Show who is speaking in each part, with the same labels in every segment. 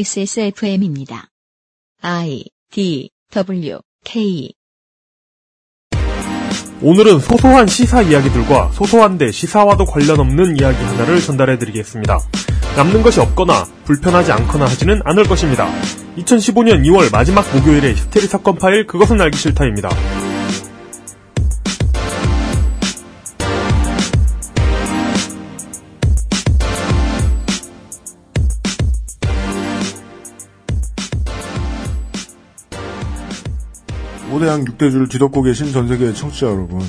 Speaker 1: XSFM입니다. I D W K
Speaker 2: 오늘은 소소한 시사 이야기들과 소소한데 시사와도 관련 없는 이야기 하나를 전달해 드리겠습니다. 남는 것이 없거나 불편하지 않거나 하지는 않을 것입니다. 2015년 2월 마지막 목요일의 히스테리 사건 파일 그것은 알기 싫다입니다.
Speaker 3: 오대양 6대주를 뒤덮고 계신 전 세계 청취자 여러분.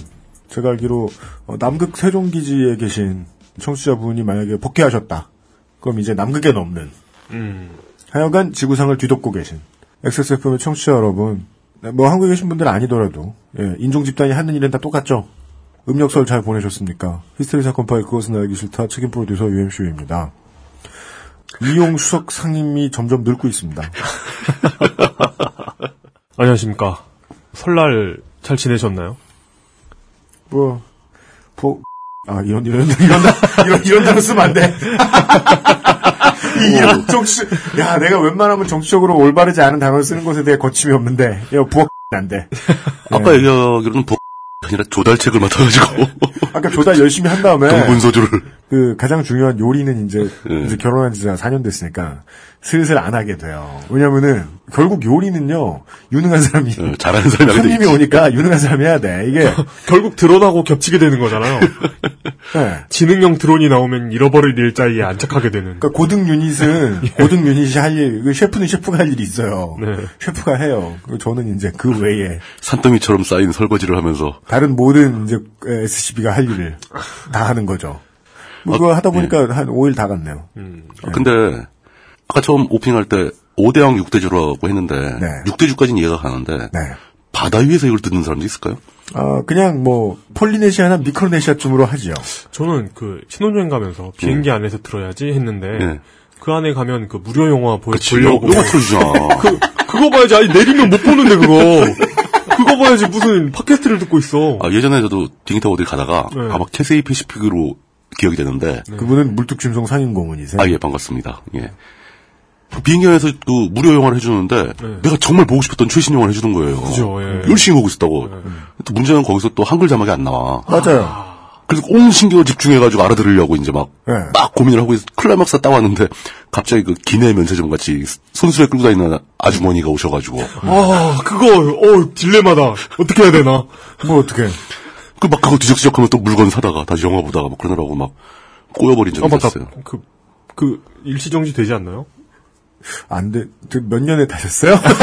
Speaker 3: 제가 알기로 어, 남극 세종기지에 계신 청취자분이 만약에 복귀하셨다. 그럼 이제 남극에 넘는. 하여간 지구상을 뒤덮고 계신 XSFM의 청취자 여러분. 네, 뭐 한국에 계신 분들은 아니더라도 예, 인종 집단이 하는 일은 다 똑같죠. 음력설 잘 보내셨습니까? 히스테리 사건 파일 그것은 알기 싫다 책임 프로듀서 UMC입니다. 이용수석 상임이 점점 늘고 있습니다.
Speaker 2: 안녕하십니까. 설날 잘 지내셨나요?
Speaker 3: 뭐, 보, 아, 이런, 이런, 이런, 단- 이런, 이런 단어 쓰면 안 돼. 이런 정치, 야, 내가 웬만하면 정치적으로 올바르지 않은 단어를 쓰는 것에 대해 거침이 없는데, 야, 부엌 안 돼. 예.
Speaker 4: 아까 얘기하기로는 보... 아니라 조달책을 맡아가지고
Speaker 3: 아까 조달 열심히 한 다음에,
Speaker 4: 정분서주를
Speaker 3: 그, 가장 중요한 요리는 이제,
Speaker 4: 예.
Speaker 3: 이제 결혼한 지가 4년 됐으니까, 슬슬 안 하게 돼요. 왜냐면은, 결국 요리는요, 유능한 사람이,
Speaker 4: 어, 잘하는 사람이 하게
Speaker 3: 예.
Speaker 4: 돼
Speaker 3: 손님이
Speaker 4: 있지.
Speaker 3: 오니까 유능한 사람이 해야 돼. 이게,
Speaker 2: 결국 드론하고 겹치게 되는 거잖아요.
Speaker 3: 예.
Speaker 2: 지능형 드론이 나오면 잃어버릴 일자리에 안착하게 되는.
Speaker 3: 그러니까 고등 유닛은 고등 유닛이 할 일, 그 셰프는 셰프가 할 일이 있어요.
Speaker 2: 네.
Speaker 3: 셰프가 해요. 그리고 저는 이제 그 외에
Speaker 4: 산더미처럼 쌓인 설거지를 하면서
Speaker 3: 다른 모든 이제 SCB가 할 일을 다 하는 거죠. 뭐 그거 하다 보니까 한 5일 다 갔네요. 예.
Speaker 4: 아, 근데 아까 처음 오프닝할 때 5대왕 6대주라고 했는데
Speaker 3: 네.
Speaker 4: 6대주까지는 이해가 가는데
Speaker 3: 네.
Speaker 4: 바다 위에서 이걸 듣는 사람도 있을까요?
Speaker 3: 아, 그냥 뭐 폴리네시아나 미크로네시아쯤으로 하지요.
Speaker 2: 저는 그 신혼여행 가면서 비행기 안에서 들어야지 했는데
Speaker 4: 예.
Speaker 2: 그 안에 가면 그 무료 영화 보여
Speaker 4: 영-
Speaker 2: 보려고
Speaker 4: 영화 틀어주잖아
Speaker 2: 그, 그거 봐야지. 아니, 내리면 못 보는데, 그거. 그거 봐야지. 무슨 팟캐스트를 듣고 있어.
Speaker 4: 아, 예전에 저도 비행기 타고 어디 가다가
Speaker 2: 네.
Speaker 4: 아마 캐세이 패시픽으로 기억이
Speaker 3: 네.
Speaker 4: 되는데
Speaker 3: 그분은 물뚝심송 상인고문이세요.
Speaker 4: 아 예 반갑습니다 예 비행기 안에서 그 무료 영화를 해주는데 내가 정말 보고 싶었던 최신 영화를 해주는 거예요
Speaker 2: 네. 그죠, 예. 네.
Speaker 4: 열심히 보고 있었다고 또 문제는 거기서 또 한글 자막이 안 나와
Speaker 3: 맞아요.
Speaker 4: 그래서 온 신경을 집중해가지고 알아들으려고 이제 막,
Speaker 3: 네.
Speaker 4: 막 고민을 하고 있, 클라이막스 딱 왔는데, 갑자기 그 기내 면세점 같이 손수레 끌고 다니는 아주머니가 오셔가지고,
Speaker 2: 아, 그거, 어, 딜레마다. 어떻게 해야 되나.
Speaker 3: 뭐 어떻게?
Speaker 4: 그 막 그거 뒤적뒤적 하면 또 물건 사다가 다시 영화 보다가 막 그러느라고 막 꼬여버린 적이
Speaker 2: 아, 맞다.
Speaker 4: 있었어요.
Speaker 2: 그, 그, 일시정지 되지 않나요?
Speaker 3: 안 돼. 그몇 년에 다셨어요?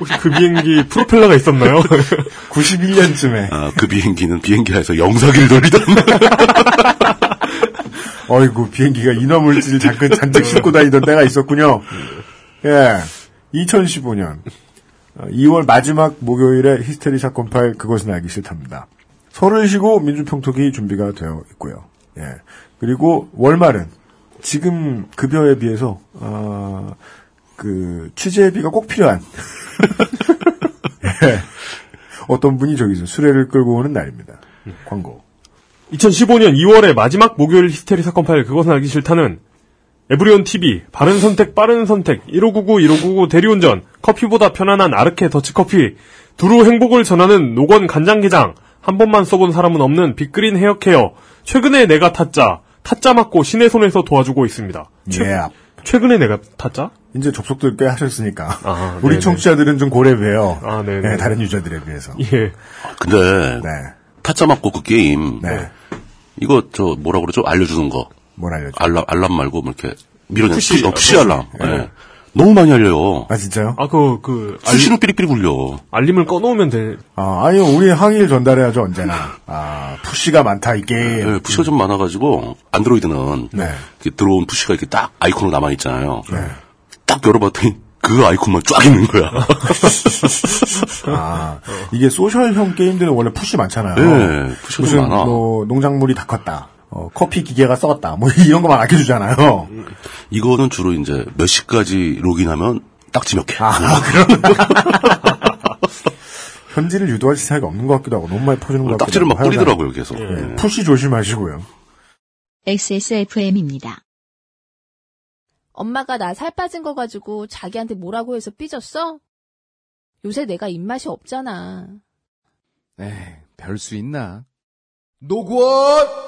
Speaker 2: 혹시 그 비행기 프로펠러가 있었나요?
Speaker 3: 91년쯤에.
Speaker 4: 아, 그 비행기는 비행기에서 영사기를 돌리던.
Speaker 3: 어이구 비행기가 인화물질 잔뜩, 잔뜩 싣고 다니던 때가 있었군요. 예, 2015년 2월 마지막 목요일에 히스테리 사건 파일 그것은 알기 싫답니다. 설을 쉬고 민주평톡이 준비가 되어 있고요. 예, 그리고 월말은 지금 급여에 비해서 아, 그 취재비가 꼭 필요한 예, 어떤 분이 저기서 수레를 끌고 오는 날입니다. 광고.
Speaker 2: 2015년 2월의 마지막 목요일 히스테리 사건 파일 그것은 알기 싫다는 에브리온 TV, 바른 선택, 빠른 선택, 1599, 1599 대리운전, 커피보다 편안한 아르케 더치커피, 두루 행복을 전하는 노건 간장게장, 한 번만 써본 사람은 없는 빅그린 헤어케어, 최근에 내가 타짜, 타짜 맞고 신의 손에서 도와주고 있습니다. 최,
Speaker 3: 예.
Speaker 2: 최근에 내가 타짜?
Speaker 3: 이제 접속들 꽤 하셨으니까
Speaker 2: 아,
Speaker 3: 우리
Speaker 2: 네네.
Speaker 3: 청취자들은 좀 고래배요.
Speaker 2: 아, 네네.
Speaker 3: 다른 유저들에 비해서.
Speaker 2: 예.
Speaker 4: 근데,
Speaker 3: 네,
Speaker 4: 타짜 맞고 그 게임,
Speaker 3: 네.
Speaker 4: 이거 저 뭐라 그러죠? 알려주는 거.
Speaker 3: 뭘 알려줘?
Speaker 4: 알람, 알람 말고 뭐 이렇게 밀어내는
Speaker 2: 푸시,
Speaker 4: 푸시, 어, 푸시
Speaker 2: 푸시.
Speaker 4: 알람. 예. 너무 많이 알려요.
Speaker 3: 아 진짜요?
Speaker 2: 아, 그, 그,
Speaker 4: 수시로 삐리삐리 굴려.
Speaker 2: 알, 림을 꺼놓으면 돼.
Speaker 3: 아, 아니요, 우리 항의를 전달해야죠 언제나. 아, 푸시가 많다 이 게임.
Speaker 4: 예, 푸시가 좀 많아가지고 안드로이드는
Speaker 3: 네.
Speaker 4: 이렇게 들어온 푸시가 이렇게 딱 아이콘으로 남아 있잖아요. 딱 열어봤더니 그 아이콘만 쫙 있는 거야.
Speaker 3: 아, 이게 소셜형 게임들은 원래 푸시 많잖아요.
Speaker 4: 네, 푸시가
Speaker 3: 무슨
Speaker 4: 좀 많아.
Speaker 3: 뭐 농작물이 다 컸다. 어, 커피 기계가 썩었다. 뭐 이런 거만 아껴주잖아요.
Speaker 4: 이거는 주로 이제 몇 시까지 로그인하면 딱 지명해.
Speaker 3: 아, 현지를 유도할 시사가 없는 것 같기도 하고 너무 많이 퍼주는 것 같기도 하고.
Speaker 4: 딱지를 막
Speaker 3: 하여간
Speaker 4: 뿌리더라고요, 계속. 예.
Speaker 3: 푸시 조심하시고요.
Speaker 1: XSFM입니다.
Speaker 5: 엄마가 나 살 빠진 거 가지고 자기한테 뭐라고 해서 삐졌어? 요새 내가 입맛이 없잖아.
Speaker 6: 에이, 별 수 있나? 노곤!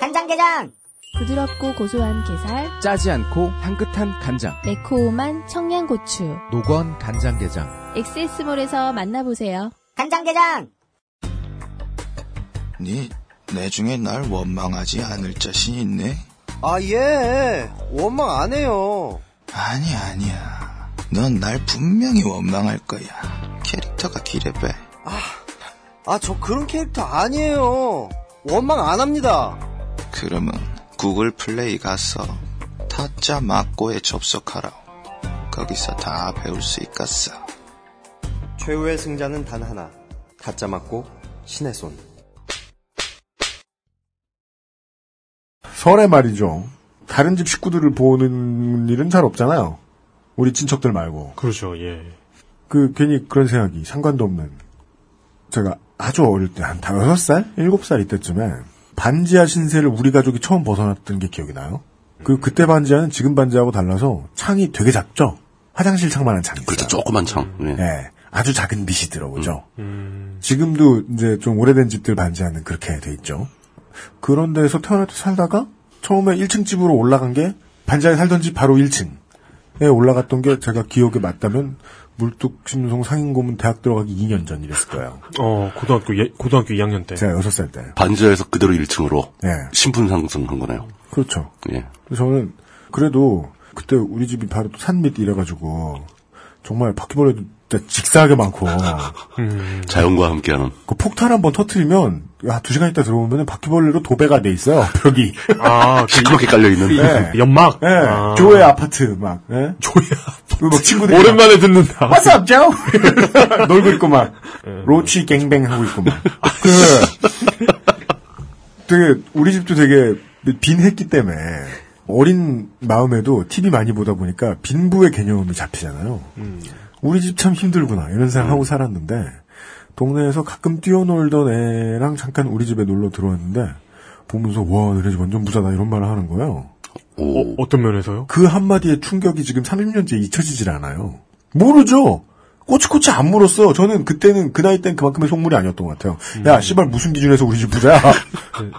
Speaker 7: 간장게장!
Speaker 5: 부드럽고 고소한 게살,
Speaker 6: 짜지 않고 향긋한 간장.
Speaker 5: 매콤한 청양고추.
Speaker 6: 노건 간장게장.
Speaker 5: 엑세스몰에서 만나보세요.
Speaker 7: 간장게장!
Speaker 8: 니, 내 중에 날 원망하지 않을 자신 있네?
Speaker 9: 아, 예. 원망 안 해요.
Speaker 8: 아니, 아니야. 넌 날 분명히 원망할 거야. 캐릭터가 기레배.
Speaker 9: 아, 저 그런 캐릭터 아니에요. 원망 안 합니다.
Speaker 8: 그러면 구글 플레이 가서 타짜 막고에 접속하라. 거기서 다 배울 수 있겠어.
Speaker 9: 최후의 승자는 단 하나. 타짜 맞고 신의 손.
Speaker 3: 설에 말이죠. 다른 집 식구들을 보는 일은 잘 없잖아요. 우리 친척들 말고.
Speaker 2: 그렇죠, 예.
Speaker 3: 그, 괜히 그런 생각이 상관도 없는. 제가 아주 어릴 때, 한 다섯 살? 일곱 살 이때쯤에, 반지하 신세를 우리 가족이 처음 벗어났던 게 기억이 나요. 그, 그때 반지하는 지금 반지하고 달라서 창이 되게 작죠? 화장실 창만한 창이.
Speaker 4: 그렇죠.
Speaker 3: 있어요.
Speaker 4: 조그만 창. 예.
Speaker 3: 예. 아주 작은 빛이 들어오죠. 지금도 이제 좀 오래된 집들 반지하는 그렇게 돼 있죠. 그런 데서 태어나서 살다가 처음에 1층 집으로 올라간 게 반지하에 살던 집 바로 1층에 올라갔던 게 제가 기억에 맞다면 물뚝심송 상인고문 대학 들어가기 2년 전 이랬을 거예요.
Speaker 2: 어, 고등학교, 예, 고등학교 2학년 때.
Speaker 3: 제가 6살 때.
Speaker 4: 반지하에서 그대로 1층으로
Speaker 3: 예.
Speaker 4: 신분 상승한 거네요.
Speaker 3: 그렇죠.
Speaker 4: 예.
Speaker 3: 그래서 저는 그래도 그때 우리 집이 바로 또 산밑 이래가지고 정말 바퀴벌레도 진짜 직사하게 많고
Speaker 4: 자연과 함께하는.
Speaker 3: 그 폭탄 한 번 터트리면 야 두 시간 있다 들어오면 바퀴벌레로 도배가 돼 있어요 벽이
Speaker 2: 아,
Speaker 4: 시커멓게 깔려있는.
Speaker 3: 네.
Speaker 2: 연막.
Speaker 3: 예
Speaker 2: 아.
Speaker 3: 교회 아파트 막 예? 교회 아파트 막 친구들이
Speaker 2: 오랜만에 듣는다.
Speaker 3: What's up, Joe? 놀고 있고 막 로치 갱뱅 하고 있고 막그 되게 우리 집도 되게 빈했기 때문에 어린 마음에도 TV 많이 보다 보니까 빈부의 개념이 잡히잖아요. 우리 집 참 힘들구나 이런 생각하고 살았는데 동네에서 가끔 뛰어놀던 애랑 잠깐 우리 집에 놀러 들어왔는데 보면서 와 너네 집 완전 부자다 이런 말을 하는 거예요.
Speaker 4: 오.
Speaker 2: 어떤 면에서요?
Speaker 3: 그 한마디의 충격이 지금 30년째 잊혀지질 않아요. 모르죠. 꼬치꼬치 안 물었어. 저는 그때는 그 나이 땐 그만큼의 속물이 아니었던 것 같아요. 야,
Speaker 4: 음.
Speaker 3: 씨발 무슨 기준에서 우리 집 부자야?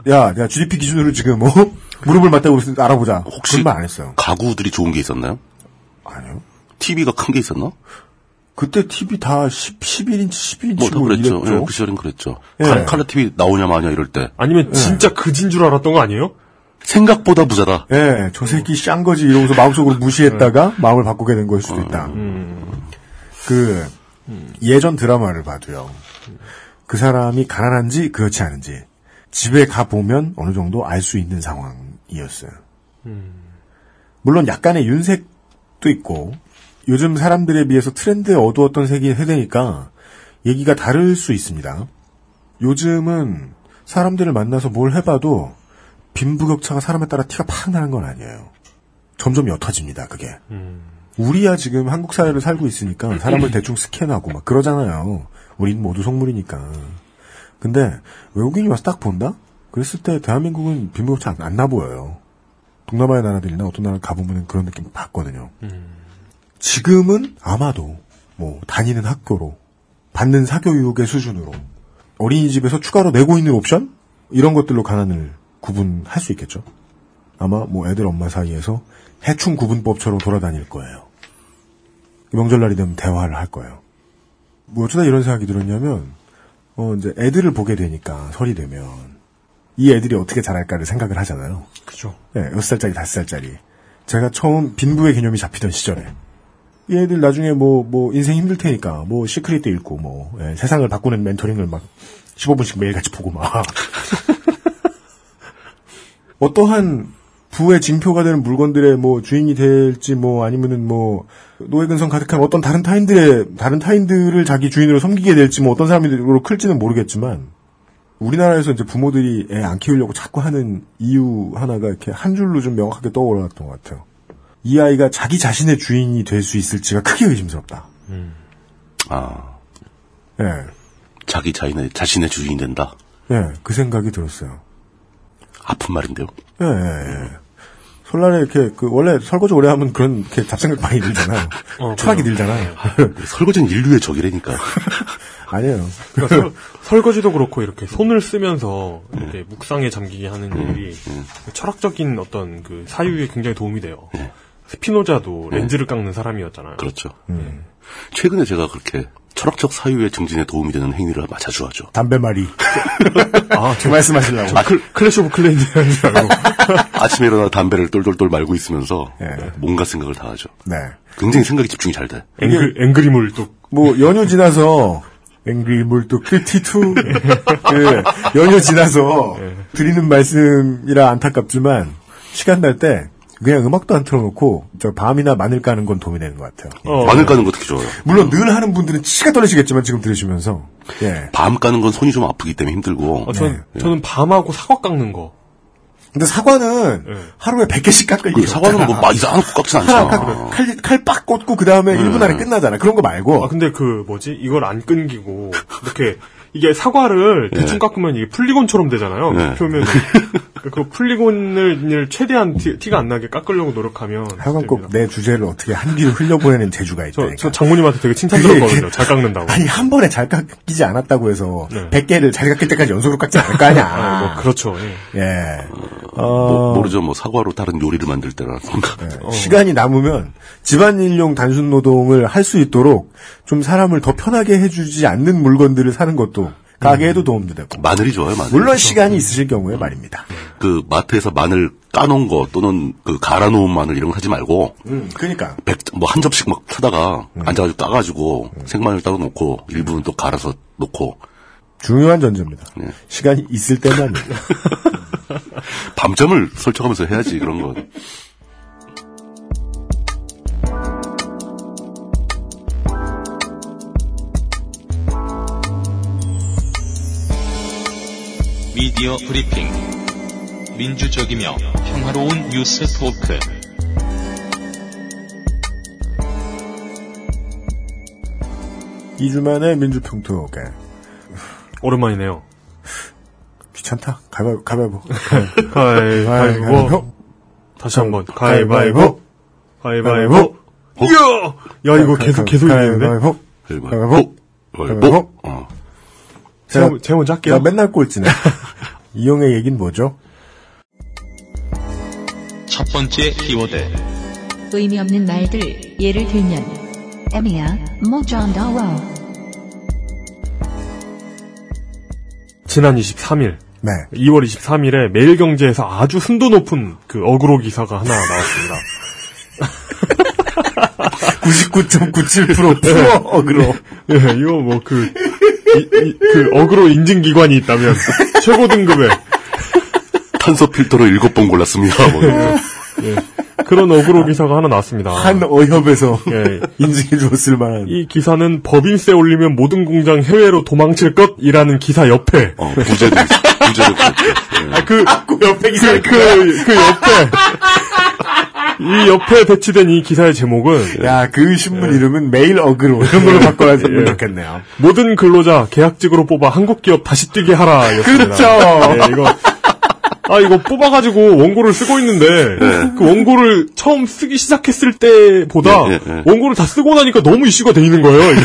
Speaker 4: 네.
Speaker 3: 야, 야 GDP 기준으로 지금 뭐 무릎을 맞대고 있으면 알아보자.
Speaker 4: 혹시-
Speaker 3: 그런 말 안 했어요.
Speaker 4: 가구들이 좋은 게 있었나요?
Speaker 3: 아니요.
Speaker 4: TV가 큰 게 있었나?
Speaker 3: 그때 TV 다 10, 11인치, 12인치 뭐,
Speaker 4: 뭐, 다 그랬죠.
Speaker 3: 이랬죠.
Speaker 4: 예, 그 시절엔 그랬죠.
Speaker 3: 예.
Speaker 4: 칼 칼라 TV 나오냐 마냐 이럴 때.
Speaker 2: 아니면 진짜 그진 줄 알았던 거 아니에요?
Speaker 4: 생각보다 부자다.
Speaker 3: 예, 저 새끼 싼 거지 이러고서 마음속으로 무시했다가 마음을 바꾸게 된 걸 수도 있다. 그 예전 드라마를 봐도요. 그 사람이 가난한지 그렇지 않은지 집에 가 보면 어느 정도 알 수 있는 상황이었어요. 물론 약간의 윤색도 있고 요즘 사람들에 비해서 트렌드에 어두웠던 색이 해되니까 얘기가 다를 수 있습니다. 요즘은 사람들을 만나서 뭘 해봐도 빈부격차가 사람에 따라 티가 팍 나는 건 아니에요. 점점 옅어집니다, 그게. 우리야 지금 한국 사회를 살고 있으니까 사람을 대충 스캔하고 막 그러잖아요. 우린 모두 속물이니까. 근데 외국인이 와서 딱 본다? 그랬을 때 대한민국은 빈부격차 안, 안 나보여요. 동남아의 나라들이나 어떤 나라 가보면 그런 느낌 받거든요. 지금은 아마도 뭐 다니는 학교로 받는 사교육의 수준으로 어린이집에서 추가로 내고 있는 옵션 이런 것들로 가난을 구분할 수 있겠죠. 아마 뭐 애들 엄마 사이에서 해충 구분법처럼 돌아다닐 거예요. 명절날이 되면 대화를 할 거예요. 뭐 어쩌다 이런 생각이 들었냐면 어 이제 애들을 보게 되니까 설이 되면 이 애들이 어떻게 자랄까를 생각을 하잖아요.
Speaker 2: 그죠.
Speaker 3: 네, 6살짜리, 5살짜리. 제가 처음 빈부의 개념이 잡히던 시절에. 얘들 나중에 뭐, 뭐, 인생 힘들 테니까, 뭐, 시크릿도 읽고, 뭐, 예, 세상을 바꾸는 멘토링을 막, 15분씩 매일같이 보고 막. 어떠한 부의 징표가 되는 물건들의 뭐, 주인이 될지, 뭐, 아니면은 뭐, 노예근성 가득한 어떤 다른 타인들의, 다른 타인들을 자기 주인으로 섬기게 될지, 뭐, 어떤 사람으로 클지는 모르겠지만, 우리나라에서 이제 부모들이 애 안 키우려고 자꾸 하는 이유 하나가 이렇게 한 줄로 좀 명확하게 떠올랐던 것 같아요. 이 아이가 자기 자신의 주인이 될 수 있을지가 크게 의심스럽다.
Speaker 4: 아,
Speaker 3: 예.
Speaker 4: 자기 자신의, 자신의 주인이 된다.
Speaker 3: 예. 그 생각이 들었어요.
Speaker 4: 아픈 말인데요.
Speaker 3: 예, 예, 예. 솔란에 이렇게 그 원래 설거지 오래 하면 그런 이렇게 잡생각 많이 들잖아요. 철학이 들잖아요.
Speaker 4: 네, 설거지는 인류의 적이라니까.
Speaker 3: 아니에요.
Speaker 2: 그러니까 설, 거지도 그렇고 이렇게 손을 쓰면서 이렇게 묵상에 잠기게 하는 일이 철학적인 어떤 그 사유에 굉장히 도움이 돼요. 스피노자도 렌즈를 깎는 사람이었잖아요.
Speaker 4: 그렇죠.
Speaker 3: 음.
Speaker 4: 최근에 제가 그렇게 철학적 사유의 증진에 도움이 되는 행위를 맞아주하죠.
Speaker 3: 담배말이. 아, 그 말씀하시려고.
Speaker 4: 아, 클-
Speaker 2: 클래시 오브 클레인즈라는 줄 알고.
Speaker 4: 아침에 일어나 담배를 똘똘똘 말고 있으면서
Speaker 3: 예.
Speaker 4: 뭔가 생각을 다 하죠.
Speaker 3: 네.
Speaker 4: 굉장히 생각이 집중이 잘 돼.
Speaker 2: 앵글, 앵그리물 또.
Speaker 3: 뭐 연휴 지나서 앵그리 물도 킬티투 예, 연휴 지나서 드리는 말씀이라 안타깝지만 시간 날 때 그냥 음악도 안 틀어놓고 저 밤이나 마늘 까는 건 도움이 되는 것 같아요.
Speaker 2: 어.
Speaker 4: 마늘 까는 것도 좋아요.
Speaker 3: 물론 늘 하는 분들은 치가 떨리시겠지만 지금 들으시면서 예.
Speaker 4: 밤 까는 건 손이 좀 아프기 때문에 힘들고.
Speaker 2: 어, 전, 저는 밤하고 사과 깎는 거.
Speaker 3: 근데 사과는 하루에 100개씩 깎을
Speaker 4: 그
Speaker 3: 일이
Speaker 4: 사과는
Speaker 3: 없잖아.
Speaker 4: 뭐 막 이상한 거 깎진
Speaker 3: 하나
Speaker 4: 않잖아.
Speaker 3: 깎- 칼, 칼빡 꽂고 그 다음에 1분 안에 끝나잖아. 그런 거 말고
Speaker 2: 아, 근데 그 뭐지? 이걸 안 끊기고 이렇게 이게 사과를 대충 깎으면 이게 풀리곤처럼 되잖아요.
Speaker 4: 네.
Speaker 2: 표면이. 그 풀리곤을 최대한 티, 가안 나게 깎으려고 노력하면.
Speaker 3: 하여간 꼭
Speaker 2: 됩니다.
Speaker 3: 내 주제를 어떻게 한 뒤로 흘려보내는 재주가
Speaker 2: 저,
Speaker 3: 있다니까.
Speaker 2: 저 장모님한테 되게 칭찬
Speaker 3: 그게
Speaker 2: 들었거든요.
Speaker 3: 이렇게-
Speaker 2: 잘 깎는다고.
Speaker 3: 아니 한 번에 잘 깎이지 않았다고 해서
Speaker 2: 네.
Speaker 3: 100개를 잘 깎을 때까지 연속으로 깎지 않을 거 아니야.
Speaker 2: 아, 뭐 그렇죠. 예.
Speaker 3: 예.
Speaker 2: 어.
Speaker 4: 뭐, 모르죠. 뭐 사과로 다른 요리를 만들 때라던가.
Speaker 2: 네.
Speaker 3: 시간이 남으면 집안일용 단순 노동을 할 수 있도록 좀 사람을 더 편하게 해주지 않는 물건들을 사는 것도 가게에도
Speaker 2: 음.
Speaker 3: 도움도 되고.
Speaker 4: 마늘이 좋아요, 마늘.
Speaker 2: 그렇죠.
Speaker 3: 물론 시간이 있으실 경우에 말입니다.
Speaker 2: 음.
Speaker 4: 그 마트에서 마늘 까놓은 거 또는 그 갈아놓은 마늘 이런 거 하지 말고
Speaker 3: 음, 그러니까
Speaker 4: 뭐 한 접씩 막 타다가
Speaker 2: 음.
Speaker 4: 앉아가지고 까가지고 생마늘 따로 놓고 일부는 또 갈아서 놓고
Speaker 3: 중요한 전제입니다.
Speaker 4: 네.
Speaker 3: 시간이 있을 때만입니다.
Speaker 4: 밤잠을 설정하면서 해야지 그런 건.
Speaker 7: 미디어 브리핑. 민주적이며 평화로운 뉴스 토크.
Speaker 3: 이주만에 예. 민주평통에
Speaker 2: 오랜만이네요.
Speaker 3: 귀찮다. 가위바위보. 가위바위보.
Speaker 2: 가위바위보.
Speaker 3: 가위바위보.
Speaker 2: 다시 한번 가위바위보. 가위바위보.
Speaker 4: 어?
Speaker 2: 이야! 야, 이거 계속, 계속 이기는데?
Speaker 3: 가위바위보.
Speaker 2: 어,
Speaker 4: 뭐, 뭐,
Speaker 3: 가위바위보.
Speaker 4: 어.
Speaker 3: 제가-
Speaker 2: 제가, 제가 먼저 할게요.
Speaker 3: 나 맨날 꼴찌네. 이용의 얘기는 뭐죠?
Speaker 7: 첫 번째 키워드.
Speaker 1: 의미 없는 말들 예를 들면
Speaker 10: Emia, Mojandawa.
Speaker 2: 지난 23일,
Speaker 3: 네.
Speaker 2: 2월 23일에 매일경제에서 아주 순도 높은 그 어그로 기사가 하나 나왔습니다.
Speaker 3: 99.97% 프로 어그로.
Speaker 2: 예, 이거 뭐 그, 이- 이- 그 어그로 인증기관이 있다면 최고 등급의
Speaker 4: 탄소 필터로 일곱 번 골랐습니다. 뭐 이런 거.
Speaker 2: 그런 어그로 기사가 하나 나왔습니다.
Speaker 3: 한 어협에서
Speaker 2: 예.
Speaker 3: 인증해 주었을 만한.
Speaker 2: 이 기사는 법인세 올리면 모든 공장 해외로 도망칠 것이라는 기사 옆에
Speaker 4: 어, 부재도 있- 부재도 그렇고. 예.
Speaker 2: 네. 아, 그, 옆에 그, 그, 그 옆에 이 옆에 배치된 이 기사의 제목은
Speaker 3: 야, 그 신문
Speaker 2: 예.
Speaker 3: 이름은 매일 어그로. 이런 걸로 바꿔놨으면 좋겠네요.
Speaker 2: 모든 근로자 계약직으로 뽑아 한국 기업 다시 뛰게 하라 였습니다.
Speaker 3: 그렇죠.
Speaker 2: 예, 이거 아 이거 뽑아가지고 원고를 쓰고 있는데
Speaker 3: 네.
Speaker 2: 그 원고를 처음 쓰기 시작했을 때보다
Speaker 3: 네,
Speaker 4: 예, 예, 예.
Speaker 2: 원고를 다 쓰고 나니까 너무 이슈가 돼 있는 거예요. 이게.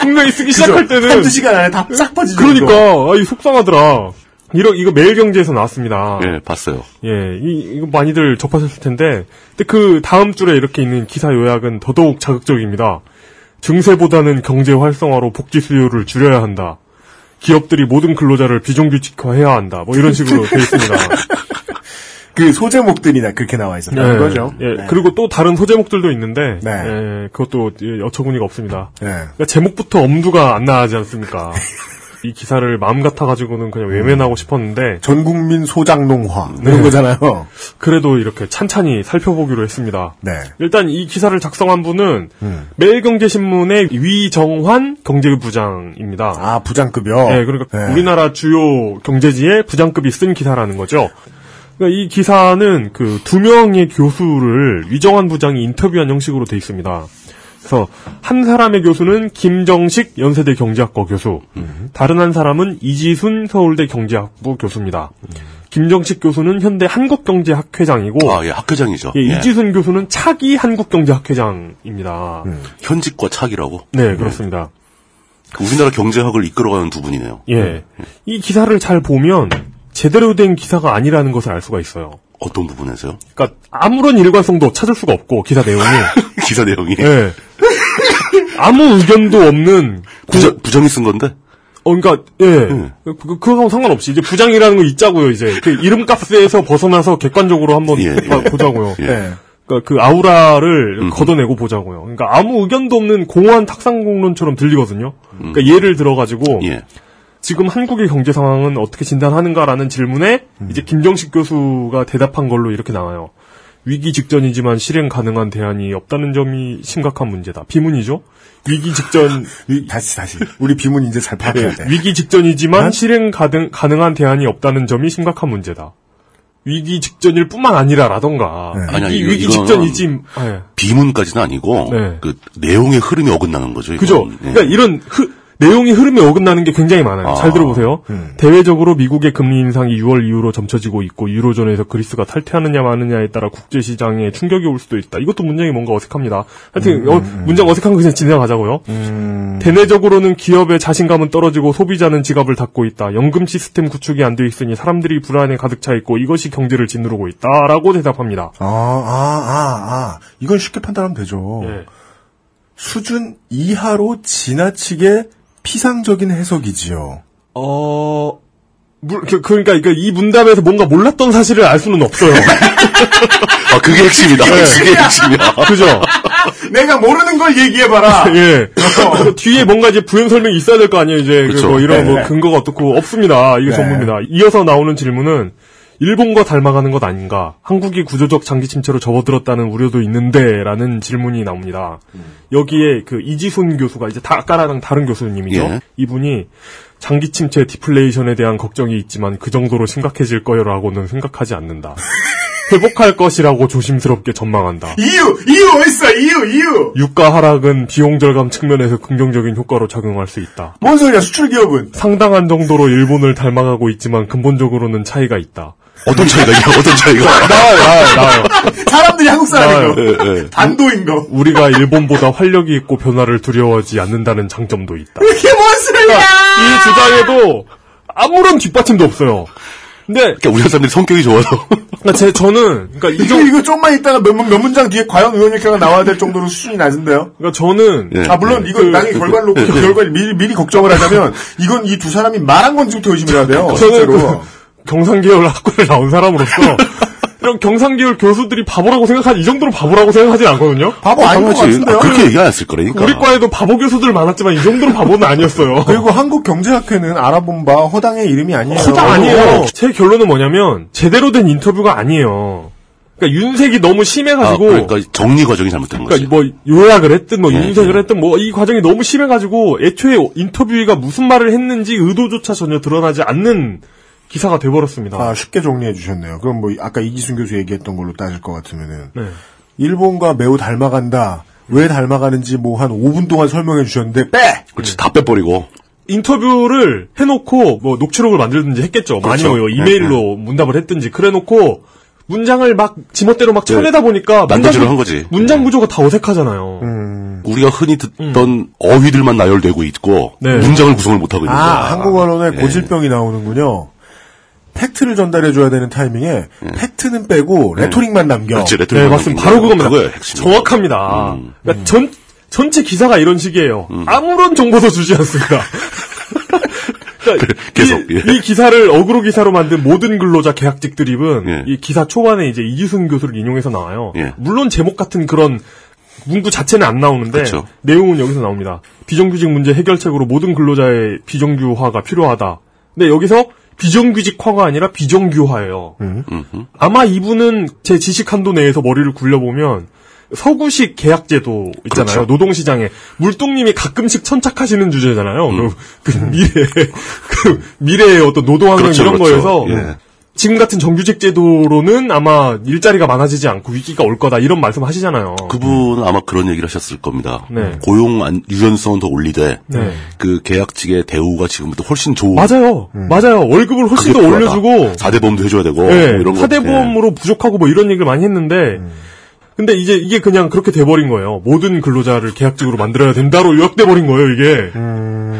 Speaker 2: 분명히 쓰기 시작할 때는 예.
Speaker 3: 한두 시간 안에 다 싹 퍼지죠.
Speaker 2: 그러니까 아이 속상하더라. 이러 이거 매일경제에서 나왔습니다.
Speaker 3: 네.
Speaker 4: 예, 봤어요.
Speaker 2: 예, 이, 이거 많이들 접하셨을 텐데, 근데 그 다음 줄에 이렇게 있는 기사 요약은 더더욱 자극적입니다. 증세보다는 경제 활성화로 복지 수요를 줄여야 한다. 기업들이 모든 근로자를 비정규직화해야 한다. 뭐 이런 식으로 돼 있습니다.
Speaker 3: 그 소제목들이 나 그렇게 나와 있었다는
Speaker 2: 예,
Speaker 3: 거죠.
Speaker 2: 예,
Speaker 3: 네.
Speaker 2: 그리고 또 다른 소제목들도 있는데,
Speaker 3: 네.
Speaker 2: 예, 그것도 예, 어처구니가 없습니다.
Speaker 3: 예.
Speaker 2: 그러니까 제목부터 엄두가 안 나지 않습니까? 이 기사를 마음 같아가지고는 그냥 외면하고 싶었는데,
Speaker 3: 전 국민 소장농화.
Speaker 2: 예.
Speaker 3: 이런 거잖아요.
Speaker 2: 그래도 이렇게 찬찬히 살펴보기로 했습니다.
Speaker 3: 네.
Speaker 2: 일단 이 기사를 작성한 분은 매일경제신문의 위정환 경제부장입니다.
Speaker 3: 아, 부장급여.
Speaker 2: 예, 그러니까
Speaker 3: 예.
Speaker 2: 우리나라 주요 경제지의 부장급이 쓴 기사라는 거죠. 그러니까 이 기사는 그 두 명의 교수를 위정환 부장이 인터뷰한 형식으로 돼 있습니다. 그래서 한 사람의 교수는 김정식 연세대 경제학과 교수, 다른 한 사람은 이지순 서울대 경제학부 교수입니다. 김정식 교수는 현대 한국경제학회장이고
Speaker 4: 아, 예, 학회장이죠.
Speaker 2: 예,
Speaker 4: 예.
Speaker 2: 이지순 교수는 차기 한국경제학회장입니다.
Speaker 4: 음. 현직과 착이라고.
Speaker 2: 네, 그렇습니다.
Speaker 4: 우리나라 경제학을 이끌어가는 두 분이네요. 음.
Speaker 2: 예. 이 기사를 잘 보면 제대로 된 기사가 아니라는 것을 알 수가 있어요.
Speaker 4: 어떤 부분에서요?
Speaker 2: 그러니까 아무런 일관성도 찾을 수가 없고 기사 내용이
Speaker 4: 기사 내용이.
Speaker 2: 예. 아무 의견도 없는
Speaker 4: 부장, 부장이 쓴 건데?
Speaker 2: 어 그러니까 예.
Speaker 4: 음.
Speaker 2: 그, 그- 그거하고 상관없이 이제 부장이라는 거 있자고요, 이제. 그 이름값에서 벗어나서 객관적으로 한번
Speaker 4: 예,
Speaker 2: 봐-
Speaker 4: 예.
Speaker 2: 보자고요.
Speaker 4: 예.
Speaker 2: 그러니까 그 아우라를
Speaker 4: 음.
Speaker 2: 걷어내고 보자고요. 그러니까 아무 의견도 없는 공허한 탁상공론처럼 들리거든요. 그러니까 예를 들어가지고
Speaker 4: 음. 예.
Speaker 2: 지금 한국의 경제 상황은 어떻게 진단하는가라는 질문에
Speaker 4: 음.
Speaker 2: 이제 김정식 교수가 대답한 걸로 이렇게 나와요. 위기 직전이지만 실행 가능한 대안이 없다는 점이 심각한 문제다. 비문이죠. 위기 직전
Speaker 3: 이- 다시 다시 우리 비문 이제 잘
Speaker 4: 네.
Speaker 3: 파악해야 돼.
Speaker 2: 위기 직전이지만 실행 가능, 가능한 대안이 없다는 점이 심각한 문제다. 위기 직전일 뿐만 아니라라던가
Speaker 3: 네.
Speaker 4: 아니, 아니,
Speaker 2: 위기,
Speaker 4: 이거-
Speaker 2: 위기
Speaker 4: 이거는-
Speaker 2: 직전이지 아, 예.
Speaker 4: 비문까지는 아니고
Speaker 2: 네.
Speaker 4: 그 내용의 흐름이 어긋나는 거죠. 이건.
Speaker 2: 그죠?
Speaker 4: 예.
Speaker 2: 그러니까 이런 흐- 내용이 흐름에 어긋나는 게 굉장히 많아요. 음.
Speaker 4: 아.
Speaker 2: 잘 들어보세요. 대외적으로 미국의 금리 인상이 6월 이후로 점쳐지고 있고 유로존에서 그리스가 탈퇴하느냐 마느냐에 따라 국제 시장에 충격이 올 수도 있다. 이것도 문장이 뭔가 어색합니다. 하여튼 어, 문장 어색한 거 그냥 지나가자고요. 음. 대내적으로는 기업의 자신감은 떨어지고 소비자는 지갑을 닫고 있다. 연금 시스템 구축이 안 돼 있으니 사람들이 불안에 가득 차 있고 이것이 경제를 짓누르고 있다라고 대답합니다.
Speaker 3: 아, 아, 아, 아. 이건 쉽게 판단하면 되죠.
Speaker 2: 예.
Speaker 3: 수준 이하로 지나치게 피상적인 해석이지요.
Speaker 2: 어, 물, 그, 그러니까, 그러니까 이 문담에서 뭔가 몰랐던 사실을 알 수는 없어요.
Speaker 4: 아 그게 핵심이다. 그게 핵심이야.
Speaker 2: 예. 그죠?
Speaker 3: 내가 모르는 걸 얘기해봐라.
Speaker 2: 예. 그 뒤에 뭔가 이제 부연 설명이 있어야 될 거 아니에요, 이제. 그
Speaker 4: 그쵸.
Speaker 2: 뭐 이런
Speaker 3: 네.
Speaker 2: 뭐 근거가 어떻고, 없습니다. 이게
Speaker 3: 네.
Speaker 2: 전부입니다. 이어서 나오는 질문은, 일본과 닮아가는 것 아닌가, 한국이 구조적 장기 침체로 접어들었다는 우려도 있는데, 라는 질문이 나옵니다. 여기에 그 이지순 교수가 이제 다, 아까랑 다른 교수님이죠.
Speaker 4: 예.
Speaker 2: 이분이, 장기 침체 디플레이션에 대한 걱정이 있지만 그 정도로 심각해질 거라고는 생각하지 않는다. 회복할 것이라고 조심스럽게 전망한다.
Speaker 3: 이유, 이유 어딨어, 이유, 이유.
Speaker 2: 유가 하락은 비용 절감 측면에서 긍정적인 효과로 작용할 수 있다.
Speaker 3: 뭔 소리야, 수출 기업은.
Speaker 2: 상당한 정도로 일본을 닮아가고 있지만 근본적으로는 차이가 있다.
Speaker 4: 어떤 차이가 이게 어떤 차이가? 아,
Speaker 3: 사람들이 한국 사람이고.
Speaker 4: 예, 예.
Speaker 3: 반도인 거.
Speaker 2: 우리가 일본보다 활력이 있고 변화를 두려워하지 않는다는 장점도 있다.
Speaker 3: 이게 뭔 소리야!
Speaker 2: 이 주장에도 아무런 뒷받침도 없어요. 근데
Speaker 4: 그러니까 우리나라 사람들이 성격이 좋아서
Speaker 2: 그러니까 제 저는 그러니까 이
Speaker 3: 이거,
Speaker 2: 정-
Speaker 3: 이거 좀만 있다가 몇, 문- 몇 문장 뒤에 과연 의원일까가 나와야 될 정도로 수준이 낮은데요?
Speaker 2: 그러니까 저는
Speaker 4: 예.
Speaker 3: 아, 물론, 이거 나중에 결과를 놓고, 그 결과를 미리, 미리 걱정을 하자면, 이건 이 두 사람이 말한 건지부터 의심을 해야 돼요.
Speaker 2: 저는
Speaker 3: 실제로.
Speaker 2: 그 경상계열 학과를 나온 사람으로서 이런 경상계열 교수들이 바보라고 생각하지 이 정도로 바보라고 생각하진 않거든요.
Speaker 3: 바보 아닌 것
Speaker 4: 당연하지.
Speaker 3: 같은데요?
Speaker 4: 아, 그렇게 얘기 안 했을 거라니까.
Speaker 2: 우리 과에도 바보 교수들 많았지만 이 정도로 바보는 아니었어요.
Speaker 3: 그리고 한국경제학회는 알아본 바 허당의 이름이 아니에요.
Speaker 4: 그
Speaker 2: 허당 아니에요. 어, 제 결론은 뭐냐면 제대로 된 인터뷰가 아니에요. 그러니까 윤색이 너무
Speaker 4: 아,
Speaker 2: 심해가지고
Speaker 4: 그러니까 정리 과정이 잘못된 거지.
Speaker 2: 그러니까 뭐 요약을 했든 뭐
Speaker 4: 예,
Speaker 2: 윤색을
Speaker 4: 예.
Speaker 2: 했든 뭐 이 과정이 너무 심해가지고 애초에 인터뷰가 무슨 말을 했는지 의도조차 전혀 드러나지 않는 기사가 돼버렸습니다.
Speaker 3: 아, 쉽게 정리해 주셨네요. 그럼 뭐, 아까 이기순 교수 얘기했던 걸로 따질 것 같으면은.
Speaker 2: 네.
Speaker 3: 일본과 매우 닮아간다. 왜 닮아가는지 뭐 한 5분 동안 설명해 주셨는데, 빼!
Speaker 4: 그렇지 다 빼버리고.
Speaker 2: 인터뷰를 해놓고 뭐 녹취록을 만들든지 했겠죠.
Speaker 4: 그렇죠.
Speaker 2: 아니요 이메일로 문답을 했든지 그래놓고 문장을 막 지멋대로 막 쳐내다 보니까 문장,
Speaker 4: 난도질을
Speaker 2: 구-
Speaker 4: 네. 한 거지. 네.
Speaker 2: 문장 구조가 다 어색하잖아요.
Speaker 4: 우리가 흔히 듣던 어휘들만 나열되고 있고
Speaker 2: 네.
Speaker 4: 문장을 구성을 못 하고
Speaker 3: 아,
Speaker 4: 있는 거야.
Speaker 3: 한국 언론에
Speaker 4: 예.
Speaker 3: 고질병이 나오는군요. 팩트를 전달해 줘야 되는 타이밍에 팩트는 빼고 레토릭만 남겨.
Speaker 4: 그렇지, 레토릭.
Speaker 2: 네, 맞습니다. 바로 그겁니다.
Speaker 4: 그거예요, 음, 핵심.
Speaker 2: 정확합니다. 그러니까 전, 전체 기사가 이런 식이에요.
Speaker 4: 음.
Speaker 2: 아무런 정보도 주지 않습니다. 그러니까
Speaker 4: 계속,
Speaker 2: 이,
Speaker 4: 예.
Speaker 2: 이 기사를 어그로 기사로 만든 모든 근로자 계약직 드립은
Speaker 4: 예.
Speaker 2: 이 기사 초반에 이제 이지순 교수를 인용해서 나와요.
Speaker 4: 예.
Speaker 2: 물론 제목 같은 그런 문구 자체는 안 나오는데
Speaker 4: 그쵸.
Speaker 2: 내용은 여기서 나옵니다. 비정규직 문제 해결책으로 모든 근로자의 비정규화가 필요하다. 근데 여기서 비정규직화가 아니라 비정규화예요. 아마 이분은 제 지식 한도 내에서 머리를 굴려보면 서구식 계약제도 있잖아요.
Speaker 4: 그렇죠.
Speaker 2: 노동시장에 물동님이 가끔씩 천착하시는
Speaker 4: 음.
Speaker 2: 주제잖아요. 그, 그 미래 그 미래의 어떤 노동환경
Speaker 4: 그렇죠,
Speaker 2: 이런
Speaker 4: 그렇죠.
Speaker 2: 거에서
Speaker 4: 예.
Speaker 2: 지금 같은 정규직 제도로는 아마 일자리가 많아지지 않고 위기가 올 거다 이런 말씀 하시잖아요.
Speaker 4: 그분은 아마 그런 얘기를 하셨을 겁니다.
Speaker 2: 네.
Speaker 4: 고용 안- 유연성은 더 올리되
Speaker 2: 네.
Speaker 4: 그 계약직의 대우가 지금부터 훨씬 좋은
Speaker 2: 맞아요.
Speaker 4: 음.
Speaker 2: 맞아요. 월급을 훨씬 더 올려주고
Speaker 4: 4대보험도 해줘야 되고
Speaker 2: 네,
Speaker 4: 뭐 이런 음. 거. 예.
Speaker 2: 사대보험으로 부족하고 뭐 이런 얘기를 많이 했는데 근데 이제 이게 그냥 그렇게 돼버린 거예요. 모든 근로자를 계약직으로 만들어야 된다로 요약돼버린 거예요. 이게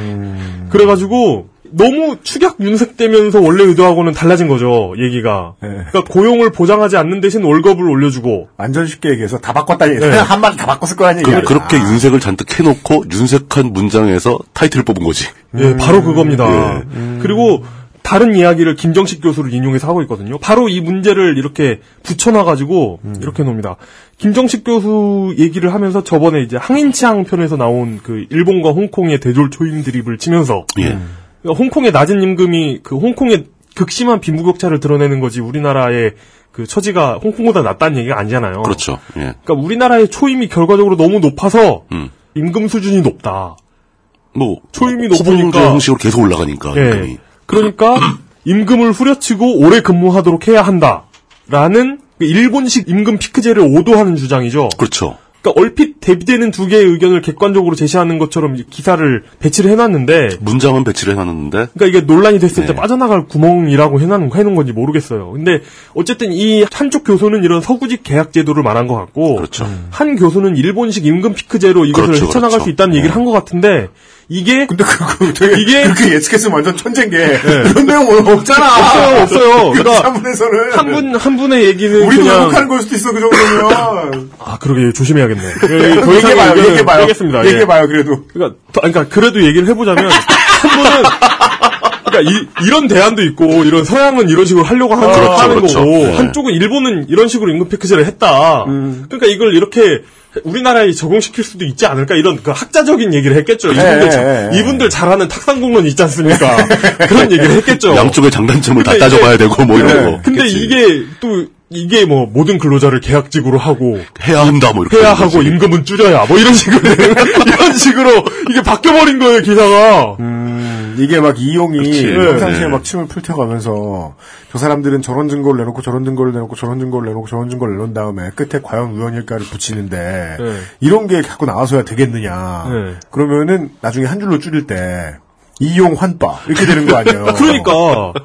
Speaker 4: 음.
Speaker 2: 그래가지고 너무 축약 윤색되면서 원래 의도하고는 달라진 거죠. 얘기가
Speaker 4: 예.
Speaker 2: 그러니까 고용을 보장하지 않는 대신 월급을 올려주고
Speaker 3: 완전 쉽게 얘기해서 다 바꿨다 얘기 한마디 다 바꿨을 거라는 얘기야.
Speaker 4: 그,
Speaker 2: 아.
Speaker 4: 그렇게 윤색을 잔뜩 해놓고 윤색한 문장에서 타이틀을 뽑은 거지.
Speaker 2: 예, 바로 그겁니다. 그리고 다른 이야기를 김정식 교수를 인용해서 하고 있거든요. 바로 이 문제를 이렇게 붙여놔가지고
Speaker 4: 음.
Speaker 2: 이렇게 놉니다. 김정식 교수 얘기를 하면서 저번에 이제 항인치항 편에서 나온 그 일본과 홍콩의 대졸 초임 드립을 치면서
Speaker 4: 예.
Speaker 2: 그러니까 홍콩의 낮은 임금이 그 홍콩의 극심한 빈부격차를 드러내는 거지 우리나라의 그 처지가 홍콩보다 낫다는 얘기가 아니잖아요.
Speaker 4: 그렇죠. 예.
Speaker 2: 그러니까 우리나라의 초임이 결과적으로 너무 높아서
Speaker 4: 음.
Speaker 2: 임금 수준이 높다.
Speaker 4: 뭐
Speaker 2: 초임이
Speaker 4: 소봉제
Speaker 2: 높으니까
Speaker 4: 형식으로 계속 올라가니까
Speaker 2: 예.
Speaker 4: 임금이.
Speaker 2: 그러니까 임금을 후려치고 오래 근무하도록 해야 한다라는 그 일본식 임금 피크제를 오도하는 주장이죠.
Speaker 4: 그렇죠.
Speaker 2: 그러니까 얼핏 대비되는 두 개의 의견을 객관적으로 제시하는 것처럼 이 기사를 배치를 해놨는데,
Speaker 4: 문장은 배치를 해놨는데
Speaker 2: 그러니까 이게 논란이 됐을 때
Speaker 4: 네.
Speaker 2: 빠져나갈 구멍이라고 해놓은, 해놓은 건지 모르겠어요. 근데 어쨌든 이 한쪽 교수는 이런 서구직 계약 제도를 말한 것 같고, 음.
Speaker 4: 그렇죠.
Speaker 2: 한 교수는 일본식 임금 피크제로 이것을
Speaker 4: 그렇죠,
Speaker 2: 헤쳐나갈
Speaker 4: 그렇죠.
Speaker 2: 수 있다는 얘기를
Speaker 4: 네.
Speaker 2: 한 것 같은데, 이게
Speaker 3: 근데 그거 되게
Speaker 2: 이게-
Speaker 3: 그렇게 예측했으면 완전 천재인 게 이런 내용 오늘 없잖아.
Speaker 2: 없어요, 없어요. 그러니까
Speaker 3: 사문에서는
Speaker 2: 한 분, 한 분의 얘기는
Speaker 3: 우리도
Speaker 2: 그냥.
Speaker 3: 욕하는 걸 수도 있어 그 정도면.
Speaker 2: 아, 그러게, 조심해야겠네. 예, 예, 더
Speaker 3: 얘기해봐요.
Speaker 2: 이상은
Speaker 3: 얘기해봐요.
Speaker 2: 빼겠습니다. 예.
Speaker 3: 얘기해봐요. 그래도
Speaker 2: 그러니까, 더- 아니, 그러니까 그래도 얘기를 해보자면, 한 분은, 그러니까 이, 런 대안도 있고, 이런 서양은 이런 식으로 하려고 하는,
Speaker 4: 그렇죠,
Speaker 2: 하는
Speaker 4: 그렇죠.
Speaker 2: 거고,
Speaker 4: 네.
Speaker 2: 한쪽은 일본은 이런 식으로 임금 패키지를 했다.
Speaker 3: 음.
Speaker 2: 그러니까 이걸 이렇게 우리나라에 적용시킬 수도 있지 않을까 이런 그 학자적인 얘기를 했겠죠. 이분들,
Speaker 3: 예,
Speaker 2: 자-
Speaker 3: 예, 예.
Speaker 2: 이분들 잘하는 탁상공론 있지 않습니까? 그런 얘기를 했겠죠.
Speaker 4: 양쪽의 장단점을 다
Speaker 2: 근데
Speaker 4: 따져봐야 되고 뭐 이런 거.
Speaker 2: 어. 네. 근데
Speaker 4: 그치.
Speaker 2: 이게 또 이게 뭐 모든 근로자를 계약직으로 하고
Speaker 4: 해야 한다 뭐 이렇게
Speaker 2: 해야
Speaker 4: 되는 거지.
Speaker 2: 하고 임금은 줄여야 뭐 이런 식으로 이런 식으로 이게 바뀌어 버린 거예요 기사가.
Speaker 3: 음, 이게 막 이용이 평상시에
Speaker 4: 네.
Speaker 3: 막 침을 풀텨가면서 저 사람들은 저런 증거를 내놓고 저런 증거를 내놓고 저런 증거를 내놓고 저런 증거를 내놓은 다음에 끝에 과연 우연일까를 붙이는데
Speaker 2: 네.
Speaker 3: 이런 게 자꾸 나와서야 되겠느냐.
Speaker 2: 네.
Speaker 3: 그러면은 나중에 한 줄로 줄일 때 이용 환빠 이렇게 되는 거 아니에요.
Speaker 2: 그러니까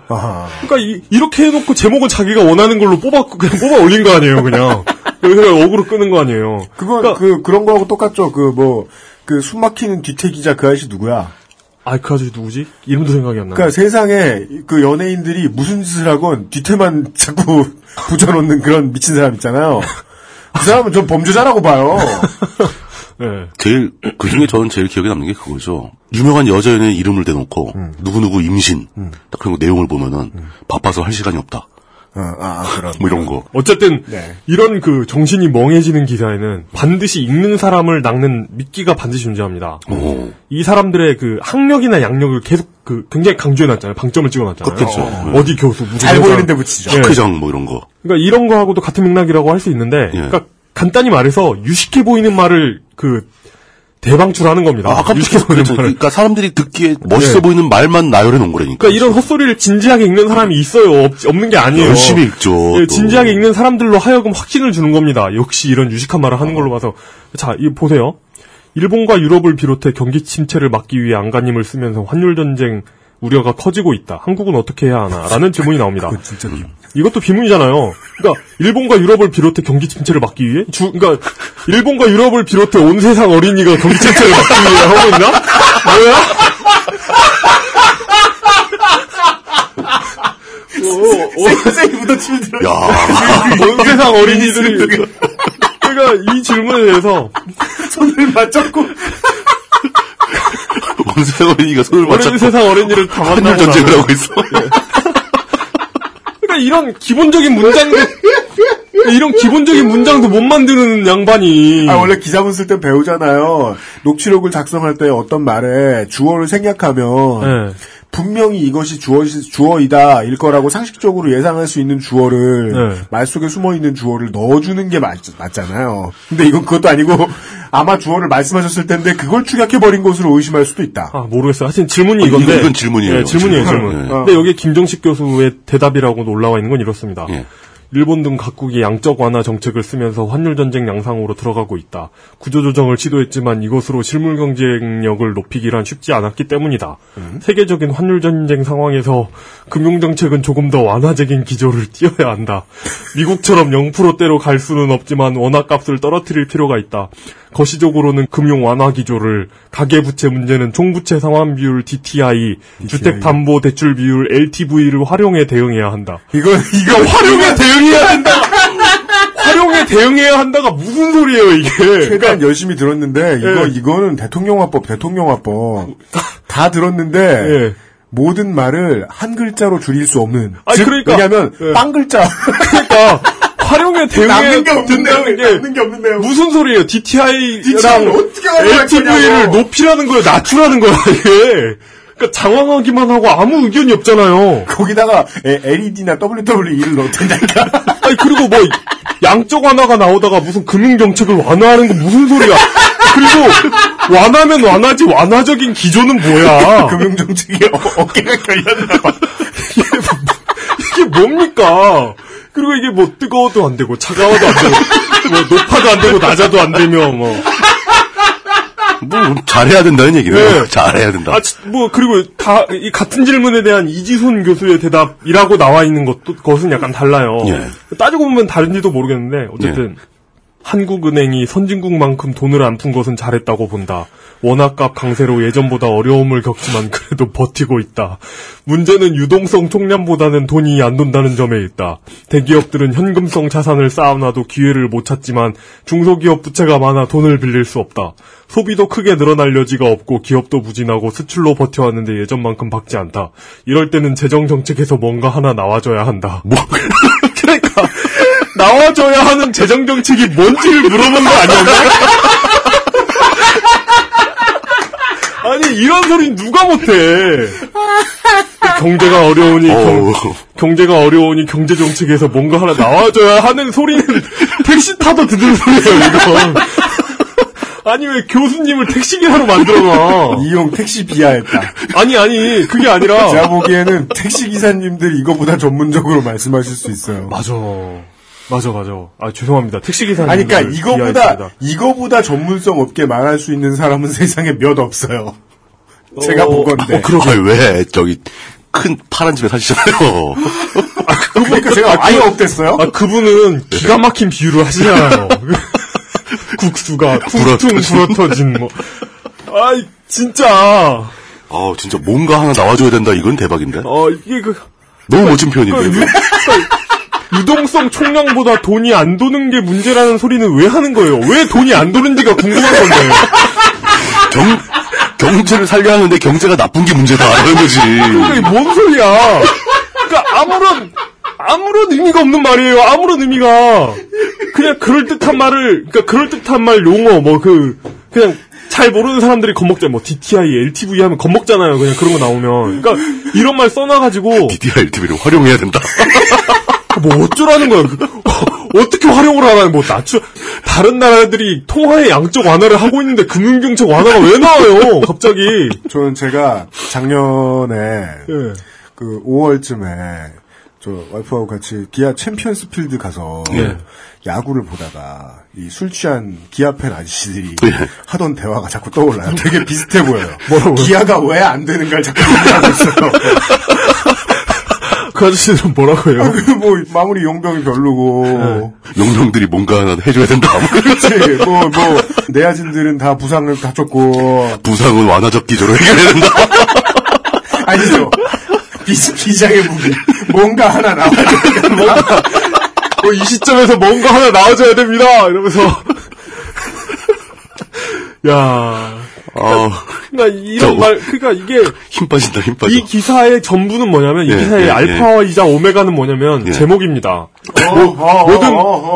Speaker 3: 아하.
Speaker 2: 그러니까 이, 렇게 해놓고 제목은 자기가 원하는 걸로 뽑아 그냥 뽑아 올린 거 아니에요 그냥 여기서 억으로 끄는 거 아니에요.
Speaker 3: 그건
Speaker 2: 그러니까-
Speaker 3: 그 그런 거하고 똑같죠. 그 뭐 그 숨막히는 뒤태 기자 그 아저씨 누구야?
Speaker 2: 아그 아저씨 누구지? 이름도 생각이 안 나.
Speaker 3: 그러니까 세상에 그 연예인들이 무슨 짓을 하건 뒤태만 자꾸 붙여놓는 그런 미친 사람 있잖아요. 그 사람은 전 범죄자라고 봐요.
Speaker 2: 네.
Speaker 4: 제일 그 중에 저는 제일 기억에 남는 게 그거죠. 유명한 여자 연예인 이름을 대놓고
Speaker 2: 음.
Speaker 4: 누구 누구 임신 딱 그런 거 내용을 보면은 바빠서 할 시간이 없다
Speaker 3: 어, 아, 그런.
Speaker 4: 뭐 이런 거.
Speaker 2: 어쨌든
Speaker 3: 네.
Speaker 2: 이런 그 정신이 멍해지는 기사에는 반드시 읽는 사람을 낚는 미끼가 반드시 존재합니다.
Speaker 4: 오.
Speaker 2: 이 사람들의 그 학력이나 양력을 계속 그 굉장히 강조해놨잖아요. 방점을 찍어놨잖아요.
Speaker 4: 그렇겠죠.
Speaker 2: 어,
Speaker 4: 네.
Speaker 2: 어디 교수 무슨
Speaker 3: 잘
Speaker 2: 회사.
Speaker 3: 보이는데 붙이죠.
Speaker 2: 예.
Speaker 4: 학회장 뭐 이런 거.
Speaker 2: 그러니까 이런 거하고도 같은 맥락이라고 할 수 있는데,
Speaker 4: 예.
Speaker 2: 그러니까 간단히 말해서 유식해 보이는 말을 그 대방출하는 겁니다.
Speaker 4: 아,
Speaker 2: 유식해
Speaker 4: 깜짝이야.
Speaker 2: 보이는 네.
Speaker 4: 그랬잖아요.
Speaker 2: 말을.
Speaker 4: 그러니까 사람들이 듣기에 멋있어 보이는 말만 나열해 놓은 거라니까.
Speaker 2: 그러니까 이런 헛소리를 진지하게 읽는 사람이 있어요. 없, 는게 아니에요.
Speaker 4: 열심히 읽죠.
Speaker 2: 예,
Speaker 4: 어, 또.
Speaker 2: 진지하게 읽는 사람들로 하여금 확신을 주는 겁니다. 역시 이런 유식한 말을 하는 걸로 봐서. 자, 이 보세요. 일본과 유럽을 비롯해 경기 침체를 막기 위해 안간힘을 쓰면서 환율 전쟁 우려가 커지고 있다. 한국은 어떻게 해야 하나? 라는 질문이 나옵니다.
Speaker 3: 진짜
Speaker 2: 이것도 비문이잖아요. 그러니까 일본과 유럽을 비롯해 경기 침체를 막기 위해 주 그러니까 일본과 유럽을 비롯해 온 세상 어린이가 경기 침체를 막기 위해 하고 있나? 뭐야?
Speaker 3: 세이브도 침들.
Speaker 4: 야,
Speaker 2: 온 세상 어린이들이 그러니까 이 질문에 대해서
Speaker 3: 손을 맞잡고
Speaker 4: 원세상 어린이가 손을
Speaker 2: 어린
Speaker 4: 맞잡고
Speaker 2: 세상 어린이를 다 만나고 네.
Speaker 4: 환율 전쟁을
Speaker 2: 나서.
Speaker 4: 하고 있어.
Speaker 2: 그러니까 이런 기본적인 문장도 그러니까 이런 기본적인 문장도 못 만드는 양반이
Speaker 3: 아, 원래 기사문 쓸 때 배우잖아요. 녹취록을 작성할 때 어떤 말에 주어를 생략하면
Speaker 2: 예.
Speaker 3: 분명히 이것이 주어, 주어이다, 일 거라고 상식적으로 예상할 수 있는 주어를,
Speaker 2: 네.
Speaker 3: 말 속에 숨어 있는 주어를 넣어주는 게 맞, 잖아요 근데 이건 그것도 아니고, 아마 주어를 말씀하셨을 텐데 그걸 축약해버린 것으로 의심할 수도 있다.
Speaker 2: 아, 모르겠어요. 하여튼 질문이
Speaker 4: 아, 이건-
Speaker 2: 이건데.
Speaker 4: 이건 질문이에요.
Speaker 2: 예, 질문이에요,
Speaker 4: 질문.
Speaker 2: 질문.
Speaker 4: 예.
Speaker 2: 근데 여기 김정식 교수의 대답이라고 올라와 있는 건 이렇습니다.
Speaker 4: 예.
Speaker 2: 일본 등 각국이 양적 완화 정책을 쓰면서 환율 전쟁 양상으로 들어가고 있다. 구조 조정을 시도했지만 이것으로 실물 경쟁력을 높이기란 쉽지 않았기 때문이다.
Speaker 4: 음.
Speaker 2: 세계적인 환율 전쟁 상황에서 금융 정책은 조금 더 완화적인 기조를 띄어야 한다. 미국처럼 0%대로 갈 수는 없지만 원화값을 떨어뜨릴 필요가 있다. 거시적으로는 금융 완화 기조를 가계 부채 문제는 총부채 상환 비율 DTI, 주택 담보 대출 비율 LTV를 활용해 대응해야 한다.
Speaker 3: 이거 이거
Speaker 2: 활용에 대응해야 된다. 활용에 대응해야 한다가 무슨 소리예요 이게?
Speaker 3: 최대한 열심히 들었는데 이거
Speaker 2: 그러니까 예.
Speaker 3: 이거는 대통령화법 대통령화법 다 들었는데
Speaker 2: 예.
Speaker 3: 모든 말을 한 글자로 줄일 수 없는.
Speaker 2: 아니, 그러니까.
Speaker 3: 왜냐하면
Speaker 2: 예.
Speaker 3: 빵 글자
Speaker 2: 그러니까 활용에 예. 대응해야
Speaker 3: 남는 게 없는
Speaker 2: 된다는
Speaker 3: 내용이
Speaker 2: 게
Speaker 3: 남는 게 없는 내용.
Speaker 2: 무슨 소리예요?
Speaker 3: DTI
Speaker 2: DTI랑
Speaker 3: 를 어떻게 활용할
Speaker 2: LTV를
Speaker 3: 거냐고.
Speaker 2: 높이라는 거예요, 낮추라는 거야 이게. 그러니까 장황하기만 하고 아무 의견이 없잖아요.
Speaker 3: 거기다가 에, E LED나 WWE를 넣을 텐다니까.
Speaker 2: 아니 그리고 뭐 양적 완화가 나오다가 무슨 금융 정책을 완화하는 거 무슨 소리야? 그리고 완화면 완화지 완화적인 기조는 뭐야?
Speaker 3: 금융정책에 어, 어깨가 결렸나 봐.
Speaker 2: 이게 뭡니까? 그리고 이게 뭐 뜨거워도 안 되고 차가워도 안 되고 뭐 높아도 안 되고 낮아도 안 되며 뭐.
Speaker 4: 뭐 잘해야 된다는 얘기네요.
Speaker 2: 예.
Speaker 4: 잘해야 된다.
Speaker 2: 아, 치- 뭐 그리고 다 이 같은 질문에 대한 이지손 교수의 대답이라고 나와 있는 것도 것은 약간 달라요.
Speaker 4: 예.
Speaker 2: 따지고 보면 다른지도 모르겠는데 어쨌든 한국은행이 선진국만큼 돈을 안 푼 것은 잘했다고 본다. 원화값 강세로 예전보다 어려움을 겪지만 그래도 버티고 있다. 문제는 유동성 총량보다는 돈이 안 돈다는 점에 있다. 대기업들은 현금성 자산을 쌓아놔도 기회를 못 찾지만 중소기업 부채가 많아 돈을 빌릴 수 없다. 소비도 크게 늘어날 여지가 없고 기업도 부진하고 수출로 버텨왔는데 예전만큼 박지 않다. 이럴 때는 재정정책에서 뭔가 하나 나와줘야 한다. 뭐? 그러니까 나와줘야 하는 재정 정책이 뭔지를 물어본 거 아니야? 아니 이런 소리 누가 못해? 경제가 어려우니 경,
Speaker 4: 어우.
Speaker 2: 네. 경제가 어려우니 경제 정책에서 뭔가 하나 나와줘야 하는 소리는 택시 타도 듣는 소리예요 이건. 아니 왜 교수님을 택시기사로 만들어놔? 어.
Speaker 3: 이용 택시 비하했다.
Speaker 2: 아니 아니 그게 아니라
Speaker 3: 제가 보기에는 택시 기사님들 이거보다 전문적으로 말씀하실 수 있어요.
Speaker 2: 맞아. 맞아, 맞아. 아, 죄송합니다. 택시기사님.
Speaker 3: 아니, 그러니까 이거보다 이거보다 전문성 없게 말할 수 있는 사람은 세상에 몇 없어요. 제가 보건데.
Speaker 4: 어, 그러면 왜 저기 큰 파란 집에 사시잖아요.
Speaker 3: 그러니까 제가 아예 없댔어요.
Speaker 2: 아, 그분은 기가 막힌 비유를 하시잖아요. 국수가 퉁퉁
Speaker 4: 불어터진.
Speaker 2: 불어터진, 뭐. 아이, 진짜.
Speaker 4: 아 진짜 뭔가 하나 나와줘야 된다. 이건 대박인데.
Speaker 2: 어, 이게 그,
Speaker 4: 너무 멋진 표현인데. 이거.
Speaker 2: 유동성 총량보다 돈이 안 도는 게 문제라는 소리는 왜 하는 거예요? 왜 돈이 안 도는지가 궁금한 건데.
Speaker 4: 경 경제를 살려 하는데 경제가 나쁜 게 문제다. 이런 거지.
Speaker 2: 이게 뭔 소리야. 그러니까 아무런 아무런 의미가 없는 말이에요. 아무런 의미가 그냥 그럴 듯한 말을 그러니까 그럴 듯한 말 용어 뭐 그 그냥 잘 모르는 사람들이 겁먹잖아요. 뭐 DTI, LTV 하면 겁먹잖아요. 그냥 그런 거 나오면 그러니까 이런 말 써놔가지고
Speaker 4: DDR TV를 활용해야 된다.
Speaker 2: 뭐 어쩌라는 거야. 그- 어, 어떻게 활용을 하라는 뭐 낮추 다른 나라들이 통화의 양적 완화를 하고 있는데 금융정책 완화가 왜 나와요? 갑자기
Speaker 3: 저는 제가 작년에
Speaker 2: 예.
Speaker 3: 그 5월쯤에 저 와이프하고 같이 기아 챔피언스 필드 가서 야구를 보다가 이 술 취한 기아 팬 아저씨들이 하던 대화가 자꾸 떠올라요. 되게 비슷해 보여요. 기아가 왜 안 되는가를 자꾸 얘기하고 있어요.
Speaker 2: 그 아저씨들은 뭐라고 해요?
Speaker 3: 그뭐 마무리 용병이 별로고
Speaker 4: 용병들이 뭔가 하나 해줘야 된다.
Speaker 3: 그치 뭐뭐 내야진들은 다 부상을 다쳤고
Speaker 4: 부상은 완화적 기조로 해결해야 된다.
Speaker 3: 아니죠. 비스피장의 무기. 뭔가 하나 나와야 된다.
Speaker 2: 뭐 이 시점에서 뭔가 하나 나와줘야 됩니다. 이러면서 야,
Speaker 4: 아,
Speaker 2: 그러니까
Speaker 4: 저-
Speaker 2: 이런 말, 그러니까 이게
Speaker 4: 힘 빠진다, 힘 빠져.
Speaker 2: 이 기사의 전부는 뭐냐면 이
Speaker 4: 예,
Speaker 2: 기사의
Speaker 4: 예,
Speaker 2: 알파이자 오메가는 뭐냐면
Speaker 4: 예.
Speaker 2: 제목입니다.
Speaker 4: 예.
Speaker 3: 뭐,
Speaker 2: 모- 모든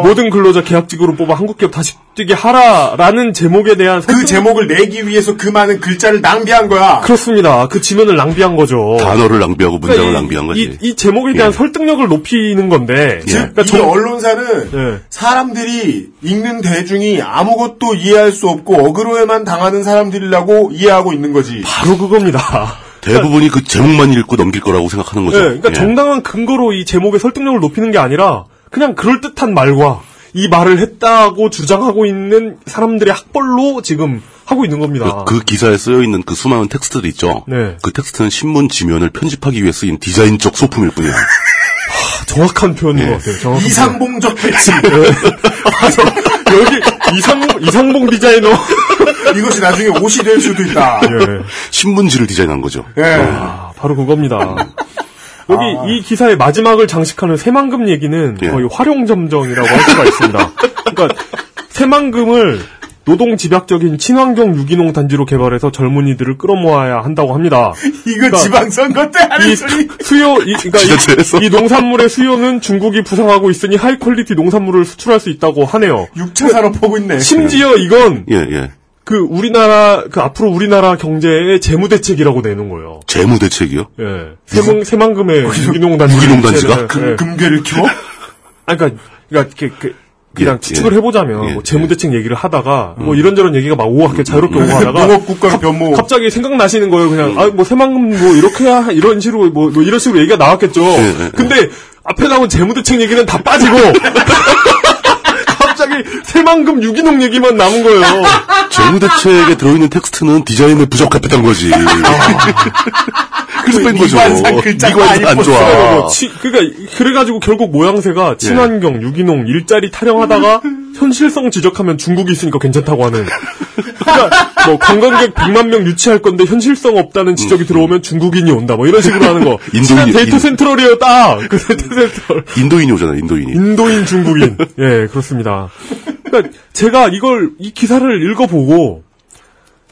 Speaker 2: 모든 근로자 계약직으로 뽑아 한국 기업 다시 뛰게 하라라는 제목에 대한 그
Speaker 3: 제목을 내기 위해서 그 많은 글자를 낭비한 거야.
Speaker 2: 그렇습니다. 그 지면을 낭비한 거죠.
Speaker 4: 단어를 낭비하고 문장을
Speaker 2: 그러니까 이-
Speaker 4: 낭비한 거지.
Speaker 2: 이, 이 제목에 대한 설득력을 예. 높이는 건데
Speaker 3: 즉,
Speaker 2: 그러니까
Speaker 3: 이
Speaker 2: 정- 예.
Speaker 3: 언론사는 사람들이 읽는 대중이 아무것도 이해할 수 없고 어그로에만 당하는 사람들이라고 이해하고 있는 거지.
Speaker 2: 바로 그겁니다.
Speaker 4: 대부분이 그 제목만 읽고 넘길 거라고 생각하는 거죠.
Speaker 2: 예, 그러니까
Speaker 4: 예.
Speaker 2: 정당한 근거로 이 제목의 설득력을 높이는 게 아니라 그냥 그럴 듯한 말과 이 말을 했다고 주장하고 있는 사람들의 학벌로 지금 하고 있는 겁니다.
Speaker 4: 그 기사에 쓰여 있는 그 수많은 텍스트들 있죠.
Speaker 2: 아. 네.
Speaker 4: 그 텍스트는 신문 지면을 편집하기 위해 쓰인 디자인적 소품일 뿐이야. 그,
Speaker 2: 정확한
Speaker 4: 예.
Speaker 2: 표현인 것 같아요. 정확한
Speaker 3: 이상봉적 배치.
Speaker 2: 표현. 여기 이상 이상봉 디자이너
Speaker 3: 이것이 나중에 옷이 될 수도 있다.
Speaker 4: 예. 신문지를 디자인한 거죠.
Speaker 3: 예.
Speaker 2: 아, 바로 그겁니다. 여기 이 기사의 마지막을 장식하는 새만금 얘기는
Speaker 4: 예.
Speaker 2: 거의 활용점정이라고 할 수가 있습니다. 그러니까 새만금을 노동 집약적인 친환경 유기농 단지로 개발해서 젊은이들을 끌어모아야 한다고 합니다.
Speaker 3: 이거 지방선거 때 하는
Speaker 2: 그러니까 이
Speaker 3: 소리.
Speaker 2: 수요, 이, 그러니까
Speaker 4: 지자체에서.
Speaker 2: 이, 이 농산물의 수요는 중국이 부상하고 있으니 하이 퀄리티 농산물을 수출할 수 있다고 하네요.
Speaker 3: 6차 산업 보고 있네.
Speaker 2: 심지어 이건
Speaker 4: 예, 예.
Speaker 2: 그 우리나라 그 앞으로 우리나라 경제의 재무 대책이라고 내는 거예요.
Speaker 4: 재무 대책이요.
Speaker 2: 예. 세금, 세만금의 유기농단지.
Speaker 4: 어, 유기농단지가? 그,
Speaker 2: 금,
Speaker 3: 금괴를 키워?
Speaker 2: 아, 그니까, 그니까, 그, 그, 그냥
Speaker 4: 예,
Speaker 2: 추측을
Speaker 4: 예.
Speaker 2: 해보자면,
Speaker 4: 예, 음.
Speaker 2: 뭐 재무대책 얘기를 하다가, 뭐 이런저런 얘기가 막 오하게 자유롭게 오가다가,
Speaker 3: 농업국가를 변모.
Speaker 2: 갑자기 생각나시는 거예요. 그냥, 아, 뭐 새만금 뭐 이렇게, 하- 이런 식으로, 뭐, 뭐 이런 식으로 얘기가 나왔겠죠.
Speaker 4: 예, 예.
Speaker 2: 근데, 앞에 나온 재무대책 얘기는 다 빠지고, 갑자기 새만금 유기농 얘기만 남은 거예요.
Speaker 4: 재무 대책에 들어있는 텍스트는 디자인에 부적합했던 거지.
Speaker 2: 아.
Speaker 4: 그래서 뺀 거죠.
Speaker 3: 미관상 글자가
Speaker 4: 미관상 안 좋아. 예.
Speaker 2: 뭐 치- 그러니까 그래가지고 결국 모양새가 친환경, 유기농, 일자리 타령하다가 현실성 지적하면 중국이 있으니까 괜찮다고 하는. 그러니까 뭐 관광객 100만 명 유치할 건데 현실성 없다는 지적이 들어오면 중국인이 온다. 뭐 이런 식으로 하는 거.
Speaker 4: 인도인이-
Speaker 2: 친한 데이터
Speaker 4: 인-
Speaker 2: 센트럴이에요, 딱. 그 데이터 센트럴.
Speaker 4: 인도인이 오잖아, 인도인이.
Speaker 2: 인도인 중국인. 예, 그렇습니다. 그러니까 제가 이걸 이 기사를 읽어보고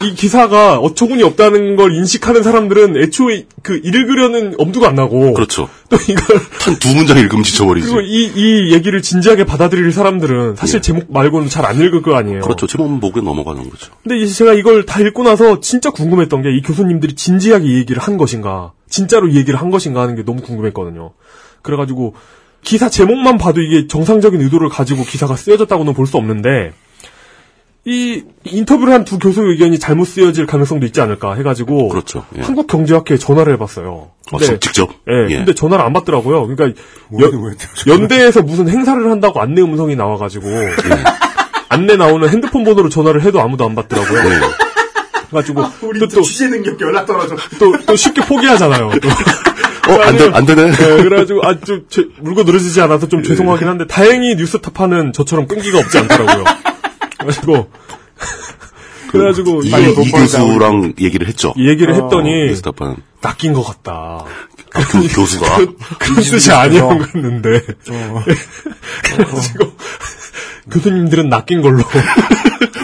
Speaker 2: 이 기사가 어처구니 없다는 걸 인식하는 사람들은 애초에 그 읽으려는 엄두가 안 나고
Speaker 4: 그렇죠.
Speaker 2: 또 이걸
Speaker 4: 한 두 문장 읽으면 지쳐버리지.
Speaker 2: 그리고 이, 이 얘기를 진지하게 받아들일 사람들은 사실 제목 말고는 잘 안 읽을 거 아니에요.
Speaker 4: 예. 그렇죠. 제목만 보고 넘어가는 거죠.
Speaker 2: 근데 이제 제가 이걸 다 읽고 나서 진짜 궁금했던 게 이 교수님들이 진지하게 이 얘기를 한 것인가, 진짜로 이 얘기를 한 것인가 하는 게 너무 궁금했거든요. 그래가지고 기사 제목만 봐도 이게 정상적인 의도를 가지고 기사가 쓰여졌다고는 볼 수 없는데 이 인터뷰를 한 두 교수 의견이 잘못 쓰여질 가능성도 있지 않을까 해가지고
Speaker 4: 그렇죠. 예.
Speaker 2: 한국경제학회에 전화를 해봤어요.
Speaker 4: 어,
Speaker 2: 근데-
Speaker 4: 직접.
Speaker 2: 예, 근데 전화를 안 받더라고요. 그러니까
Speaker 3: 왜, 왜 들어줘?
Speaker 2: 연대에서 무슨 행사를 한다고 안내 음성이 나와가지고
Speaker 4: 예.
Speaker 2: 안내 나오는 핸드폰 번호로 전화를 해도 아무도 안 받더라고요.
Speaker 4: 예.
Speaker 2: 그래가지고
Speaker 3: 아, 우리
Speaker 2: 또,
Speaker 3: 또
Speaker 2: 또,
Speaker 3: 취재 능력 연락 떨어져.
Speaker 2: 또, 또 쉽게 포기하잖아요. 또.
Speaker 4: 어, 안, 되, 안 예. 되네.
Speaker 2: 예, 그래가지고 아좀 물고 늘어지지 않아서 좀 죄송하긴 한데 다행히 뉴스타파는 저처럼 끈기가 없지 않더라고요. 그래가지고 그래가지고 예.
Speaker 4: 이,
Speaker 2: 빨리
Speaker 4: 이
Speaker 3: 돋보이다,
Speaker 4: 교수랑 얘기를 했죠.
Speaker 2: 이
Speaker 3: 어.
Speaker 2: 얘기를
Speaker 4: 어,
Speaker 2: 했더니
Speaker 4: 스타파는
Speaker 2: 낚인 것 같다.
Speaker 4: 아, 교-
Speaker 2: 그
Speaker 4: 교수가
Speaker 2: 그런 뜻이 아니었는데. 그래가지고 교수님들은 낚인 걸로.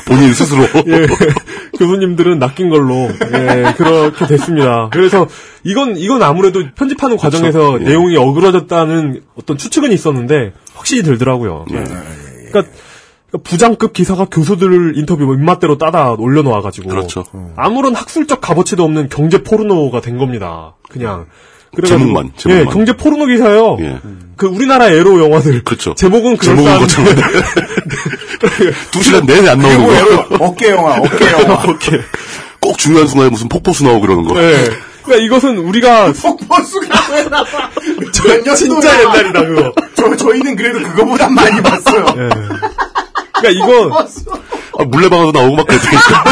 Speaker 4: 본인 스스로
Speaker 2: 예, 교수님들은 낚인 걸로 예, 그렇게 됐습니다. 그래서 이건 이건 아무래도 편집하는 과정에서
Speaker 4: 예.
Speaker 2: 내용이 어그러졌다는 어떤 추측은 있었는데 확실히 들더라고요.
Speaker 4: 예.
Speaker 2: 그러니까, 그러니까 부장급 기사가 교수들 인터뷰 뭐 입맛대로 따다 올려놓아가지고
Speaker 4: 그렇죠.
Speaker 2: 아무런 학술적 값어치도 없는 경제 포르노가 된 겁니다. 그냥 그래가지고-
Speaker 4: 음. 제목만,
Speaker 2: 예,
Speaker 4: 제목만.
Speaker 2: 경제 포르노 기사예요.
Speaker 4: 예.
Speaker 2: 그 우리나라 에로 영화들
Speaker 4: 그렇죠.
Speaker 2: 제목은
Speaker 4: 제목은
Speaker 2: 그럴싸한데
Speaker 4: 거창한데 두 시간 내내 안 나오는 거.
Speaker 3: 어깨 영화, 어깨 영화.
Speaker 4: 이렇게 꼭 중요한 순간에 무슨 폭포수 나오고 그러는 거.
Speaker 2: 예. 그러니까 이것은 우리가
Speaker 3: 폭포수가 왜 나와? 몇년
Speaker 2: 진짜 옛날이다 그거.
Speaker 3: 저, 저희는 그래도 그거보단 많이 봤어요.
Speaker 2: 그러니까 이건
Speaker 4: 아, 물레방아도 나오고 막 그랬다니까.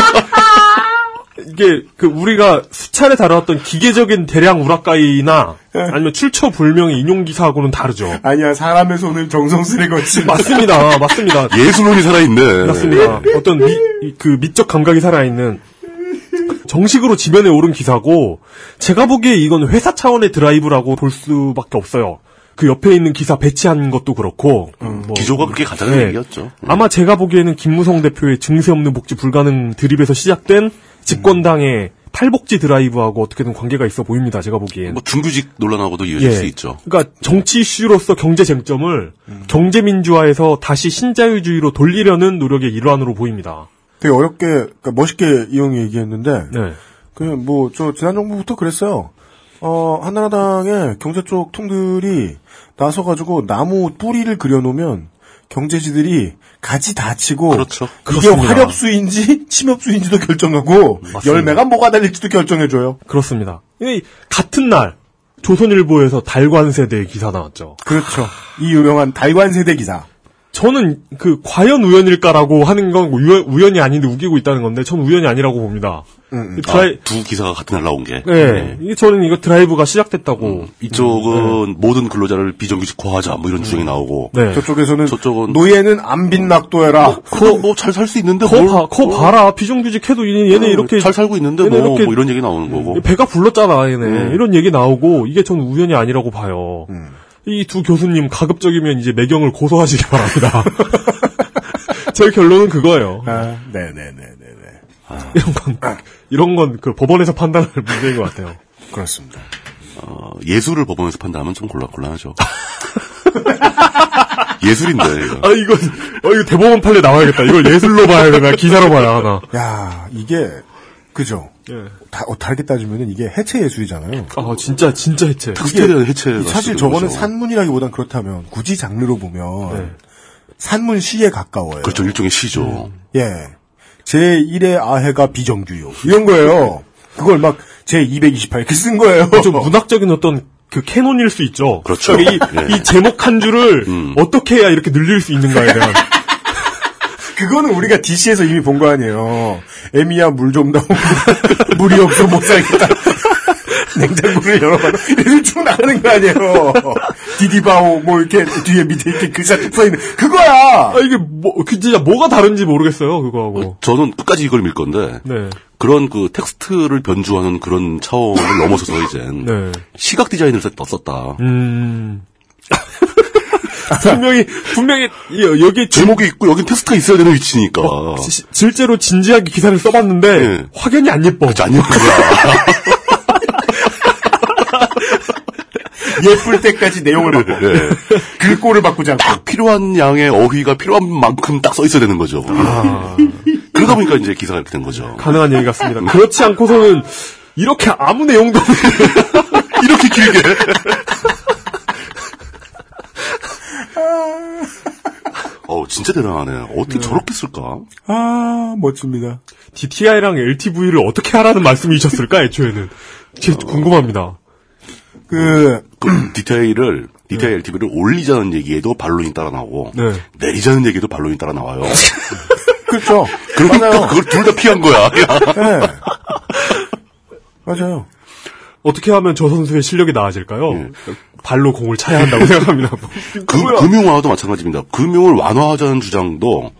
Speaker 2: 이게 그 우리가 수차례 다뤄왔던 기계적인 대량 우라카이나 아니면 출처 불명의 인용 기사하고는 다르죠.
Speaker 3: 아니야, 사람의 손을 정성스레 거친.
Speaker 2: 맞습니다, 맞습니다.
Speaker 4: 예술론이 살아있네.
Speaker 2: 맞습니다. 어떤 미, 이- 그 미적 감각이 살아있는 정식으로 지면에 오른 기사고 제가 보기에 이건 회사 차원의 드라이브라고 볼 수밖에 없어요. 그 옆에 있는 기사 배치한 것도 그렇고 뭐
Speaker 4: 음, 기조가 그렇게 가자는
Speaker 2: 네.
Speaker 4: 얘기였죠. 음.
Speaker 2: 아마 제가 보기에는 김무성 대표의 증세 없는 복지 불가능 드립에서 시작된 집권당의 탈복지 드라이브하고 어떻게든 관계가 있어 보입니다. 제가 보기엔.
Speaker 4: 뭐 중규직 논란하고도 이어질 수 있죠.
Speaker 2: 그러니까 정치 이슈로서 경제 쟁점을 경제 민주화에서 다시 신자유주의로 돌리려는 노력의 일환으로 보입니다.
Speaker 3: 되게 어렵게, 그러니까 멋있게 이용이 얘기했는데,
Speaker 2: 네.
Speaker 3: 그냥 뭐, 저, 지난 정부부터 그랬어요. 어, 한나라당의 경제 쪽 통들이 나서가지고 나무 뿌리를 그려놓으면 경제지들이 같이 다치고,
Speaker 4: 그렇죠.
Speaker 3: 이게
Speaker 2: 그렇습니다.
Speaker 3: 화력수인지 침엽수인지도 결정하고, 열매가 뭐가 달릴지도 결정해줘요.
Speaker 2: 그렇습니다. 이 같은 날 조선일보에서 달관세대 기사 나왔죠.
Speaker 3: 그렇죠. 이 유명한 달관세대 기사.
Speaker 2: 저는 그 과연 우연일까라고 하는 건 우연, 우연이 아닌데 우기고 있다는 건데 전 우연이 아니라고 봅니다. 이
Speaker 4: 아,
Speaker 2: 드라이,
Speaker 4: 두 기사가 같은 날 나온 게.
Speaker 2: 네.
Speaker 4: 네. 음. 어,
Speaker 2: 이게 저는 이거 드라이브가 시작됐다고.
Speaker 4: 이쪽은 모든 근로자를 비정규직화하자 뭐 이런 주장이 나오고
Speaker 2: 예. 네.
Speaker 3: 저쪽에서는,
Speaker 4: 저쪽은
Speaker 3: 노예는 안빈낙도해라.
Speaker 4: 그거 뭐 잘 살 수 있는데
Speaker 2: 거,
Speaker 4: 뭘-
Speaker 2: 봐, 거 봐라. 비정규직 해도 얘- 얘네
Speaker 4: 어,
Speaker 2: 이렇게
Speaker 4: 잘 살고 있는데
Speaker 2: 얘네
Speaker 4: 뭐,
Speaker 2: 이렇게-
Speaker 4: 뭐 이런 얘기 나오는 거고
Speaker 2: 예,
Speaker 4: 음.
Speaker 2: 배가 불렀잖아 얘네 이런 얘기 나오고 이게 전 우연이 아니라고 봐요. 이 두 교수님 가급적이면 이제 매경을 고소하시기 바랍니다. 제 결론은 그거예요.
Speaker 3: 아, 네네네네네.
Speaker 2: 이런 건, 이런 건 그 법원에서 판단할 문제인 것 같아요.
Speaker 3: 그렇습니다.
Speaker 4: 어, 예술을 법원에서 판단하면 좀 곤란 곤란하죠. 예술인데 이거.
Speaker 2: 아, 이거, 어, 이거 대법원 판례 나와야겠다. 이걸 예술로 봐야 되나, 기사로 봐야 하나.
Speaker 3: 야, 이게, 그죠? 다, 어, 다르게 따지면 이게 해체 예술이잖아요.
Speaker 2: 아, 진짜, 진짜 해체. 어,
Speaker 4: 텍스트에 대한 해체가
Speaker 3: 사실
Speaker 4: 있는
Speaker 3: 저거는
Speaker 4: 거죠.
Speaker 3: 산문이라기보단 그렇다면 굳이 장르로 보면 산문 시에 가까워요.
Speaker 4: 그렇죠 일종의 시죠.
Speaker 3: 예. 제 1의 아해가 비정규요. 이런 거예요. 그걸 막 제 228이렇게 쓴 거예요.
Speaker 2: 좀 문학적인 어떤 그 캐논일 수 있죠.
Speaker 4: 그렇죠.
Speaker 2: 그러니까 이,
Speaker 4: 예.
Speaker 2: 이 제목 한 줄을
Speaker 4: 음.
Speaker 2: 어떻게 해야 이렇게 늘릴 수 있는가에 대한.
Speaker 3: 그거는 우리가 DC에서 이미 본 거 아니에요. 에미야 물 좀 나오고 물이 없어 못 살겠다. 냉장고를 열어봐도 이렇게 쭉 나가는 거 아니에요. 디디바오 뭐 이렇게 뒤에 밑에 이렇게 글자 써 있는 그거야.
Speaker 2: 아, 이게 뭐, 그 진짜 뭐가 다른지 모르겠어요, 그거하고.
Speaker 4: 저는 끝까지 이걸 밀 건데
Speaker 2: 네.
Speaker 4: 그런 그 텍스트를 변주하는 그런 차원을 넘어서서 이젠
Speaker 2: 네.
Speaker 4: 시각 디자인을 썼- 썼다.
Speaker 2: 음. 분명히, 분명히, 이- 여기
Speaker 4: 제목이 있고 여긴 텍스트가 있어야 되는 위치니까.
Speaker 2: 시- 시- 실제로 진지하게 기사를 써봤는데
Speaker 4: 예.
Speaker 2: 확연히 안 예뻐.
Speaker 4: 그렇지 안 예쁘다.
Speaker 3: 예쁠 때까지 내용을 바꿔.
Speaker 4: 예.
Speaker 3: 글꼴을 바꾸지 않고.
Speaker 4: 딱 필요한 양의 어휘가 필요한 만큼 딱 써 있어야 되는 거죠. 그러다 보니까 이제 기사가 이렇게 된 거죠.
Speaker 2: 가능한 얘기 같습니다. 그렇지 않고서는 이렇게 아무 내용도 없는
Speaker 4: 이렇게 길게. 어 진짜 대단하네. 어떻게 저렇게 쓸까?
Speaker 3: 아 멋집니다.
Speaker 2: DTI랑 LTV를 어떻게 하라는 말씀이셨을까 애초에는 제 궁금합니다.
Speaker 3: 그
Speaker 4: 그 디테일을 디테일
Speaker 3: 네.
Speaker 4: LTV를 올리자는 얘기에도 반론이 따라 나오고
Speaker 2: 네.
Speaker 4: 내리자는 얘기도 반론이 따라 나와요.
Speaker 3: 그렇죠.
Speaker 4: 그러니까
Speaker 3: 맞아요.
Speaker 4: 그걸 둘 다 피한 거야.
Speaker 3: 예. 맞아요.
Speaker 2: 어떻게 하면 저 선수의 실력이 나아질까요? 발로 공을 차야 한다고 생각합니다.
Speaker 4: 그, 금융 완화도 마찬가지입니다. 금융을 완화하자는 주장도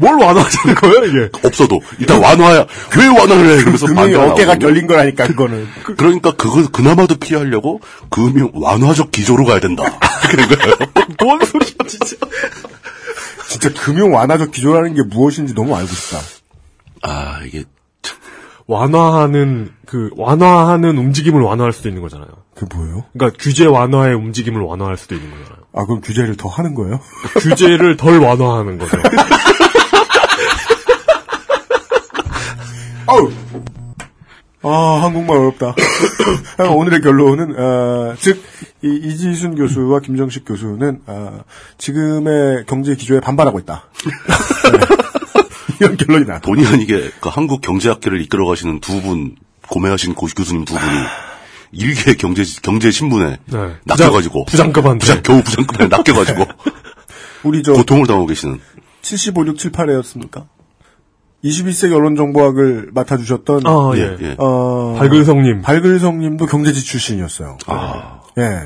Speaker 2: 뭘 완화하자는 거예요 이게?
Speaker 4: 없어도 일단 완화야 왜 완화를 해? 그러면서
Speaker 3: 금융이
Speaker 4: 반대가
Speaker 3: 어깨가
Speaker 4: 나오고.
Speaker 3: 결린 거라니까 그거는.
Speaker 4: 그러니까 그걸 그나마도 피하려고 금융 완화적 기조로 가야 된다. 이렇게 된 거예요.
Speaker 2: 뭔 소리야 진짜.
Speaker 3: 진짜 금융 완화적 기조라는 게 무엇인지 너무 알고 싶다.
Speaker 4: 아 이게
Speaker 2: 완화하는 그 완화하는 움직임을 완화할 수도 있는 거잖아요.
Speaker 3: 그 뭐예요?
Speaker 2: 그러니까 규제 완화의 움직임을 완화할 수도 있는 거잖아요. 그
Speaker 3: 아 그럼 규제를 더 하는 거예요?
Speaker 2: 규제를 덜 완화하는 거죠.
Speaker 3: 아우. 아 한국말 어렵다. 아, 오늘의 결론은 아, 즉 이, 이지순 교수와 김정식 교수는 아, 지금의 경제 기조에 반발하고 있다. 네. 이런 결론이 나.
Speaker 4: 본의 아니게 그 한국 경제학계를 이끌어 가시는 두 분 고매하신 고 교수님 두 분이 일개 경제 경제 신문에
Speaker 2: 네.
Speaker 4: 낚여가지고
Speaker 2: 부장- 부장급한데.
Speaker 4: 부장- 겨우 부장급에 낚여가지고
Speaker 3: 우리 저
Speaker 4: 고통을 당하고 계시는
Speaker 3: 75, 6, 7, 8회였습니까? 21세기 언론정보학을 맡아주셨던
Speaker 2: 아
Speaker 4: 예,
Speaker 2: 예.
Speaker 4: 예.
Speaker 3: 어,
Speaker 2: 발근성님.
Speaker 3: 발글성님도 경제지 출신이었어요. 예.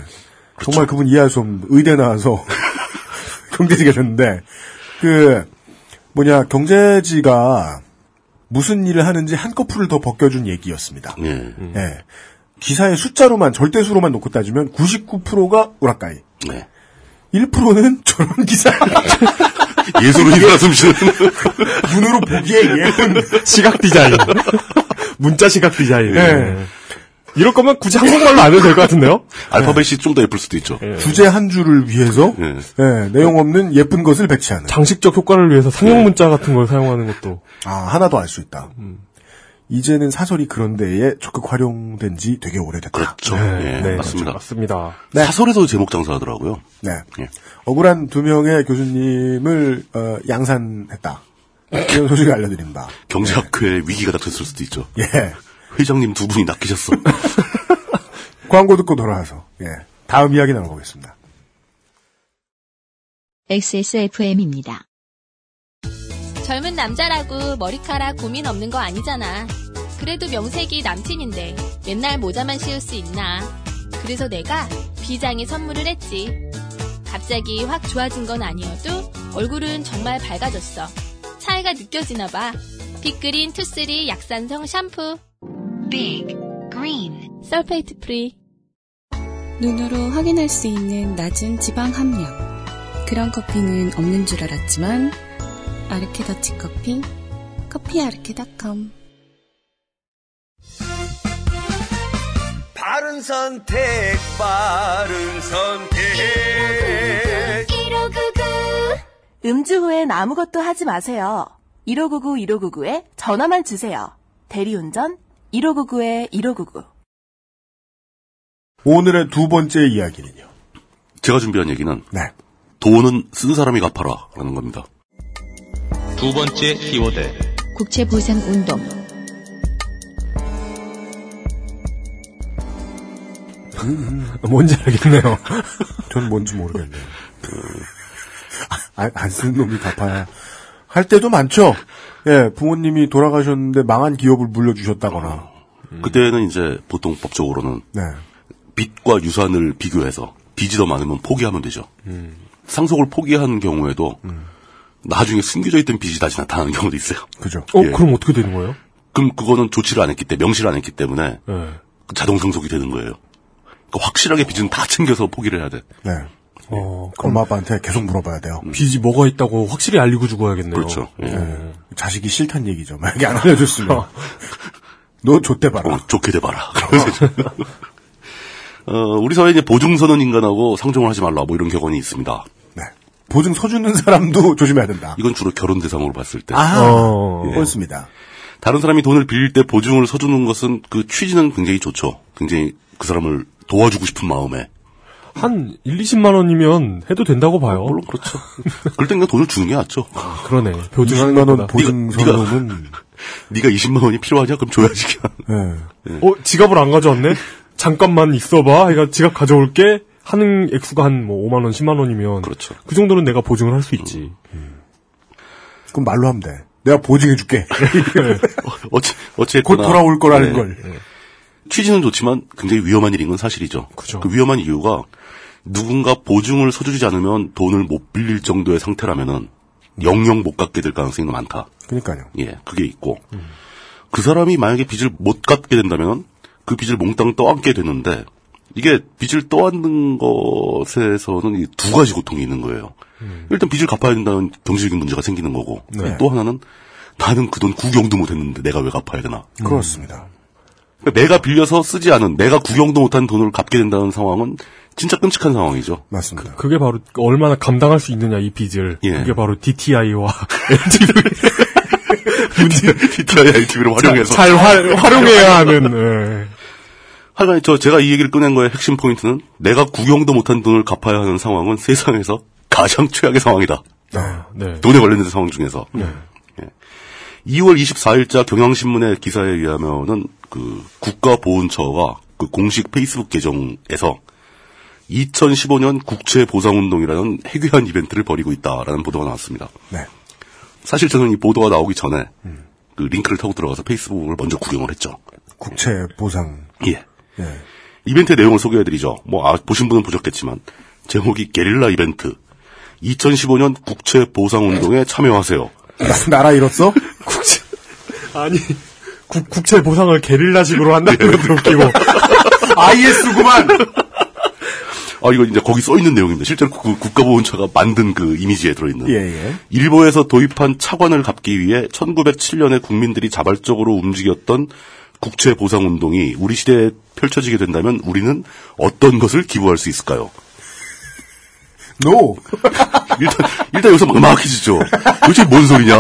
Speaker 3: 정말 그분 이해할 수 없는 의대 나와서 경제지 계셨는데 그 뭐냐 경제지가 무슨 일을 하는지 한꺼풀을 더 벗겨준 얘기였습니다.
Speaker 4: 예.
Speaker 3: 예. 기사의 숫자로만 절대수로만 놓고 따지면 99%가 오락가이,
Speaker 4: 예.
Speaker 3: 1%는 저런 기사.
Speaker 4: 예술을 힘들어 숨쉬는
Speaker 3: 눈으로 보기에 예쁜
Speaker 2: 시각 디자인. 문자 시각 디자인.
Speaker 4: 예.
Speaker 2: 예. 이럴 거면 굳이 한국말로 안 해도 될 것 같은데요?
Speaker 4: 알파벳이 좀 더 예쁠 수도 있죠.
Speaker 2: 네.
Speaker 3: 주제 한 줄을 위해서
Speaker 4: 예.
Speaker 3: 예, 내용 없는 예쁜 것을 배치하는.
Speaker 2: 장식적 효과를 위해서
Speaker 4: 예.
Speaker 2: 상용 문자 같은 걸 사용하는 것도.
Speaker 3: 아 하나 더 알 수 있다. 이제는 사설이 그런 데에 적극 활용된 지 되게 오래됐다.
Speaker 4: 그렇죠. 예, 맞습니다.
Speaker 2: 네, 맞습니다.
Speaker 3: 네.
Speaker 4: 사설에서 제목 장사하더라고요.
Speaker 3: 네.
Speaker 4: 예.
Speaker 3: 억울한 두 명의 교수님을 어, 양산했다. 이런 소식을 알려드립니다.
Speaker 4: 경제학회에 위기가 닥쳤을 수도 있죠.
Speaker 3: 예.
Speaker 4: 회장님 두 분이 낚이셨어.
Speaker 3: 광고 듣고 돌아와서 예. 다음 이야기 나눠보겠습니다.
Speaker 10: XSFM입니다.
Speaker 5: 젊은 남자라고 머리카락 고민 없는 거 아니잖아. 그래도 명색이 남친인데 맨날 모자만 씌울 수 있나. 그래서 내가 비장의 선물을 했지. 갑자기 확 좋아진 건 아니어도 얼굴은 정말 밝아졌어. 차이가 느껴지나 봐. 빅그린 투쓰리 약산성 샴푸.
Speaker 10: Big Green
Speaker 5: 설페이트 프리.
Speaker 11: 눈으로 확인할 수 있는 낮은 지방 함량. 그런 커피는 없는 줄 알았지만 아르케 더치 커피, 커피아르케닷컴.
Speaker 12: 바른 선택, 바른 선택.
Speaker 13: 음주 후엔 아무것도 하지 마세요. 1599-1599에 전화만 주세요. 대리운전 1599-1599.
Speaker 3: 오늘의 두 번째 이야기는요.
Speaker 4: 제가 준비한 얘기는
Speaker 3: 네.
Speaker 4: 돈은 쓴 사람이 갚아라라는 겁니다.
Speaker 7: 두 번째 키워드
Speaker 1: 국채 보상 운동.
Speaker 3: 뭔지 알겠네요. 전 뭔지 모르겠네요.
Speaker 4: 그,
Speaker 3: 아, 안 쓰는 놈이 갚아야 할 때도 많죠. 예, 부모님이 돌아가셨는데 망한 기업을 물려주셨다거나.
Speaker 4: 어.
Speaker 2: 음.
Speaker 4: 그때는 이제 보통 법적으로는
Speaker 3: 네.
Speaker 4: 빚과 유산을 비교해서 빚이 더 많으면 포기하면 되죠. 상속을 포기한 경우에도 나중에 숨겨져 있던 빚이 다시 나타나는 경우도 있어요.
Speaker 3: 그죠.
Speaker 2: 어,
Speaker 4: 예.
Speaker 2: 그럼 어떻게 되는 거예요?
Speaker 4: 그럼 그거는 조치를 안 했기 때문에 명시를 안 했기 때문에 그
Speaker 2: 예.
Speaker 4: 자동 상속이 되는 거예요. 그러니까 확실하게 빚은 다 챙겨서 포기를 해야 돼.
Speaker 3: 네. 어, 엄마 아빠한테 계속 물어봐야 돼요.
Speaker 2: 빚이 뭐가 있다고 확실히 알리고 죽어야겠네요.
Speaker 4: 그렇죠. 예.
Speaker 2: 예.
Speaker 3: 자식이 싫단 얘기죠. 만약에 안 알려줬으면. 너 좆대 봐라.
Speaker 4: 어, 좋게 돼봐라. 그러면서 어, 우리 사회에 이제 보증서는 인간하고 상종을 하지 말라 뭐 이런 격언이 있습니다.
Speaker 3: 네. 보증 서주는 사람도 조심해야 된다.
Speaker 4: 이건 주로 결혼 대상으로 봤을 때.
Speaker 3: 아,
Speaker 2: 어.
Speaker 4: 예.
Speaker 3: 그렇습니다.
Speaker 4: 다른 사람이 돈을 빌릴 때 보증을 서주는 것은 그 취지는 굉장히 좋죠. 굉장히 그 사람을 도와주고 싶은 마음에.
Speaker 2: 한 1, 20만 원이면 해도 된다고 봐요. 물론
Speaker 4: 그렇죠. 그럴 땐 그냥 돈을 주는 게 낫죠.
Speaker 2: 그러네.
Speaker 3: 20만 원
Speaker 2: 보증
Speaker 3: 보증
Speaker 4: 네가- 네가-
Speaker 3: 서류는
Speaker 4: 네가 20만 원이 필요하냐? 그럼 줘야지. 그냥.
Speaker 3: 예.
Speaker 2: 어, 지갑을 안 가져왔네? 잠깐만 있어봐. 얘가 지갑 가져올게. 하는 액수가 한 뭐 5만 원, 10만 원이면
Speaker 4: 그렇죠. 음.
Speaker 2: 그 정도는 내가 보증을 할 수 있지.
Speaker 3: 그럼 말로 하면 돼. 내가 보증해줄게.
Speaker 4: 어, 어찌 어찌
Speaker 3: 곧 돌아올
Speaker 4: 예.
Speaker 3: 거라는 걸.
Speaker 4: 네. 취지는 좋지만 굉장히 위험한 일인 건 사실이죠.
Speaker 2: 그죠.
Speaker 4: 그 위험한 이유가 누군가 보증을 서주지 않으면 돈을 못 빌릴 정도의 상태라면은 영영 못 갚게 될 가능성이 많다.
Speaker 3: 그러니까요.
Speaker 4: 예, 그게 있고 그 사람이 만약에 빚을 못 갚게 된다면 그 빚을 몽땅 떠안게 되는데 이게 빚을 떠안는 것에서는 이두 가지 고통이 있는 거예요. 일단 빚을 갚아야 된다는 경제적인 문제가 생기는 거고 또 하나는 나는 그 돈 구경도 못했는데 내가 왜 갚아야 되나?
Speaker 3: 그렇습니다.
Speaker 4: 그러니까 내가 빌려서 쓰지 않은 내가 구경도 못한 돈을 갚게 된다는 상황은 진짜 끔찍한 상황이죠.
Speaker 3: 맞습니다.
Speaker 2: 그게 바로 얼마나 감당할 수 있느냐 이 빚을.
Speaker 4: 예. 네,
Speaker 2: 그게 바로 DTI와 LTV
Speaker 4: 디테일 ITV를 활용해서
Speaker 2: 잘 활, 활용해야 하는. 예.
Speaker 4: 하여간 저 제가 이 얘기를 꺼낸 거의 핵심 포인트는 내가 구경도 못한 돈을 갚아야 하는 상황은 세상에서 가장 최악의 상황이다.
Speaker 2: 네.
Speaker 4: 돈에 관련된 상황 중에서. 예. 2월 24일자 경향신문의 기사에 의하면은 그 국가보훈처가 그 공식 페이스북 계정에서 2015년 국채 보상운동이라는 해괴한 이벤트를 벌이고 있다라는 보도가 나왔습니다.
Speaker 3: 네.
Speaker 4: 사실 저는 이 보도가 나오기 전에 그 링크를 타고 들어가서 페이스북을 먼저 구경을 했죠.
Speaker 3: 국채 보상.
Speaker 4: 예.
Speaker 3: 예.
Speaker 4: 이벤트의 내용을 소개해드리죠. 뭐, 아, 보신 분은 보셨겠지만, 제목이 게릴라 이벤트. 2015년 국채 보상운동에 참여하세요.
Speaker 3: 나- 나라 잃었어?
Speaker 2: 국채 아니 국, 국채 보상을 게릴라식으로 한다는 것도 웃기고
Speaker 3: IS구만!
Speaker 4: 아, 이거 이제 거기 써 있는 내용입니다. 실제로 그 국가보훈처가 만든 그 이미지에 들어있는.
Speaker 3: 예, 예.
Speaker 4: 일본에서 도입한 차관을 갚기 위해 1907년에 국민들이 자발적으로 움직였던 국채 보상 운동이 우리 시대에 펼쳐지게 된다면 우리는 어떤 것을 기부할 수 있을까요?
Speaker 3: No.
Speaker 4: 일단 일단 여기서 막막해지죠. 도대체 뭔 소리냐?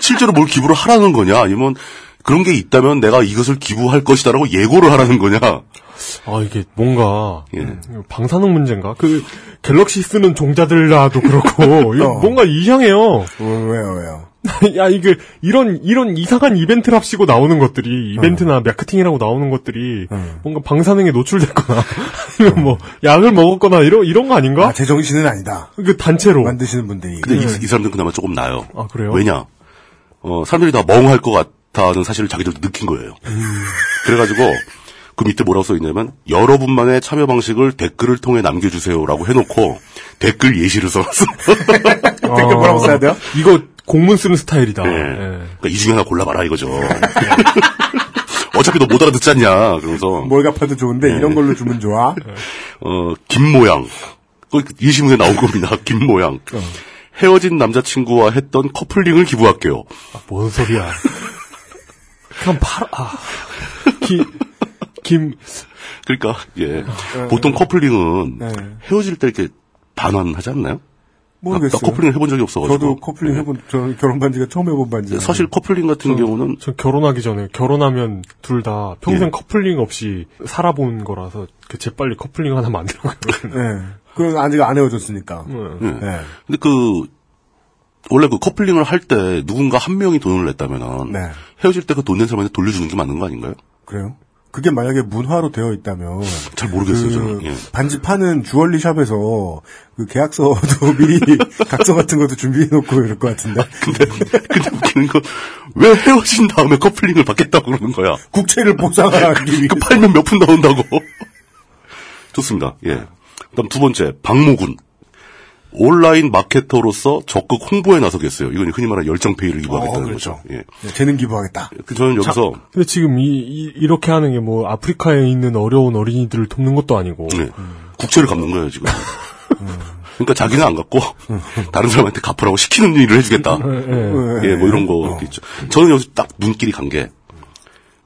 Speaker 4: 실제로 뭘 기부를 하라는 거냐? 아니면 그런 게 있다면 내가 이것을 기부할 것이다라고 예고를 하라는 거냐?
Speaker 2: 아 이게 뭔가
Speaker 4: 예.
Speaker 2: 방사능 문제인가? 그 갤럭시 쓰는 종자들라도 그렇고 이거
Speaker 4: 어.
Speaker 2: 뭔가 이상해요.
Speaker 3: 왜요 왜요?
Speaker 2: 야 이게 이런 이런 이상한 이벤트랍시고 나오는 것들이
Speaker 3: 어.
Speaker 2: 이벤트나 마케팅이라고 나오는 것들이 뭔가 방사능에 노출됐거나 아니면 뭐 약을 먹었거나 이런 이런 거
Speaker 4: 어?
Speaker 2: 아닌가?
Speaker 3: 제정신은 아니다.
Speaker 2: 그 단체로
Speaker 3: 만드시는 분들이.
Speaker 4: 근데 이, 이 사람들은 그나마 조금 나요.
Speaker 2: 네. 아, 그래요?
Speaker 4: 왜냐? 어, 사람들이 다 멍할 것 같다는 사실을 자기들도 느낀 거예요.
Speaker 2: 음.
Speaker 4: 그래가지고 그 밑에 뭐라고 써있냐면 여러분만의 참여 방식을 댓글을 통해 남겨주세요라고 해놓고 댓글 예시를 써놨어.
Speaker 3: 댓글 뭐라고 써야 돼요?
Speaker 2: 어. 이거 공문 쓰는 스타일이다.
Speaker 4: 예. 그러니까 이 중에 하나 골라봐라 이거죠. 어차피 너 못 알아듣지 않냐. 그러면서
Speaker 3: 뭘 갚아도 좋은데
Speaker 4: 네.
Speaker 3: 이런 걸로 주면 좋아.
Speaker 4: 어, 김 모양. 그 일시문에 나온 겁니다. 김 모양.
Speaker 3: 어.
Speaker 4: 헤어진 남자친구와 했던 커플링을 기부할게요.
Speaker 2: 아, 뭔 소리야? 그냥 팔아. 아. 기, 김
Speaker 4: 그러니까 예
Speaker 3: 어.
Speaker 4: 보통
Speaker 3: 네.
Speaker 4: 커플링은 헤어질 때 이렇게 반환하지 않나요?
Speaker 3: 모르겠어요.
Speaker 4: 나- 나 커플링을 해본 적이 없어가지고. 네.
Speaker 3: 저도 커플링 해본 저 결혼 반지가 처음 해본 반지.
Speaker 4: 사실 커플링 같은 경우는
Speaker 2: 전 결혼하기 전에 결혼하면 둘 다 평생
Speaker 4: 예.
Speaker 2: 커플링 없이 살아본 거라서 그 재빨리 커플링 하나 만들어
Speaker 3: 예. 그런 안지가 안 헤어졌으니까.
Speaker 4: 예.
Speaker 3: 네.
Speaker 4: 근데 그 원래 그 커플링을 할 때 누군가 한 명이 돈을 냈다면은
Speaker 3: 네.
Speaker 4: 헤어질 때 그 돈 낸 사람한테 돌려주는 게 맞는 거 아닌가요?
Speaker 3: 그래요? 그게 만약에 문화로 되어 있다면
Speaker 4: 잘 모르겠어요,
Speaker 3: 그
Speaker 4: 저는. 예.
Speaker 3: 반지 파는 주얼리 샵에서 그 계약서도 미리 각서 같은 것도 준비해 놓고 이럴 것 같은데.
Speaker 4: 그- 근데 웃기는 건 왜 헤어진 다음에 커플링을 받겠다고 그러는 거야?
Speaker 3: 국채를 보상하기 위해.
Speaker 4: 그 팔면 몇 푼 나온다고. 좋습니다. 예. 그다음 두 번째 박모군. 온라인 마케터로서 적극 홍보에 나서겠어요. 이건 흔히 말하는 열정페이를 기부하겠다는
Speaker 3: 그렇죠.
Speaker 4: 거죠. 예.
Speaker 3: 어, 네, 재능 기부하겠다.
Speaker 4: 그 저는 여기서
Speaker 2: 근데 지금 이, 이, 렇게 하는 게 뭐 아프리카에 있는 어려운 어린이들을 돕는 것도 아니고
Speaker 4: 네. 국채를 갚는 거예요 지금. 그러니까 자기는 안 갚고 다른 사람한테 갚으라고 시키는 일을 해주겠다.
Speaker 2: 예.
Speaker 4: 예, 뭐 이런 거 있죠. 저는 여기서 딱 눈길이 간 게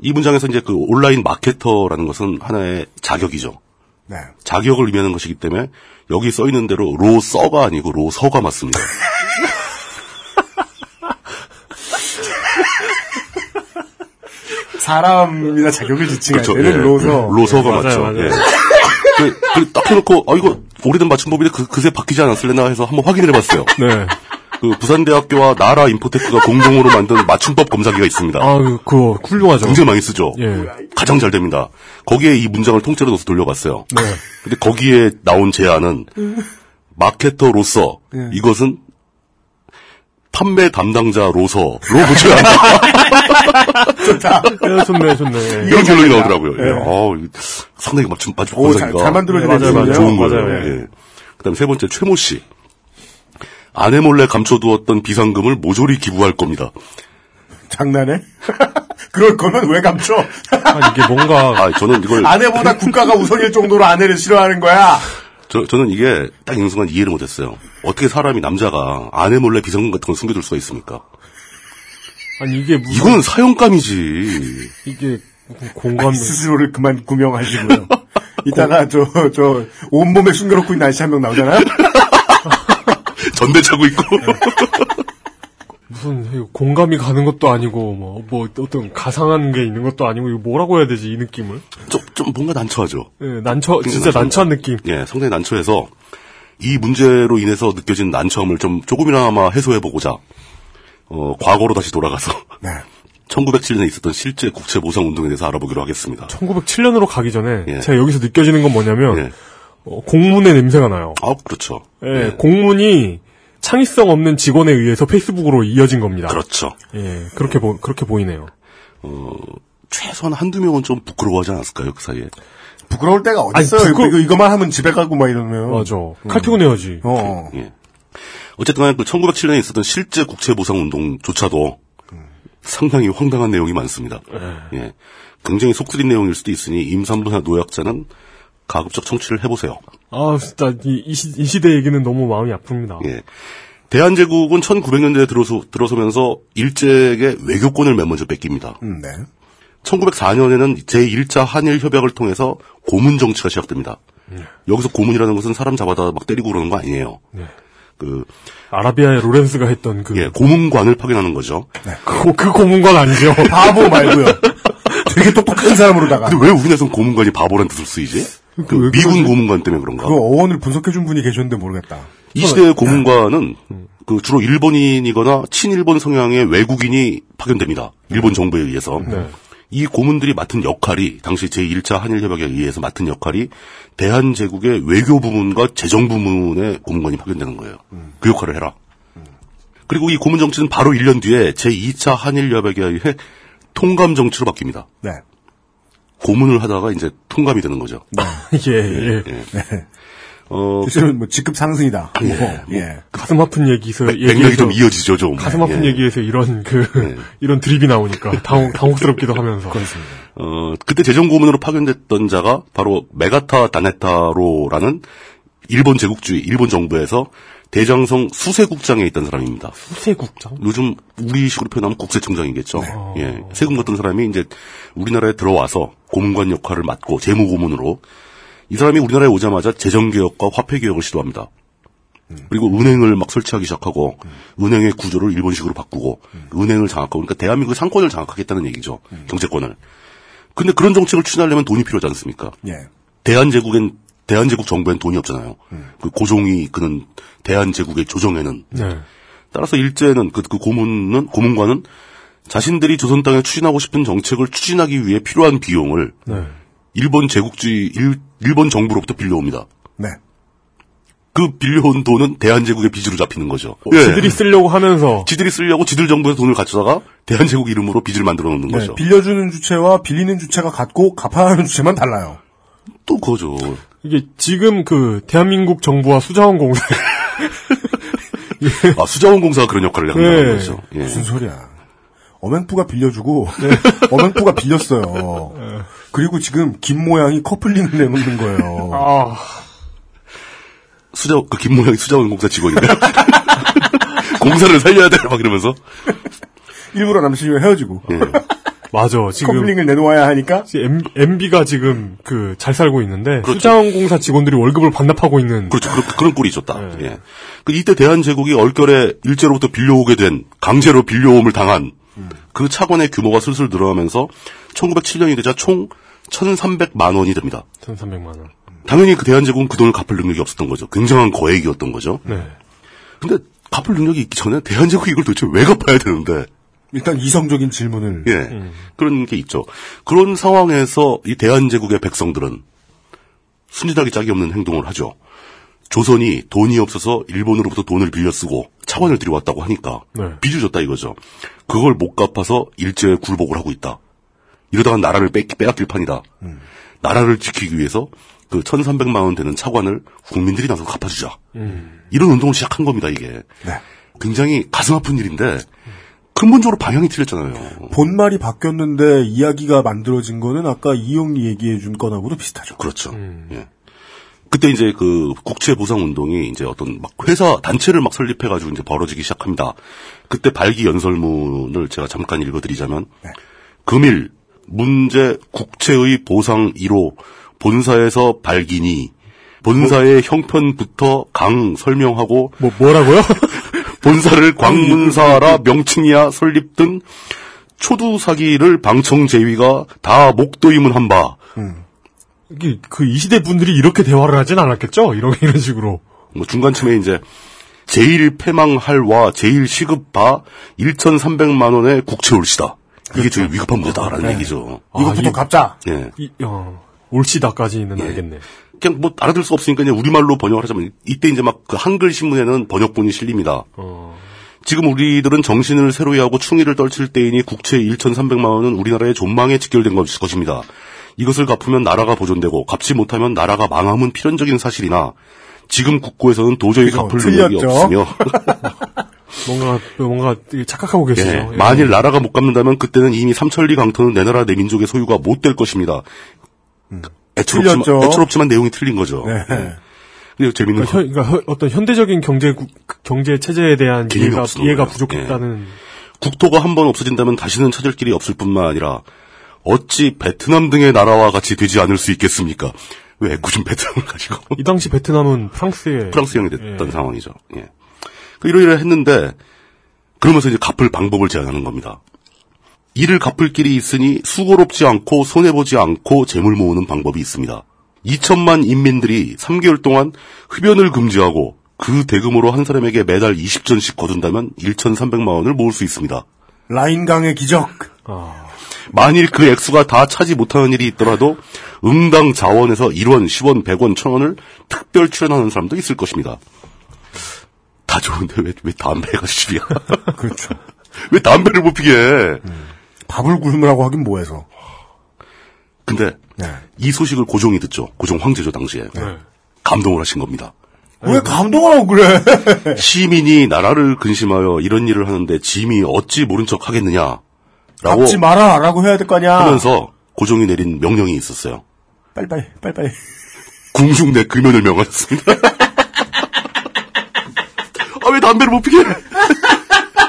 Speaker 4: 이 문장에서 이제 그 온라인 마케터라는 것은 하나의 자격이죠.
Speaker 3: 네.
Speaker 4: 자격을 의미하는 것이기 때문에 여기 써 있는 대로 로 써가 아니고 로 서가 맞습니다.
Speaker 3: 사람이나 자격을
Speaker 4: 그렇죠.
Speaker 3: 지칭할 때는 아, 로서.
Speaker 4: 예, 로서가
Speaker 3: 예,
Speaker 4: 맞죠.
Speaker 3: 맞아요, 맞아요.
Speaker 4: 예. 그, 그, 딱 해놓고, 아, 이거 오래된 맞춤법인데 그, 그새 바뀌지 않았을래나 해서 한번 확인을 해봤어요.
Speaker 2: 네.
Speaker 4: 그 부산대학교와 나라 인포테크가 공동으로 만든 맞춤법 검사기가 있습니다.
Speaker 2: 아 그거 훌륭하죠.
Speaker 4: 굉장히 많이 쓰죠.
Speaker 2: 예.
Speaker 4: 가장 잘 됩니다. 거기에 이 문장을 통째로 넣어서 돌려봤어요.
Speaker 2: 네.
Speaker 4: 근데 거기에 나온 제안은 마케터로서
Speaker 3: 예.
Speaker 4: 이것은 판매 담당자로서로 붙여야 한다.
Speaker 3: 좋다.
Speaker 2: 예, 좋네 좋네.
Speaker 4: 이런 결론이 나오더라고요.
Speaker 2: 예.
Speaker 4: 예. 어, 이거 상당히 맞춤 맞춤
Speaker 3: 오,
Speaker 4: 검사기가
Speaker 3: 잘- 잘 만들어진
Speaker 4: 네, 맞아요,
Speaker 3: 애들이네요.
Speaker 4: 맞아요. 좋은
Speaker 2: 맞아요,
Speaker 4: 거예요.
Speaker 2: 예.
Speaker 4: 예. 그다음 세 번째 최모 씨 아내 몰래 감춰두었던 비상금을 모조리 기부할 겁니다.
Speaker 3: 장난해? 그럴 거면 왜 감춰?
Speaker 2: 이게 뭔가
Speaker 4: 아, 저는 이걸
Speaker 3: 아내보다 국가가 우선일 정도로 아내를 싫어하는 거야.
Speaker 4: 저, 저는 이게 딱 있는 순간 이해를 못했어요. 어떻게 사람이 남자가 아내 몰래 비상금 같은 걸 숨겨둘 수가 있습니까?
Speaker 2: 아니 이게 무슨
Speaker 4: 이건 사형감이지.
Speaker 2: 이게 공감
Speaker 3: 스스로를 그만 구명하시고요. 이따가 저, 저, 온몸에 숨겨놓고 있는 아저씨 한 명 나오잖아요?
Speaker 4: 전대 차고 있고.
Speaker 3: 네.
Speaker 2: 무슨 이거 공감이 가는 것도 아니고 뭐 뭐 어떤 가상한 게 있는 것도 아니고 이거 뭐라고 해야 되지 이 느낌을?
Speaker 4: 좀, 좀 뭔가 그 난처하죠.
Speaker 2: 예, 난처 진짜
Speaker 4: 굉장히
Speaker 2: 난처한 느낌.
Speaker 4: 예, 상당히 난처해서 이 문제로 인해서 느껴진 난처함을 좀 조금이나마 해소해보고자, 어, 과거로 다시 돌아가서
Speaker 3: 네.
Speaker 4: 1907년에 있었던 실제 국채 보상 운동에 대해서 알아보기로 하겠습니다.
Speaker 2: 1907년으로 가기 전에
Speaker 4: 예.
Speaker 2: 제가 여기서 느껴지는 건 뭐냐면
Speaker 4: 예.
Speaker 2: 어, 공문의 냄새가 나요.
Speaker 4: 아, 그렇죠.
Speaker 2: 예, 공문이 창의성 없는 직원에 의해서 페이스북으로 이어진 겁니다.
Speaker 4: 그렇죠.
Speaker 2: 예, 그렇게 보, 그렇게 보이네요.
Speaker 4: 어, 최소한 한두 명은 좀 부끄러워하지 않았을까요, 그 사이에?
Speaker 3: 부끄러울 때가 어딨어요.
Speaker 2: 아니, 부끄- 어.
Speaker 3: 이거, 이거만 하면 집에 가고 막 이러면.
Speaker 2: 맞아. 칼퇴근해야지.
Speaker 3: 어.
Speaker 4: 예. 어쨌든 간에 그 1907년에 있었던 실제 국채 보상 운동조차도 상당히 황당한 내용이 많습니다. 예. 굉장히 속쓰린 내용일 수도 있으니 임산부나 노약자는 가급적 청취를 해보세요.
Speaker 2: 아, 진짜, 이, 이 시, 이 시대 얘기는 너무 마음이 아픕니다.
Speaker 4: 예. 대한제국은 1900년대에 들어서, 들어서면서 일제에게 외교권을 맨 먼저 뺏깁니다.
Speaker 3: 음, 네.
Speaker 4: 1904년에는 제1차 한일협약을 통해서 고문 정치가 시작됩니다. 여기서 고문이라는 것은 사람 잡아다 막 때리고 그러는 거 아니에요.
Speaker 2: 네.
Speaker 4: 그
Speaker 2: 아라비아의 로렌스가 했던 그
Speaker 4: 예, 고문관을 파견하는 거죠.
Speaker 2: 그, 그 고문관 아니죠.
Speaker 3: 바보 말고요. 되게 똑똑한 사람으로다가.
Speaker 2: 네.
Speaker 4: 근데 왜 우리나라에선 고문관이 바보란 뜻으로 쓰이지? 그
Speaker 3: 왜
Speaker 4: 미군 고문관 때문에 그런가?
Speaker 3: 그 어원을 분석해준 분이 계셨는데 모르겠다.
Speaker 4: 이 시대의 고문관은 그 주로 일본인이거나 친일본 성향의 외국인이 파견됩니다. 일본 정부에 의해서. 이 고문들이 맡은 역할이 당시 제1차 한일협약에 의해서 맡은 역할이 대한제국의 외교 부문과 재정 부문의 고문관이 파견되는 거예요. 그 역할을 해라. 그리고 이 고문 정치는 바로 1년 뒤에 제2차 한일협약에 의해 통감 정치로 바뀝니다.
Speaker 3: 네.
Speaker 4: 고문을 하다가 이제 통감이 되는 거죠.
Speaker 2: 예, 예.
Speaker 4: 예. 어,
Speaker 3: 실제로 뭐 직급 상승이다. 뭐, 예.
Speaker 2: 가슴 아픈 예, 얘기에서,
Speaker 4: 맥- 맥락이 좀 이어지죠, 좀.
Speaker 2: 가슴 아픈
Speaker 4: 예.
Speaker 2: 얘기에서 이런 그, 이런 드립이 나오니까 당혹, 당혹스럽기도 하면서.
Speaker 3: 그렇습니다.
Speaker 4: 어, 그때 재정고문으로 파견됐던 자가 바로 메가타 다네타로라는 일본 제국주의, 일본 정부에서 대장성 수세국장에 있던 사람입니다.
Speaker 2: 수세국장?
Speaker 4: 요즘 우리식으로 표현하면 국세청장이겠죠. 예. 세금 걷던 사람이 이제 우리나라에 들어와서 고문관 역할을 맡고 재무고문으로 이 사람이 우리나라에 오자마자 재정개혁과 화폐개혁을 시도합니다. 그리고 은행을 막 설치하기 시작하고 은행의 구조를 일본식으로 바꾸고 은행을 장악하고 그러니까 대한민국 상권을 장악하겠다는 얘기죠. 경제권을. 근데 그런 정책을 추진하려면 돈이 필요하지 않습니까?
Speaker 3: 예.
Speaker 4: 대한제국엔 대한제국 정부엔 돈이 없잖아요. 그 고종이 그는 대한제국의 조정에는
Speaker 2: 음. 네.
Speaker 4: 따라서 일제는 그, 그 고문은 고문관은 자신들이 조선 땅에 추진하고 싶은 정책을 추진하기 위해 필요한 비용을
Speaker 2: 네.
Speaker 4: 일본 제국주의 일, 본 정부로부터 빌려옵니다.
Speaker 3: 네.
Speaker 4: 그 빌려온 돈은 대한제국의 빚으로 잡히는 거죠. 예.
Speaker 2: 어, 지들이 쓰려고 하면서.
Speaker 4: 지들이 쓰려고 지들 정부에서 돈을 갖춰다가 대한제국 이름으로 빚을 만들어 놓는
Speaker 3: 네,
Speaker 2: 그렇죠.
Speaker 4: 거죠.
Speaker 3: 빌려주는 주체와 빌리는 주체가 같고 갚아야 하는 주체만 달라요.
Speaker 4: 또 그거죠.
Speaker 2: 이게 지금 그, 대한민국 정부와 수자원공사.
Speaker 4: 아, 수자원공사가 그런 역할을 한다는
Speaker 2: 네.
Speaker 4: 거죠. 예.
Speaker 3: 무슨 소리야. 어맹부가 빌려주고 어맹부가 빌렸어요. 그리고 지금 김 모양이 커플링을 내놓는 거예요.
Speaker 2: 아,
Speaker 4: 수자 그 김 모양이 수자원공사 직원인데 공사를 살려야 돼 막 이러면서
Speaker 3: 일부러 남친이랑 헤어지고
Speaker 4: 예.
Speaker 2: 맞아, 지금.
Speaker 3: 커플링을 내놓아야 하니까
Speaker 2: MB가 지금 그, 잘 살고 있는데.
Speaker 4: 그렇죠.
Speaker 2: 수자원공사 직원들이 월급을 반납하고 있는.
Speaker 4: 그렇죠. 그런, 그런 꼴이 있었다. 예. 그 이때 대한제국이 얼결에 일제로부터 빌려오게 된, 강제로 빌려옴을 당한 그 차관의 규모가 슬슬 늘어나면서 1907년이 되자 총 1,300만 원이 됩니다.
Speaker 2: 1,300만원.
Speaker 4: 당연히 그 대한제국은 그 돈을 갚을 능력이 없었던 거죠. 굉장한 거액이었던 거죠.
Speaker 2: 네.
Speaker 4: 근데 갚을 능력이 있기 전에 대한제국이 이걸 도대체 왜 갚아야 되는데.
Speaker 3: 일단 이성적인 질문을
Speaker 4: 예. 그런 게 있죠. 그런 상황에서 이 대한제국의 백성들은 순진하기 짝이 없는 행동을 하죠. 조선이 돈이 없어서 일본으로부터 돈을 빌려 쓰고 차관을 들여왔다고 하니까
Speaker 2: 네.
Speaker 4: 빚을 줬다 이거죠. 그걸 못 갚아서 일제에 굴복을 하고 있다. 이러다가 나라를 뺏, 빼앗길 판이다. 나라를 지키기 위해서 그 1300만 원 되는 차관을 국민들이 나서 갚아주자. 이런 운동을 시작한 겁니다, 이게. 굉장히 가슴 아픈 일인데 근본적으로 방향이 틀렸잖아요.
Speaker 3: 본말이 바뀌었는데 이야기가 만들어진 거는 아까 이용리 얘기해준 건하고도 비슷하죠.
Speaker 4: 그렇죠. 예. 그때 이제 그 국채 보상 운동이 이제 어떤 막 회사 단체를 막 설립해 가지고 이제 벌어지기 시작합니다. 그때 발기 연설문을 제가 잠깐 읽어드리자면 금일 문제 국채의 보상 1호 본사에서 발기니 본사의 형편부터 강 설명하고
Speaker 2: 뭐, 뭐라고요?
Speaker 4: 본사를 광문사라 명칭이야 설립 등 초두 사기를 방청 제위가 다 목도임은한 바.
Speaker 2: 이게 그 이 시대 분들이 이렇게 대화를 하진 않았겠죠? 이런 이런 식으로.
Speaker 4: 뭐 중간쯤에 이제 제일 패망할와 제일 시급바 1,300만 원의 국채 올시다. 이게
Speaker 3: 그렇죠.
Speaker 4: 제일 위급한 문제다라는
Speaker 3: 네.
Speaker 4: 얘기죠.
Speaker 3: 아, 이것부터
Speaker 2: 이-
Speaker 3: 갚자.
Speaker 4: 예.
Speaker 2: 이, 어, 올시다까지는 알겠네.
Speaker 4: 그냥 뭐 알아들 수 없으니까 이제 우리말로 번역을 하자면 이때 이제 막 그 한글 신문에는 번역본이 실립니다.
Speaker 3: 어.
Speaker 4: 지금 우리들은 정신을 새로이 하고 충의를 떨칠 때이니 국채 1,300만 원은 우리나라의 존망에 직결된 것- 것입니다. 이것을 갚으면 나라가 보존되고 갚지 못하면 나라가 망함은 필연적인 사실이나 지금 국고에서는 도저히
Speaker 3: 그죠.
Speaker 4: 갚을 능력이
Speaker 3: 틀렸죠.
Speaker 4: 없으며
Speaker 2: 뭔가 뭔가 되게 착각하고 계시죠.
Speaker 4: 예,
Speaker 2: 예.
Speaker 4: 만일 나라가 못 갚는다면 그때는 이미 삼천리 강토는 내 나라 내 민족의 소유가 못 될 것입니다. 애처롭지만,
Speaker 2: 음. 틀렸죠.
Speaker 4: 애처롭지만 내용이 틀린 거죠.
Speaker 2: 네.
Speaker 4: 네. 근데 재밌는
Speaker 2: 그러니까,
Speaker 4: 거.
Speaker 2: 현- 그러니까 어떤 현대적인 경제 구- 경제 체제에 대한
Speaker 4: 개념이
Speaker 2: 이해가
Speaker 4: 없었던
Speaker 2: 이해가
Speaker 4: 거예요.
Speaker 2: 부족했다는
Speaker 4: 국토가 한 번 없어진다면 다시는 찾을 길이 없을 뿐만 아니라 어찌 베트남 등의 나라와 같이 되지 않을 수 있겠습니까? 왜 굳이 베트남을 가지고
Speaker 2: 이 당시 베트남은 프랑스의
Speaker 4: 프랑스 형이 됐던 상황이죠. 예. 그 이러이러 했는데 그러면서 이제 갚을 방법을 제안하는 겁니다. 이를 갚을 길이 있으니 수고롭지 않고 손해보지 않고 재물 모으는 방법이 있습니다. 2천만 인민들이 3개월 동안 흡연을 금지하고 그 대금으로 한 사람에게 매달 20전씩 거둔다면 1,300만 원을 모을 수 있습니다.
Speaker 3: 라인강의 기적.
Speaker 4: 만일 그 액수가 다 차지 못하는 일이 있더라도 응당 자원에서 1원, 10원, 100원, 1000원을 특별 출연하는 사람도 있을 것입니다. 다 좋은데 왜, 왜 담배가 집이야?
Speaker 3: 그렇죠. 음.
Speaker 4: 왜 담배를 못 피게 해?
Speaker 3: 밥을 굶으라고 하긴 뭐해서.
Speaker 4: 근데
Speaker 3: 네.
Speaker 4: 이 소식을 고종이 듣죠. 고종 황제죠, 당시에. 감동을 하신 겁니다.
Speaker 3: 왜 감동을 하고 그래?
Speaker 4: 시민이 나라를 근심하여 이런 일을 하는데 짐이 어찌 모른 척 하겠느냐? 라고
Speaker 3: 갚지 마라! 라고 해야 될 거 아니야.
Speaker 4: 하면서 고종이 내린 명령이 있었어요.
Speaker 3: 빨리빨리, 빨리빨리.
Speaker 4: 궁중내 금연을 명하였습니다. 아, 왜 담배를 못 피게?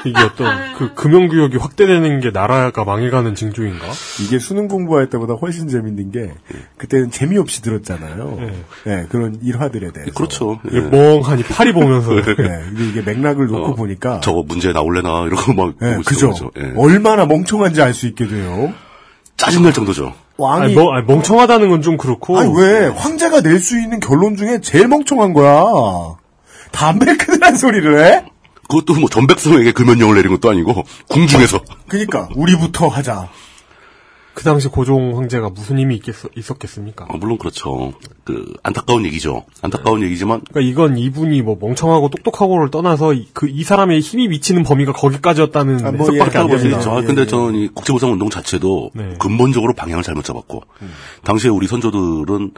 Speaker 2: 이게 어떤 그 금융구역이 확대되는 게 나라가 망해가는 징조인가?
Speaker 3: 이게 수능 공부할 때보다 훨씬 재밌는 게,
Speaker 4: 예.
Speaker 3: 그때는 재미없이 들었잖아요. 네. 그런 일화들에 대해서.
Speaker 4: 그렇죠.
Speaker 2: 이게 멍하니 파리 보면서.
Speaker 4: 예.
Speaker 3: 네, 근데 이게 맥락을 놓고 보니까,
Speaker 4: 어, 저거 문제 나올래나, 이러고 막.
Speaker 3: 예,
Speaker 4: 보고
Speaker 3: 그죠.
Speaker 4: 있었던 거죠. 예.
Speaker 3: 얼마나 멍청한지 알 수 있게 돼요.
Speaker 4: 짜증날 정도죠.
Speaker 3: 왕이-
Speaker 4: 뭐,
Speaker 2: 아니, 멍, 아니, 멍청하다는 건 좀 그렇고.
Speaker 3: 아니 왜 황제가 낼 수 있는 결론 중에 제일 멍청한 거야. 담배 크다는 소리를 해?
Speaker 4: 그것도 뭐 전백성에게 금연령을 내린 것도 아니고, 궁중에서.
Speaker 3: 그니까 우리부터 하자.
Speaker 2: 그 당시 고종 황제가 무슨 힘이 있겠, 있었겠습니까?
Speaker 4: 아, 물론 그렇죠. 네. 그, 안타까운 얘기죠. 안타까운 얘기지만,
Speaker 2: 그러니까 이건 이분이 뭐 멍청하고 똑똑하고를 떠나서 이- 그, 이 사람의 힘이 미치는 범위가 거기까지였다는
Speaker 4: 아, 뭐,
Speaker 2: 해석밖에 안
Speaker 4: 그렇다고
Speaker 2: 됩니다.
Speaker 4: 볼수
Speaker 2: 예, 네.
Speaker 4: 있죠. 아, 근데 저는 이 국제보상 운동 자체도 근본적으로 방향을 잘못 잡았고,
Speaker 2: 음.
Speaker 4: 당시에 우리 선조들은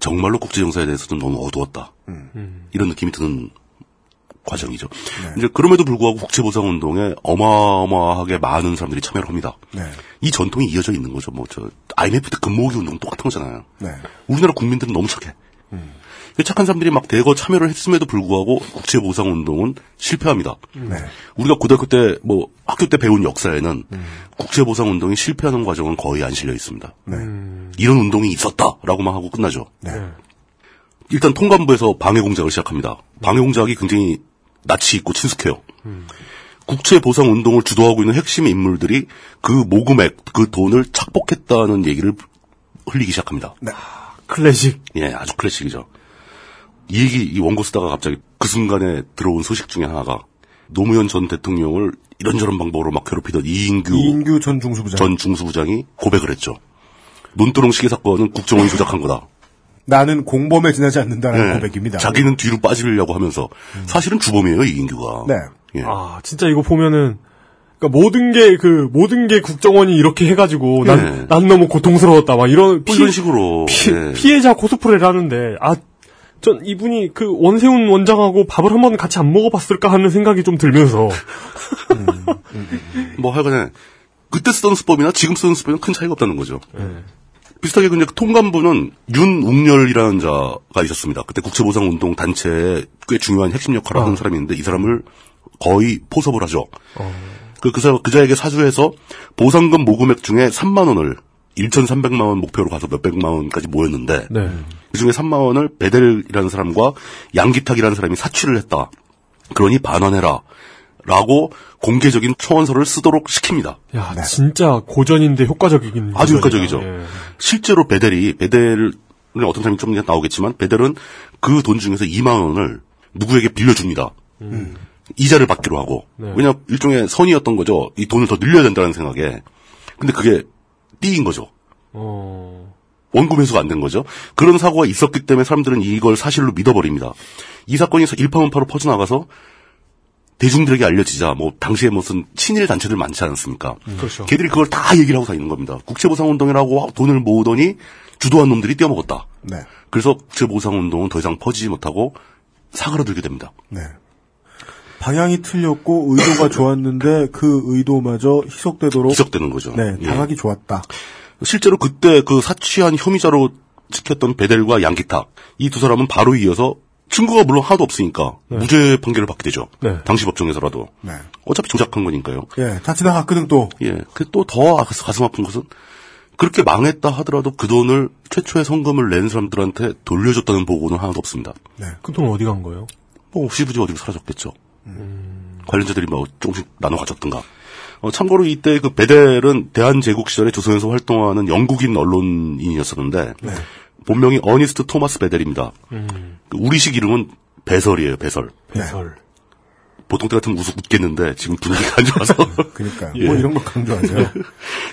Speaker 4: 정말로 국제정사에 대해서는 너무 어두웠다.
Speaker 2: 음.
Speaker 4: 음. 이런 느낌이 드는 과정이죠.
Speaker 2: 네.
Speaker 4: 이제 그럼에도 불구하고 국제보상 운동에 어마어마하게 많은 사람들이 참여를 합니다.
Speaker 3: 네.
Speaker 4: 이 전통이 이어져 있는 거죠. 뭐 저 IMF 때 금모으기 운동 똑같은 거잖아요.
Speaker 3: 네.
Speaker 4: 우리나라 국민들은 너무 착해. 그 착한 사람들이 막 대거 참여를 했음에도 불구하고 국제보상 운동은 실패합니다.
Speaker 3: 네.
Speaker 4: 우리가 고등학교 때, 뭐, 학교 때 배운 역사에는 국제보상 운동이 실패하는 과정은 거의 안 실려 있습니다.
Speaker 3: 네.
Speaker 4: 이런 운동이 있었다라고만 하고 끝나죠. 일단 통감부에서 방해 공작을 시작합니다. 방해 공작이 굉장히 낯이 있고 친숙해요. 국제보상 운동을 주도하고 있는 핵심 인물들이 그 모금액, 그 돈을 착복했다는 얘기를 흘리기 시작합니다.
Speaker 2: 클래식.
Speaker 4: 예, 아주 클래식이죠. 이 얘기, 이 원고 쓰다가 갑자기 그 순간에 들어온 소식 중에 하나가 노무현 전 대통령을 이런저런 방법으로 막 괴롭히던 이인규,
Speaker 3: 이인규 전 중수부장.
Speaker 4: 전 중수부장이 고백을 했죠. 논두렁 시계 사건은 국정원이 조작한 거다.
Speaker 3: 나는 공범에 지나지 않는다라는
Speaker 4: 네. 음.
Speaker 3: 고백입니다.
Speaker 4: 자기는 뒤로 빠지려고 하면서 사실은 주범이에요, 이인규가.
Speaker 3: 네.
Speaker 4: 예.
Speaker 2: 아, 진짜 이거 보면은, 그러니까 모든 게, 그, 모든 게 국정원이 이렇게 해가지고, 난,
Speaker 4: 예.
Speaker 2: 난 너무 고통스러웠다, 막 이런,
Speaker 4: 뭐 이런 식으로.
Speaker 2: 피,
Speaker 4: 예.
Speaker 2: 해자 코스프레를 하는데, 아, 전 이분이 그 원세훈 원장하고 밥을 한번 같이 안 먹어봤을까 하는 생각이 좀 들면서.
Speaker 4: 뭐 하여간에 그때 쓰던 수법이나 지금 쓰는 수법이나 큰 차이가 없다는 거죠. 비슷하게 근데 그 통감부는 윤웅열이라는 자가 있었습니다. 그때 국제보상운동 단체에 꽤 중요한 핵심 역할을 하는 사람이 있는데 이 사람을 거의 포섭을 하죠. 그, 그, 사, 그자에게 사주해서 보상금 모금액 중에 3만 원을 1,300만 원 목표로 가서 몇백만 원까지 모였는데 그 중에 3만 원을 베델이라는 사람과 양기탁이라는 사람이 사취를 했다. 그러니 반환해라. 라고 공개적인 초원서를 쓰도록 시킵니다.
Speaker 2: 야, 진짜 고전인데 효과적이긴.
Speaker 4: 네. 아주
Speaker 2: 고전이다.
Speaker 4: 효과적이죠.
Speaker 2: 예.
Speaker 4: 실제로 베델이 베델은 어떤 사람이 좀 이따 나오겠지만 베델은 그 돈 중에서 2만 원을 누구에게 빌려줍니다. 이자를 받기로 하고
Speaker 2: 음. 네.
Speaker 4: 왜냐 일종의 선의였던 거죠. 이 돈을 더 늘려야 된다는 생각에 근데 그게 띠인 거죠.
Speaker 2: 어.
Speaker 4: 원금 회수가 안 된 거죠. 그런 사고가 있었기 때문에 사람들은 이걸 사실로 믿어버립니다. 이 사건이 일파만파로 퍼져나가서 대중들에게 알려지자 뭐 당시에 무슨 친일 단체들 많지 않습니까?
Speaker 2: 그렇죠.
Speaker 4: 걔들이 그걸 다 얘기를 하고 다니는 겁니다. 국제보상운동이라고 돈을 모으더니 주도한 놈들이 뛰어먹었다.
Speaker 3: 네.
Speaker 4: 그래서 국제보상운동은 더 이상 퍼지지 못하고 사그라들게 됩니다.
Speaker 3: 네. 방향이 틀렸고 의도가 좋았는데 그 의도마저 희석되도록
Speaker 4: 희석되는 거죠.
Speaker 3: 네,
Speaker 4: 예.
Speaker 3: 당하기 좋았다.
Speaker 4: 실제로 그때 그 사취한 혐의자로 지켰던 베델과 양기탁 이 두 사람은 바로 이어서 증거가 물론 하나도 없으니까 무죄 판결을 받게 되죠.
Speaker 3: 네.
Speaker 4: 당시 법정에서라도
Speaker 3: 네.
Speaker 4: 어차피 조작한 거니까요.
Speaker 3: 예, 다 지나갔거든 또.
Speaker 4: 예. 그 또 더 가슴 아픈 것은 그렇게 망했다 하더라도 그 돈을 최초의 성금을 낸 사람들한테 돌려줬다는 보고는 하나도 없습니다.
Speaker 3: 네.
Speaker 2: 그 돈 어디 간 거예요?
Speaker 4: 뭐 시부지 어디로 사라졌겠죠. 관련자들이 뭐 조금씩 나눠 가졌던가. 어, 참고로 이때 그 베델은 대한제국 시절에 조선에서 활동하는 영국인 언론인이었었는데 본명이 어니스트 토마스 베델입니다. 그 우리식 이름은 배설이에요, 배설.
Speaker 3: 네.
Speaker 2: 배설.
Speaker 4: 보통 때 같으면 웃, 웃겠는데 지금 분위기가 안 좋아서.
Speaker 3: 그러니까
Speaker 4: 예.
Speaker 3: 뭐 이런 거 강조하세요.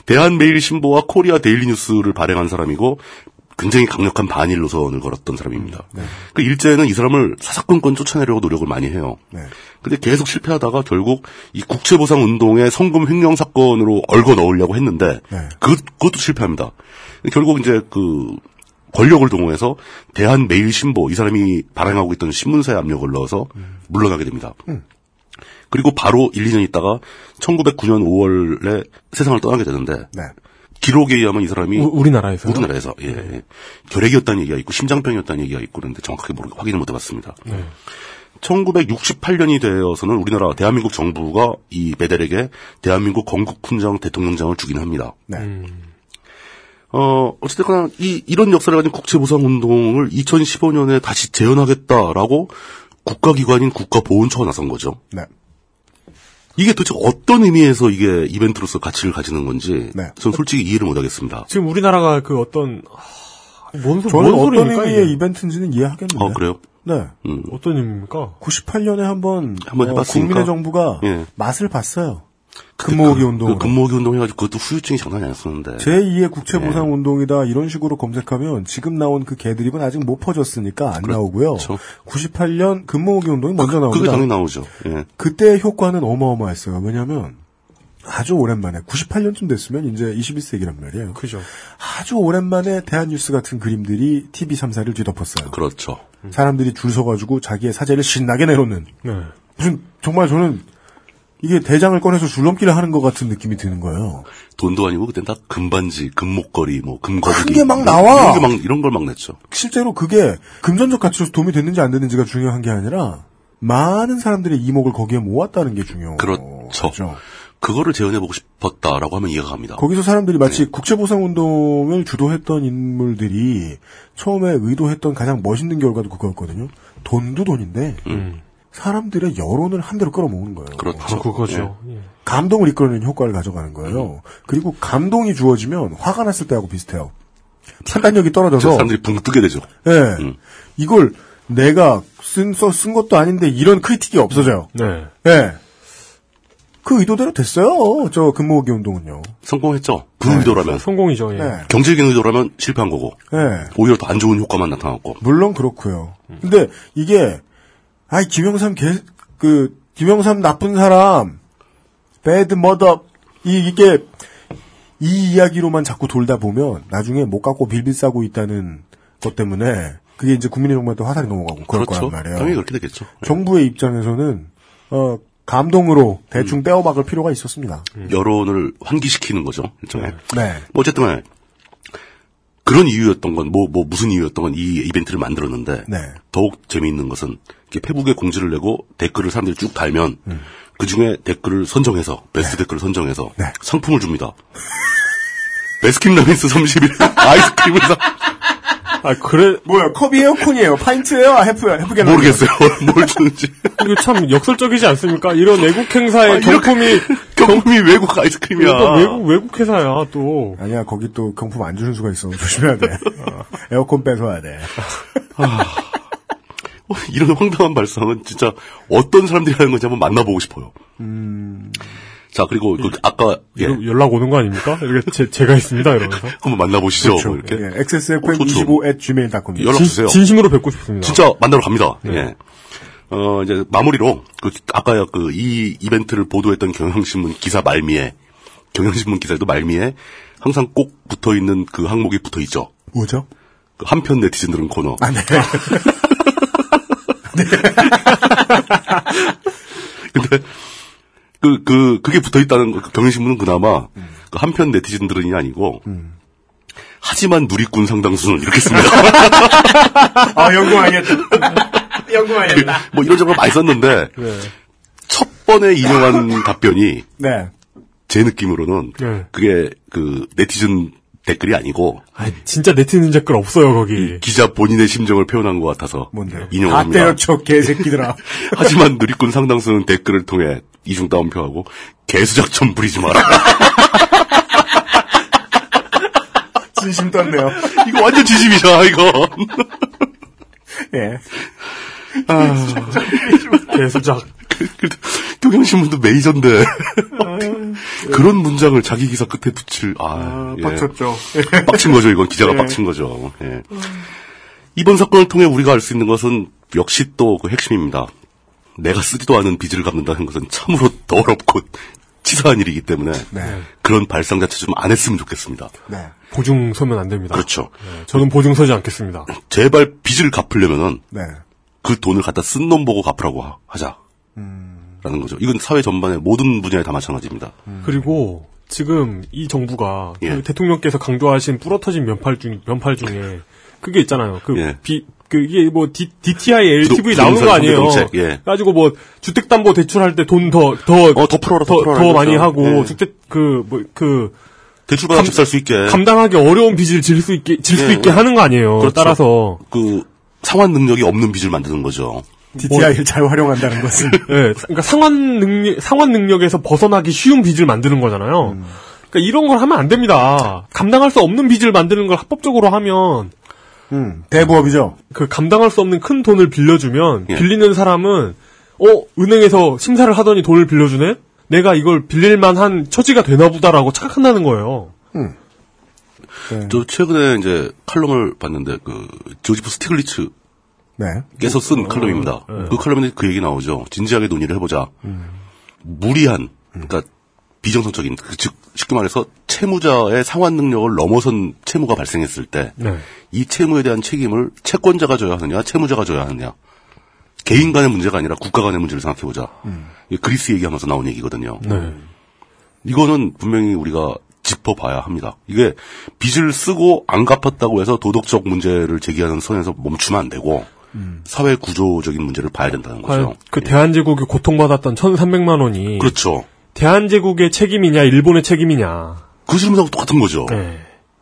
Speaker 4: 대한매일신보와 코리아 데일리뉴스를 발행한 사람이고 굉장히 강력한 반일 노선을 걸었던 사람입니다. 그 일제는 이 사람을 사사건건 쫓아내려고 노력을 많이 해요. 근데 계속 실패하다가 결국 이 국채보상 운동의 성금 횡령 사건으로 얽어 넣으려고 했는데 그, 그것도 실패합니다. 결국 이제 그 권력을 동원해서 대한매일신보 이 사람이 발행하고 있던 신문사에 압력을 넣어서 물러나게 됩니다. 그리고 바로 1, 2년 있다가 1909년 5월에 세상을 떠나게 되는데 기록에 의하면 이 사람이
Speaker 2: 네. 우- 우리나라에서요?
Speaker 4: 우리나라에서 예, 예. 결핵이었다는 얘기가 있고 심장병이었다는 얘기가 있고 그런데 정확하게 모르 확인을 못 해봤습니다.
Speaker 2: 네.
Speaker 4: 1968년이 되어서는 우리나라 대한민국 정부가 이 베델에게 대한민국 건국훈장 대통령장을 주긴 합니다.
Speaker 3: 네.
Speaker 4: 어, 어쨌든 이, 이런 역사를 가진 국채보상운동을 2015년에 다시 재현하겠다라고 국가기관인 국가보훈처가 나선 거죠.
Speaker 3: 네.
Speaker 4: 이게 도대체 어떤 의미에서 이게 이벤트로서 가치를 가지는 건지
Speaker 3: 네.
Speaker 4: 저는 솔직히 이해를 못하겠습니다.
Speaker 2: 지금 우리나라가 그 어떤 하, 뭔, 소,
Speaker 3: 저는
Speaker 2: 뭔
Speaker 3: 어떤
Speaker 2: 소리입니까?
Speaker 3: 의미의
Speaker 2: 이게?
Speaker 3: 이벤트인지는 이해하겠는데.
Speaker 4: 어, 그래요?
Speaker 3: 네.
Speaker 4: 음.
Speaker 2: 어떤 의미입니까?
Speaker 3: 98년에 한번 어,
Speaker 4: 한번 해봤으니까.
Speaker 3: 국민의 정부가
Speaker 4: 예.
Speaker 3: 맛을 봤어요. 근무오기 운동.
Speaker 4: 그 근무기 운동 해가지고 그것도 후유증이 장난이 아니었었는데.
Speaker 3: 제2의
Speaker 4: 예.
Speaker 3: 국채보상 운동이다 이런 식으로 검색하면 지금 나온 그 개드립은 아직 못 퍼졌으니까 안 나오고요. 98년 근무오기 운동이 먼저 나옵니다.
Speaker 4: 그렇죠. 그게 당연히 나오죠. 예.
Speaker 3: 그때의 효과는 어마어마했어요. 왜냐하면 아주 오랜만에 98년쯤 됐으면 이제 21세기란 말이에요.
Speaker 2: 그죠.
Speaker 3: 아주 오랜만에 대한뉴스 같은 그림들이 TV 3사를 뒤덮었어요.
Speaker 4: 그렇죠.
Speaker 3: 사람들이 줄 서가지고 자기의 사제를 신나게 내놓는
Speaker 2: 네.
Speaker 3: 무슨 정말 저는 이게 대장을 꺼내서 줄넘기를 하는 것 같은 느낌이 드는 거예요.
Speaker 4: 돈도 아니고 그땐 다 금반지, 금목걸이, 뭐 금거북이.
Speaker 3: 큰게막
Speaker 4: 이런-
Speaker 3: 나와.
Speaker 4: 이런 게 막- 이런 걸 막 냈죠.
Speaker 3: 실제로 그게 금전적 가치로서 도움이 됐는지 안 됐는지가 중요한 게 아니라 많은 사람들의 이목을 거기에 모았다는 게 중요해요.
Speaker 4: 그렇죠. 그거를 재현해보고 싶었다라고 하면 이해가 갑니다.
Speaker 3: 거기서 사람들이 마치
Speaker 4: 네.
Speaker 3: 국제보상운동을 주도했던 인물들이 처음에 의도했던 가장 멋있는 결과도 그거였거든요. 돈도 돈인데 사람들의 여론을 한 대로 끌어모으는 거예요.
Speaker 4: 음. 그렇죠.
Speaker 2: 바로 그거죠. 예.
Speaker 3: 감동을 이끌어내는 효과를 가져가는
Speaker 4: 음.
Speaker 3: 거예요. 그리고 감동이 주어지면 화가 났을 때하고 비슷해요. 판단력이
Speaker 4: 그래서
Speaker 3: 떨어져서
Speaker 4: 사람들이 음. 붕 뜨게 되죠.
Speaker 3: 예. 이걸 내가 쓴, 써, 쓴 것도 아닌데 이런 크리틱이 없어져요.
Speaker 2: 네.
Speaker 3: 예. 그 의도대로 됐어요. 저 근무기 운동은요.
Speaker 4: 성공했죠. 그 의도라면.
Speaker 2: 성공이죠. 예.
Speaker 3: 네.
Speaker 4: 경제적인 의도라면 실패한 거고.
Speaker 3: 예.
Speaker 4: 오히려 더 안 좋은 효과만 나타났고.
Speaker 3: 물론 그렇고요.
Speaker 4: 음.
Speaker 3: 근데 이게 아이 김영삼 개 그 김영삼 나쁜 사람 배드 머더 이 이게 이 이야기로만 자꾸 돌다 보면 나중에 못 갖고 빌빌 싸고 있다는 것 때문에 그게 이제 국민의 정부한테 화살이 넘어가고 그럴
Speaker 4: 그렇죠.
Speaker 3: 거란 말이에요.
Speaker 4: 당연히 그렇게 되겠죠. 예. 네.
Speaker 3: 정부의 입장에서는 어 감동으로
Speaker 4: 음.
Speaker 3: 대충 떼어박을 필요가 있었습니다.
Speaker 4: 여론을 환기시키는 거죠. 일종의.
Speaker 3: 네.
Speaker 4: 뭐 어쨌든 간에 그런 이유였던 건, 뭐, 뭐, 무슨 이유였던 건 이 이벤트를 만들었는데,
Speaker 3: 네.
Speaker 4: 더욱 재미있는 것은, 이렇게 페북에 공지를 내고 댓글을 사람들이 쭉 달면, 그 중에 댓글을 선정해서, 베스트 댓글을 선정해서, 상품을 줍니다. 베스킨라빈스 31 아이스크림을 사,
Speaker 2: 아, 그래,
Speaker 3: 뭐야 컵이에요 콘이에요 파인트예요 아, 해프요 해프게
Speaker 4: 모르겠어요. 뭘 주는지.
Speaker 2: 이거 참 역설적이지 않습니까? 이런 외국 행사의
Speaker 4: 아, 이렇게-
Speaker 2: 경품이
Speaker 4: 경품이 외국 아이스크림이야.
Speaker 2: 이거 외국 외국 회사야 또.
Speaker 3: 아니야 거기 또 경품 안 주는 수가 있어 조심해야 돼 어, 에어컨 뺏어야 돼
Speaker 4: 어, 이런 황당한 발상은 진짜 어떤 사람들이 하는 건지 한번 만나보고 싶어요. 자, 그리고 그 아까, 음. 예,
Speaker 2: 이거 연락 오는 거 아닙니까? 이렇게 제, 제가 있습니다 이러면서
Speaker 4: 한번 만나보시죠. 뭐 이렇게.
Speaker 3: 예, XSFM
Speaker 4: 좋죠.
Speaker 3: 25 at gmail.com
Speaker 4: 연락 주세요.
Speaker 2: 진, 심으로 뵙고 싶습니다.
Speaker 4: 진짜 만나러 갑니다. 예. 어, 이제 마무리로, 그, 아까 그, 이 이벤트를 보도했던 경향신문 기사 말미에, 경향신문 기사에도 말미에 항상 꼭 붙어 있는 그 항목이 붙어 있죠.
Speaker 3: 뭐죠?
Speaker 4: 그 한편 네티즌들은 코너.
Speaker 3: 아, 네.
Speaker 4: 근데, 그, 그, 그게 붙어 있다는 거, 그 경향신문은 그나마, 그 한편 네티즌들은이 아니고, 하지만 누리꾼 상당수는 이렇게 씁니다.
Speaker 3: 아, 연구 많이 했다. 연구 많이 했다.
Speaker 4: 뭐 이런 정보 많이 썼는데 첫 번에 인용한 답변이
Speaker 3: 네.
Speaker 4: 제 느낌으로는 그게 그 네티즌 댓글이 아니고
Speaker 2: 진짜 네티즌 댓글 없어요 거기.
Speaker 4: 기자 본인의 심정을 표현한 것 같아서 인용합니다.
Speaker 3: 다 때려쳐, 개새끼들아.
Speaker 4: 하지만 누리꾼 상당수는 댓글을 통해 이중 다운표하고 개수작전 부리지 마라.
Speaker 3: 진심 떴네요.
Speaker 4: 이거 완전 진심이잖아 이거.
Speaker 3: 예.
Speaker 2: 개수작.
Speaker 4: 경향신문도 그, 메이저인데 그런 문장을 자기 기사 끝에 붙일 아, 예.
Speaker 3: 빡쳤죠.
Speaker 4: 빡친 거죠 이건 기자가
Speaker 3: 예. 음.
Speaker 4: 빡친 거죠. 예. 이번 사건을 통해 우리가 알 수 있는 것은 역시 또 그 핵심입니다. 내가 쓰지도 않은 빚을 갚는다는 것은 참으로 더럽고 치사한 일이기 때문에
Speaker 2: 네.
Speaker 4: 그런 발상 자체 좀 안 했으면 좋겠습니다.
Speaker 3: 네.
Speaker 2: 보증 서면 안 됩니다.
Speaker 4: 그렇죠.
Speaker 2: 네, 저는 보증 서지 않겠습니다.
Speaker 4: 제발 빚을 갚으려면은
Speaker 3: 네.
Speaker 4: 그 돈을 갖다 쓴 놈 보고 갚으라고 하- 하자. 라는 거죠. 이건 사회 전반의 모든 분야에 다 마찬가지입니다.
Speaker 2: 음. 그리고 지금 이 정부가 그
Speaker 4: 음. 예.
Speaker 2: 대통령께서 강조하신 부러터진 면팔 중 면팔 중에 그게 있잖아요. 그
Speaker 4: 예.
Speaker 2: 비, 그 이게 뭐 D, DTI LTV
Speaker 4: 부동-
Speaker 2: 나오는 거
Speaker 4: 부동산
Speaker 2: 아니에요.
Speaker 4: 정책, 예.
Speaker 2: 가지고 뭐 주택담보 대출할 때 돈 더 더 더
Speaker 4: 풀어라, 더
Speaker 2: 더,
Speaker 4: 풀어라,
Speaker 2: 더
Speaker 4: 그렇죠.
Speaker 2: 많이 하고
Speaker 4: 예.
Speaker 2: 주택 그 뭐 그
Speaker 4: 대출받아
Speaker 2: 감-
Speaker 4: 집살 수 있게.
Speaker 2: 감당하기 어려운 빚을 질 수 있게 질 수
Speaker 4: 예,
Speaker 2: 있게
Speaker 4: 예.
Speaker 2: 하는 거 아니에요.
Speaker 4: 그렇죠.
Speaker 2: 따라서
Speaker 4: 그 상환 능력이 없는 빚을 만드는 거죠.
Speaker 3: DTI를 잘 활용한다는 것은.
Speaker 2: 예, 그러니까 상환 능력, 상환 능력에서 벗어나기 쉬운 빚을 만드는 거잖아요.
Speaker 4: 음.
Speaker 2: 그러니까 이런 걸 하면 안 됩니다. 감당할 수 없는 빚을 만드는 걸 합법적으로 하면
Speaker 3: 음, 대부업이죠.
Speaker 2: 그 감당할 수 없는 큰 돈을 빌려주면
Speaker 4: 예.
Speaker 2: 빌리는 사람은 어 은행에서 심사를 하더니 돈을 빌려주네. 내가 이걸 빌릴 만한 처지가 되나 보다라고 착각한다는 거예요. 네.
Speaker 4: 저 최근에 이제 칼럼을 봤는데 그 조지프 스티글리츠
Speaker 3: 네.
Speaker 4: 께서 쓴 칼럼입니다. 그 칼럼에 그 얘기 나오죠. 진지하게 논의를 해보자. 무리한, 그러니까 비정상적인, 그 즉, 쉽게 말해서 채무자의 상환 능력을 넘어선 채무가 발생했을 때,
Speaker 2: 네.
Speaker 4: 이 채무에 대한 책임을 채권자가 져야 하느냐, 채무자가 져야 하느냐. 개인 간의 문제가 아니라 국가 간의 문제를 생각해보자. 이게 그리스 얘기하면서 나온 얘기거든요.
Speaker 2: 음. 네.
Speaker 4: 이거는 분명히 우리가 짚어봐야 합니다. 이게 빚을 쓰고 안 갚았다고 해서 도덕적 문제를 제기하는 선에서 멈추면 안 되고 사회 구조적인 문제를 봐야 된다는
Speaker 2: 음. 과연
Speaker 4: 거죠. 예.
Speaker 2: 그 대한제국이 고통받았던 1,300만 원이
Speaker 4: 그렇죠. 그렇죠.
Speaker 2: 대한제국의 책임이냐 일본의 책임이냐.
Speaker 4: 그 질문하고 똑같은 거죠.
Speaker 2: 네.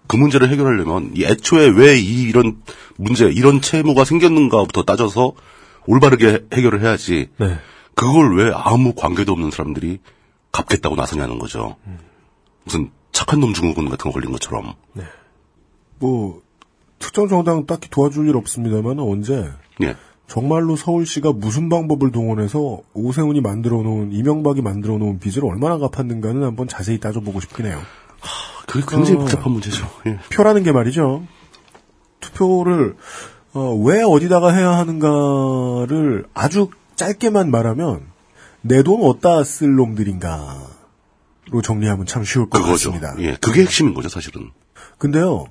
Speaker 4: 그 문제를 해결하려면 이 애초에 왜 이, 이런 문제, 이런 채무가 생겼는가부터 따져서 올바르게 해- 해결을 해야지
Speaker 2: 네.
Speaker 4: 그걸 왜 아무 관계도 없는 사람들이 갚겠다고 나서냐는 거죠. 무슨 착한 놈 증후군 같은 거 걸린 것처럼.
Speaker 3: 뭐, 특정 정당 딱히 도와줄 일 없습니다만 언제
Speaker 4: 예.
Speaker 3: 정말로 서울시가 무슨 방법을 동원해서 오세훈이 만들어 놓은, 이명박이 만들어 놓은 빚을 얼마나 갚았는가는 한번 자세히 따져보고 싶긴 해요.
Speaker 4: 그게 굉장히
Speaker 3: 어.
Speaker 4: 복잡한 문제죠. 예.
Speaker 3: 표라는 게 말이죠. 투표를, 어, 왜 어디다가 해야 하는가를 아주 짧게만 말하면 내 돈 어디다 쓸 놈들인가로 정리하면 참 쉬울 것
Speaker 4: 그거죠.
Speaker 3: 같습니다.
Speaker 4: 예, 그게 핵심인 거죠, 사실은.
Speaker 3: 근데요,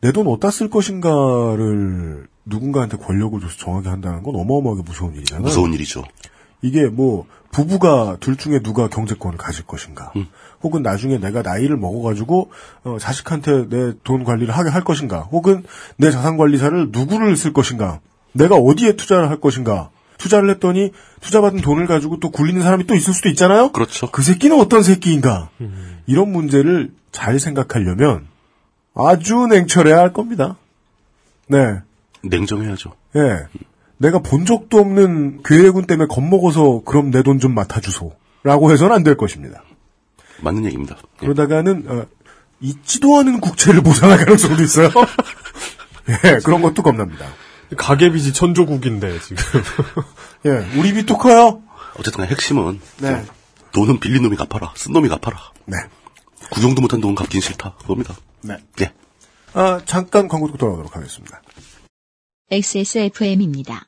Speaker 3: 내 돈 어디다 쓸 것인가를 누군가한테 권력을 줘서 정하게 한다는 건 어마어마하게 무서운 일이잖아요.
Speaker 4: 무서운 일이죠.
Speaker 3: 이게 뭐 부부가 둘 중에 누가 경제권을 가질 것인가,
Speaker 4: 음.
Speaker 3: 혹은 나중에 내가 나이를 먹어가지고 어, 자식한테 내 돈 관리를 하게 할 것인가, 혹은 내 자산 관리사를 누구를 쓸 것인가, 내가 어디에 투자를 할 것인가. 투자를 했더니 투자받은 돈을 가지고 또 굴리는 사람이 또 있을 수도 있잖아요.
Speaker 4: 그렇죠. 음.
Speaker 3: 그 새끼는 어떤 새끼인가. 이런 문제를 잘 생각하려면 아주 냉철해야 할 겁니다. 네.
Speaker 4: 냉정해야죠.
Speaker 3: 예. 내가 본 적도 없는 괴뢰군 때문에 겁먹어서 그럼 내 돈 좀 맡아주소. 라고 해서는 안 될 것입니다.
Speaker 4: 맞는 얘기입니다. 예.
Speaker 3: 그러다가는, 어, 있지도 않은 국채를 보상할 가능성도 있어요. 예, 그런 것도 겁납니다.
Speaker 2: 가계빚이 천조국인데 지금.
Speaker 3: 예, 우리 빚 또 커요?
Speaker 4: 어쨌든 간에 핵심은
Speaker 3: 네.
Speaker 4: 돈은 빌린 놈이 갚아라. 쓴 놈이 갚아라.
Speaker 3: 네.
Speaker 4: 구경도 못한 돈 갚긴 싫다. 그겁니다.
Speaker 3: 네.
Speaker 4: 예.
Speaker 3: 아, 잠깐 광고 듣고 돌아오도록 하겠습니다.
Speaker 10: XSFM입니다.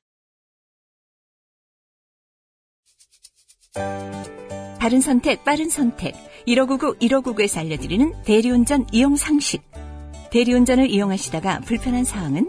Speaker 14: 바른 선택, 빠른 선택. 1599, 1599에서 알려드리는 대리운전 이용 상식. 대리운전을 이용하시다가 불편한 사항은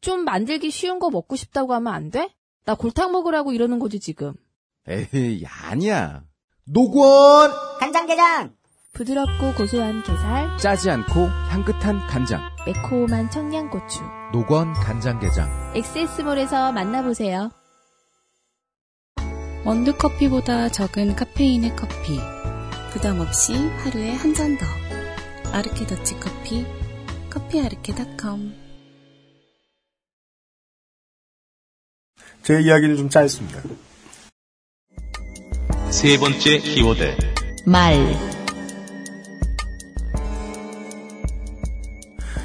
Speaker 5: 좀 만들기 쉬운 거 먹고 싶다고 하면 안 돼? 나 골탕 먹으라고 이러는 거지 지금.
Speaker 6: 에이, 아니야. 노건!
Speaker 15: 간장게장!
Speaker 16: 부드럽고 고소한 게살,
Speaker 6: 짜지 않고 향긋한 간장.
Speaker 16: 매콤한 청양고추.
Speaker 6: 노건 간장게장.
Speaker 16: 엑세스몰에서 만나보세요.
Speaker 11: 원두 커피보다 적은 카페인의 커피. 부담 없이 하루에 한 잔 더. 아르케 더치 커피. 커피아르케닷컴.
Speaker 3: 제 이야기는 좀 짧습니다.
Speaker 7: 세 번째 키워드.
Speaker 1: 말,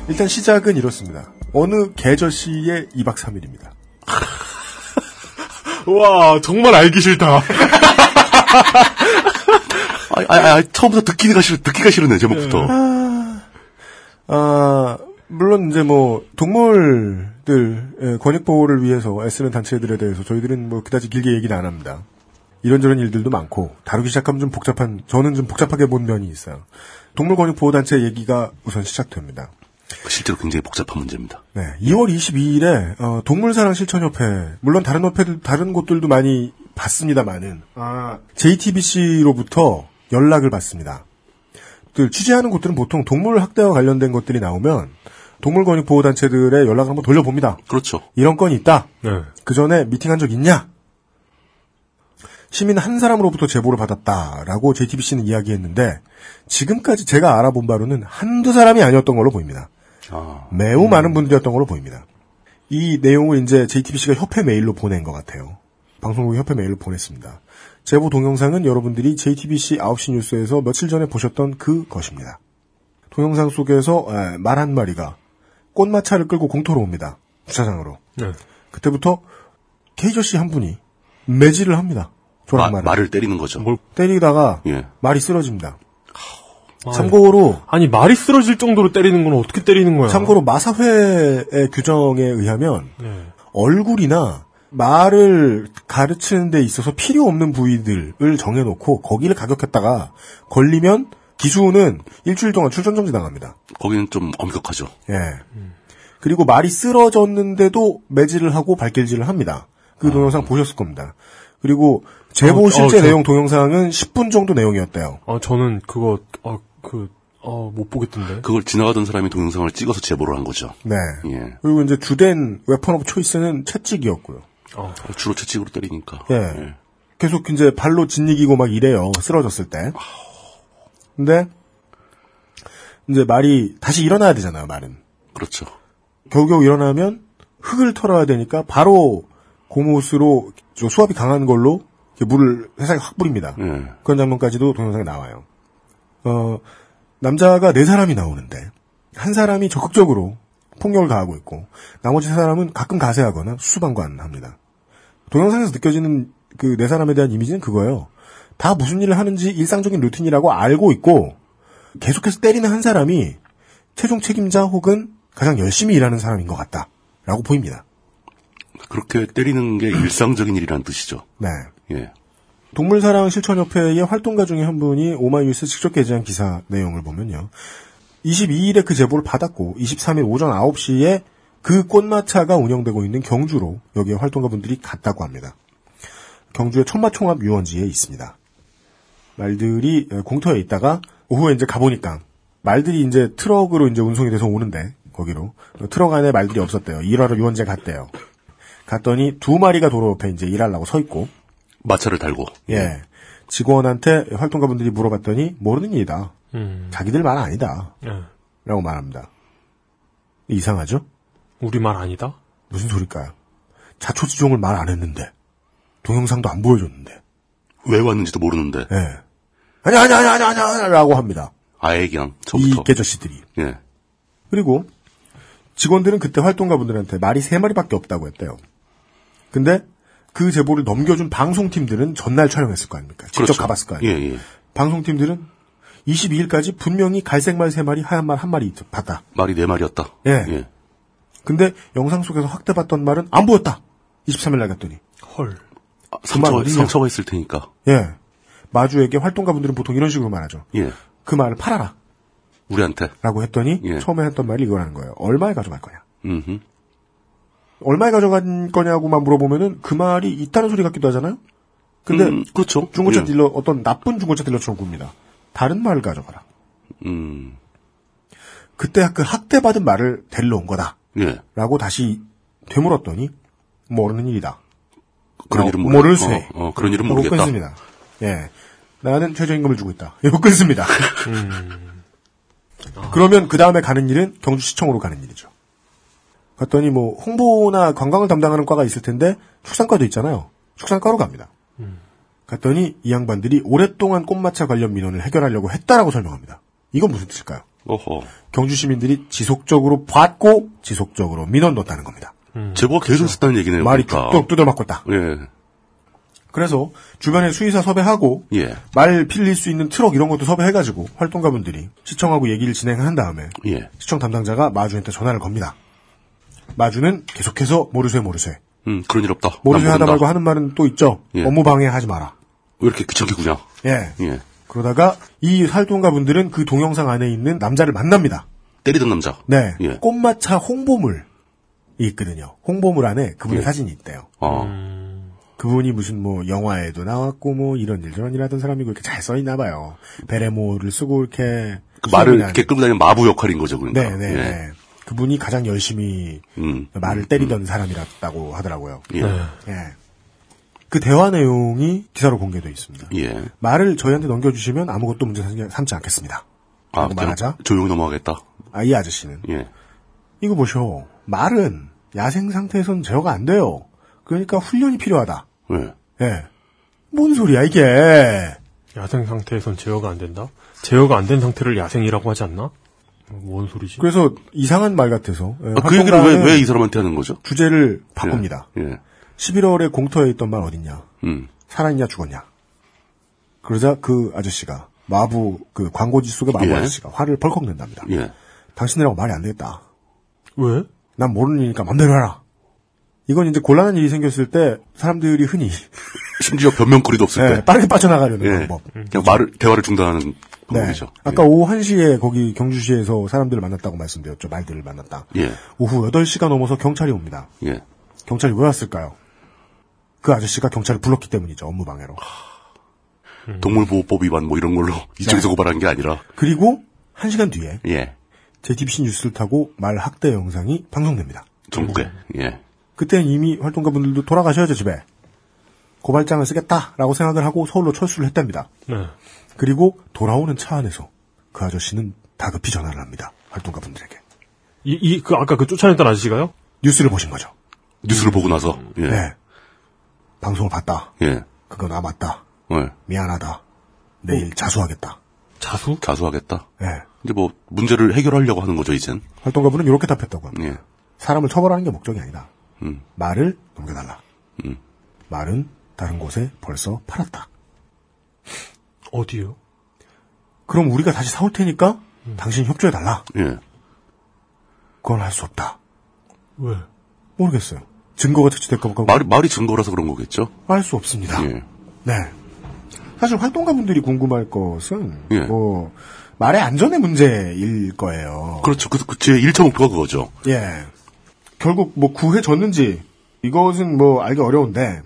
Speaker 3: 일단 시작은 이렇습니다. 어느 계절시의 2박 3일입니다.
Speaker 2: 와, 정말 알기 싫다.
Speaker 4: 아, 아, 아, 처음부터 듣기가 싫, 듣기가 싫으네, 제목부터.
Speaker 3: 아, 물론 이제 뭐 동물들 예, 권익 보호를 위해서 애쓰는 단체들에 대해서 저희들은 뭐 그다지 길게 얘기는 안 합니다. 이런저런 일들도 많고 다루기 시작하면 좀 복잡한 저는 좀 복잡하게 본 면이 있어요. 동물 권익 보호 단체 얘기가 우선 시작됩니다.
Speaker 4: 아, 실제로 굉장히 복잡한 문제입니다.
Speaker 3: 네, 2월 22일에 어, 동물사랑 실천협회 물론 다른 협회들 다른 곳들도 많이 봤습니다만은 아, JTBC로부터 연락을 받습니다. 그 취재하는 곳들은 보통 동물 학대와 관련된 것들이 나오면 동물 권익 보호 단체들의 연락을 한번 돌려봅니다.
Speaker 4: 그렇죠.
Speaker 3: 이런 건이 있다.
Speaker 2: 네.
Speaker 3: 그 전에 미팅한 적 있냐? 시민 한 사람으로부터 제보를 받았다라고 JTBC는 이야기했는데 지금까지 제가 알아본 바로는 한두 사람이 아니었던 걸로 보입니다.
Speaker 4: 아,
Speaker 3: 매우 많은 분들이었던 걸로 보입니다. 이 내용을 이제 JTBC가 협회 메일로 보낸 것 같아요. 방송국이 협회 메일로 보냈습니다. 제보 동영상은 여러분들이 JTBC 9시 뉴스에서 며칠 전에 보셨던 그 것입니다. 동영상 속에서 말 한 마리가 꽃마차를 끌고 공터로 옵니다. 주차장으로.
Speaker 2: 네.
Speaker 3: 그때부터 케이저 씨 한 분이 매질을 합니다.
Speaker 4: 마,
Speaker 3: 조란 말을.
Speaker 4: 말을 때리는 거죠.
Speaker 3: 때리다가
Speaker 4: 예.
Speaker 3: 말이 쓰러집니다. 참고로
Speaker 2: 아니 말이 쓰러질 정도로 때리는 건 어떻게 때리는 거야?
Speaker 3: 참고로 마사회의 규정에 의하면
Speaker 2: 네.
Speaker 3: 얼굴이나 말을 가르치는 데 있어서 필요 없는 부위들을 정해놓고 거기를 가격했다가 걸리면 기수는 일주일 동안 출전 정지 당합니다.
Speaker 4: 거기는 좀 엄격하죠.
Speaker 3: 예. 그리고 말이 쓰러졌는데도 매질을 하고 발길질을 합니다. 그 동영상 보셨을 겁니다. 그리고 제보
Speaker 2: 아. 어,
Speaker 3: 실제
Speaker 2: 어, 저-
Speaker 3: 내용 동영상은 10분 정도 내용이었대요.
Speaker 2: 아 저는 그거 어, 아그아못 보겠던데.
Speaker 4: 그걸 지나가던 사람이 동영상을 찍어서 제보를 한 거죠.
Speaker 3: 네.
Speaker 4: 예.
Speaker 3: 그리고 이제 주된 웨폰 오브 초이스는 채찍이었고요.
Speaker 4: 주로 채찍으로 때리니까.
Speaker 3: 예. 계속 이제 발로 짓이기고 막 이래요. 쓰러졌을 때. 근데 이제 말이 다시 일어나야 되잖아요. 말은.
Speaker 4: 그렇죠.
Speaker 3: 겨우겨우 일어나면 흙을 털어야 되니까 바로 고무옷으로 저 수압이 강한 걸로 이렇게 물을 세상에 확 뿌립니다.
Speaker 4: 예.
Speaker 3: 그런 장면까지도 동영상에 나와요. 어, 남자가 네 사람이 나오는데 한 사람이 적극적으로 폭력을 가하고 있고 나머지 세 사람은 가끔 가세하거나 수방관합니다. 동영상에서 느껴지는 그 네 사람에 대한 이미지는 그거예요. 다 무슨 일을 하는지 일상적인 루틴이라고 알고 있고 계속해서 때리는 한 사람이 최종 책임자 혹은 가장 열심히 일하는 사람인 것 같다라고 보입니다.
Speaker 4: 그렇게 때리는 게 일상적인 일이라는 뜻이죠.
Speaker 3: 네.
Speaker 4: 예.
Speaker 3: 동물사랑 실천협회의 활동가 중에 한 분이 오마이뉴스 직접 게재한 기사 내용을 보면요. 22일에 그 제보를 받았고 23일 오전 9시에 그 꽃마차가 운영되고 있는 경주로 여기에 활동가분들이 갔다고 합니다. 경주의 천마총합 유원지에 있습니다. 말들이 에, 공터에 있다가 오후에 이제 가보니까 말들이 이제 트럭으로 이제 운송이 돼서 오는데 거기로 트럭 안에 말들이 없었대요. 일하러 유원지에 갔대요. 갔더니 두 마리가 도로 옆에 이제 일하려고 서 있고
Speaker 4: 마차를 달고. 네.
Speaker 3: 예. 직원한테 활동가분들이 물어봤더니 모르는 일이다.
Speaker 2: 음.
Speaker 3: 자기들 말 아니다.
Speaker 2: 예.
Speaker 3: 라고 말합니다. 이상하죠?
Speaker 2: 우리 말 아니다.
Speaker 3: 무슨 소릴까요? 자초지종을 말 안 했는데 동영상도 안 보여줬는데
Speaker 4: 왜 왔는지도 모르는데.
Speaker 3: 예. 아니 아니 아니 아니 아니 아니라고 합니다.
Speaker 4: 아예 그냥
Speaker 3: 이
Speaker 4: 처음부터.
Speaker 3: 개저씨들이
Speaker 4: 예.
Speaker 3: 그리고 직원들은 그때 활동가분들한테 말이 세 마리밖에 없다고 했대요. 근데 그 제보를 넘겨준 방송팀들은 전날 촬영했을 거 아닙니까? 직접
Speaker 4: 그렇죠.
Speaker 3: 가봤을 거 아니에요.
Speaker 4: 예, 예.
Speaker 3: 방송팀들은 22일까지 분명히 갈색 말 3마리, 하얀 말 1마리 봤다.
Speaker 4: 말이 네 마리였다.
Speaker 3: 예. 근데 영상 속에서 확대받던 말은 안 보였다. 23일날 갔더니.
Speaker 2: 헐.
Speaker 3: 그만
Speaker 4: 상처,
Speaker 3: 어디냐?
Speaker 4: 상처가 있을 테니까.
Speaker 3: 예. 마주에게 활동가분들은 보통 이런 식으로 말하죠.
Speaker 4: 예.
Speaker 3: 그 말을 팔아라.
Speaker 4: 우리한테.
Speaker 3: 라고 했더니
Speaker 4: 예.
Speaker 3: 처음에 했던 말이 이거라는 거예요. 얼마에 가져갈 거냐.
Speaker 4: 음흠.
Speaker 3: 얼마에 가져간 거냐고만 물어보면은 그 말이 있다는 소리 같기도 하잖아요. 근데
Speaker 4: 음, 그렇죠.
Speaker 3: 중고차
Speaker 4: 예.
Speaker 3: 딜러 어떤 나쁜 중고차 딜러처럼 굽니다. 다른 말을 가져가라.
Speaker 4: 음.
Speaker 3: 그때 그 학대받은 말을 데리러 온 거다.
Speaker 4: 예.
Speaker 3: 라고 다시 되물었더니 뭐 모르는 일이다.
Speaker 4: 그런
Speaker 3: 어,
Speaker 4: 일은 모르-
Speaker 3: 모를 쇠.
Speaker 4: 어, 어, 그런 일은
Speaker 3: 라고
Speaker 4: 모르겠다.
Speaker 3: 끊습니다. 예. 나는 최저임금을 주고 있다. 이거 끊습니다.
Speaker 4: 음.
Speaker 3: 그러면 그 다음에 가는 일은 경주시청으로 가는 일이죠. 갔더니 뭐 홍보나 관광을 담당하는 과가 있을 텐데 축산과도 있잖아요. 축산과로 갑니다.
Speaker 4: 음.
Speaker 3: 갔더니 이 양반들이 오랫동안 꽃마차 관련 민원을 해결하려고 했다라고 설명합니다. 이건 무슨 뜻일까요?
Speaker 4: 어허.
Speaker 3: 경주 시민들이 지속적으로 받고 지속적으로 민원 넣었다는 겁니다.
Speaker 4: 제보가 계속 있었다는 얘기네요.
Speaker 3: 그렇죠. 말이
Speaker 4: 그러니까.
Speaker 3: 뚝뚝 두들맞고 있다.
Speaker 4: 예.
Speaker 3: 그래서 주변에 수의사 섭외하고
Speaker 4: 예.
Speaker 3: 말 필릴 수 있는 트럭 이런 것도 섭외해가지고 활동가분들이 시청하고 얘기를 진행한 다음에
Speaker 4: 예.
Speaker 3: 시청 담당자가 마주한테 전화를 겁니다. 마주는 계속해서 모르쇠 모르쇠
Speaker 4: 음, 그런 일 없다.
Speaker 3: 모르쇠
Speaker 4: 난
Speaker 3: 하다
Speaker 4: 모른다.
Speaker 3: 말고 하는 말은 또 있죠.
Speaker 4: 예.
Speaker 3: 업무 방해하지 마라.
Speaker 4: 왜 이렇게 귀찮게 구냐?
Speaker 3: 예.
Speaker 4: 예.
Speaker 3: 그러다가 이 활동가분들은 그 동영상 안에 있는 남자를 만납니다.
Speaker 4: 때리던 남자.
Speaker 3: 네.
Speaker 4: 예.
Speaker 3: 꽃마차 홍보물이 있거든요. 홍보물 안에 그분의
Speaker 4: 예.
Speaker 3: 사진이 있대요.
Speaker 4: 어.
Speaker 3: 그분이 무슨 뭐 영화에도 나왔고 뭐 이런 일저런 일 하던 사람이고 이렇게 잘 써 있나 봐요. 베레모를 쓰고 이렇게
Speaker 4: 그 말을
Speaker 3: 수염이나-
Speaker 4: 이렇게 끌고 다니는 마부 역할인 거죠, 그러니까.
Speaker 3: 네, 네,
Speaker 4: 예.
Speaker 3: 네. 그분이 가장 열심히
Speaker 4: 음.
Speaker 3: 말을 때리던 사람이라고 하더라고요.
Speaker 4: 예.
Speaker 3: 예. 그 대화 내용이 기사로 공개돼 있습니다.
Speaker 4: 예.
Speaker 3: 말을 저희한테 넘겨주시면 아무것도 문제 삼- 삼지 않겠습니다.
Speaker 4: 아,
Speaker 3: 라고
Speaker 4: 그냥
Speaker 3: 말하자.
Speaker 4: 조용히 넘어가겠다.
Speaker 3: 아, 이 아저씨는
Speaker 4: 예.
Speaker 3: 이거 보셔. 말은 야생 상태에서는 제어가 안 돼요. 그러니까 훈련이 필요하다.
Speaker 4: 예.
Speaker 3: 예. 뭔 소리야 이게?
Speaker 2: 야생 상태에선 제어가 안 된다? 제어가 안 된 상태를 야생이라고 하지 않나? 어, 뭔 소리지?
Speaker 3: 그래서 이상한 말 같아서 예,
Speaker 4: 아, 그 얘기를 왜, 왜 이 사람한테 하는 거죠?
Speaker 3: 주제를 바꿉니다.
Speaker 4: 예. 예.
Speaker 3: 11월에 공터에 있던 말 어딨냐?
Speaker 4: 음.
Speaker 3: 살아있냐 죽었냐? 그러자 그 아저씨가 마부 그 광고지 속의 마부
Speaker 4: 예.
Speaker 3: 아저씨가 화를 벌컥 낸답니다.
Speaker 4: 예.
Speaker 3: 당신이라고 말이 안 되겠다.
Speaker 2: 왜?
Speaker 3: 난 모르는 일이니까 맘대로 해라. 이건 이제 곤란한 일이 생겼을 때 사람들이 흔히
Speaker 4: 심지어 변명거리도 없을
Speaker 3: 예,
Speaker 4: 때.
Speaker 3: 빠르게 빠져나가려는
Speaker 4: 네. 예. 그렇죠.
Speaker 3: 방법. 네.
Speaker 4: 그냥 말을, 대화를 중단하는 방법이죠.
Speaker 3: 뭐.
Speaker 4: 예.
Speaker 3: 아까 오후 1시에 거기 경주시에서 사람들을 만났다고 말씀드렸죠. 말들을 만났다.
Speaker 4: 예.
Speaker 3: 오후 8시가 넘어서 경찰이 옵니다.
Speaker 4: 예.
Speaker 3: 경찰이 왜 왔을까요? 그 아저씨가 경찰을 불렀기 때문이죠. 업무방해로.
Speaker 4: 동물보호법 위반 뭐 이런 걸로
Speaker 2: 네.
Speaker 4: 이쪽에서 고발한 게 아니라.
Speaker 3: 그리고 1시간 뒤에
Speaker 4: 예.
Speaker 3: JTBC 뉴스를 타고 말 학대 영상이 방송됩니다.
Speaker 4: 전국에.
Speaker 2: 음.
Speaker 4: 예.
Speaker 3: 그때는 이미 활동가분들도 돌아가셔야죠. 집에. 고발장을 쓰겠다라고 생각을 하고 서울로 철수를 했답니다.
Speaker 2: 네.
Speaker 3: 그리고 돌아오는 차 안에서 그 아저씨는 다급히 전화를 합니다. 활동가분들에게.
Speaker 2: 이, 이, 그, 아까 그 쫓아냈던 아저씨가요?
Speaker 3: 뉴스를 보신 거죠.
Speaker 4: 뉴스를 보고 나서. 예.
Speaker 3: 네. 방송을 봤다.
Speaker 4: 예.
Speaker 3: 그건 아 맞다.
Speaker 4: 예.
Speaker 3: 미안하다. 내일 자수하겠다.
Speaker 2: 자수?
Speaker 4: 자수하겠다.
Speaker 3: 예.
Speaker 4: 이제 뭐, 문제를 해결하려고 하는 거죠, 이젠.
Speaker 3: 활동가분은 이렇게 답했다고 합니다.
Speaker 4: 예.
Speaker 3: 사람을 처벌하는 게 목적이 아니다.
Speaker 4: 음.
Speaker 3: 말을 넘겨달라.
Speaker 4: 음.
Speaker 3: 말은 다른 곳에 벌써 팔았다.
Speaker 2: 어디요?
Speaker 3: 그럼 우리가 다시 사올 테니까
Speaker 4: 음.
Speaker 3: 당신 협조해달라.
Speaker 4: 예.
Speaker 3: 그건 할 수 없다.
Speaker 2: 왜?
Speaker 3: 모르겠어요. 증거가 채취될까 볼까
Speaker 4: 말이, 말이 증거라서 그런 거겠죠?
Speaker 3: 알 수
Speaker 2: 아.
Speaker 3: 없습니다.
Speaker 4: 예.
Speaker 3: 네. 사실 활동가분들이 궁금할 것은
Speaker 4: 예.
Speaker 3: 뭐 말의 안전의 문제일 거예요.
Speaker 4: 그렇죠. 그, 그, 제 1차 목표가 그거죠.
Speaker 3: 예. 결국 뭐 구해졌는지 이것은 뭐 알기 어려운데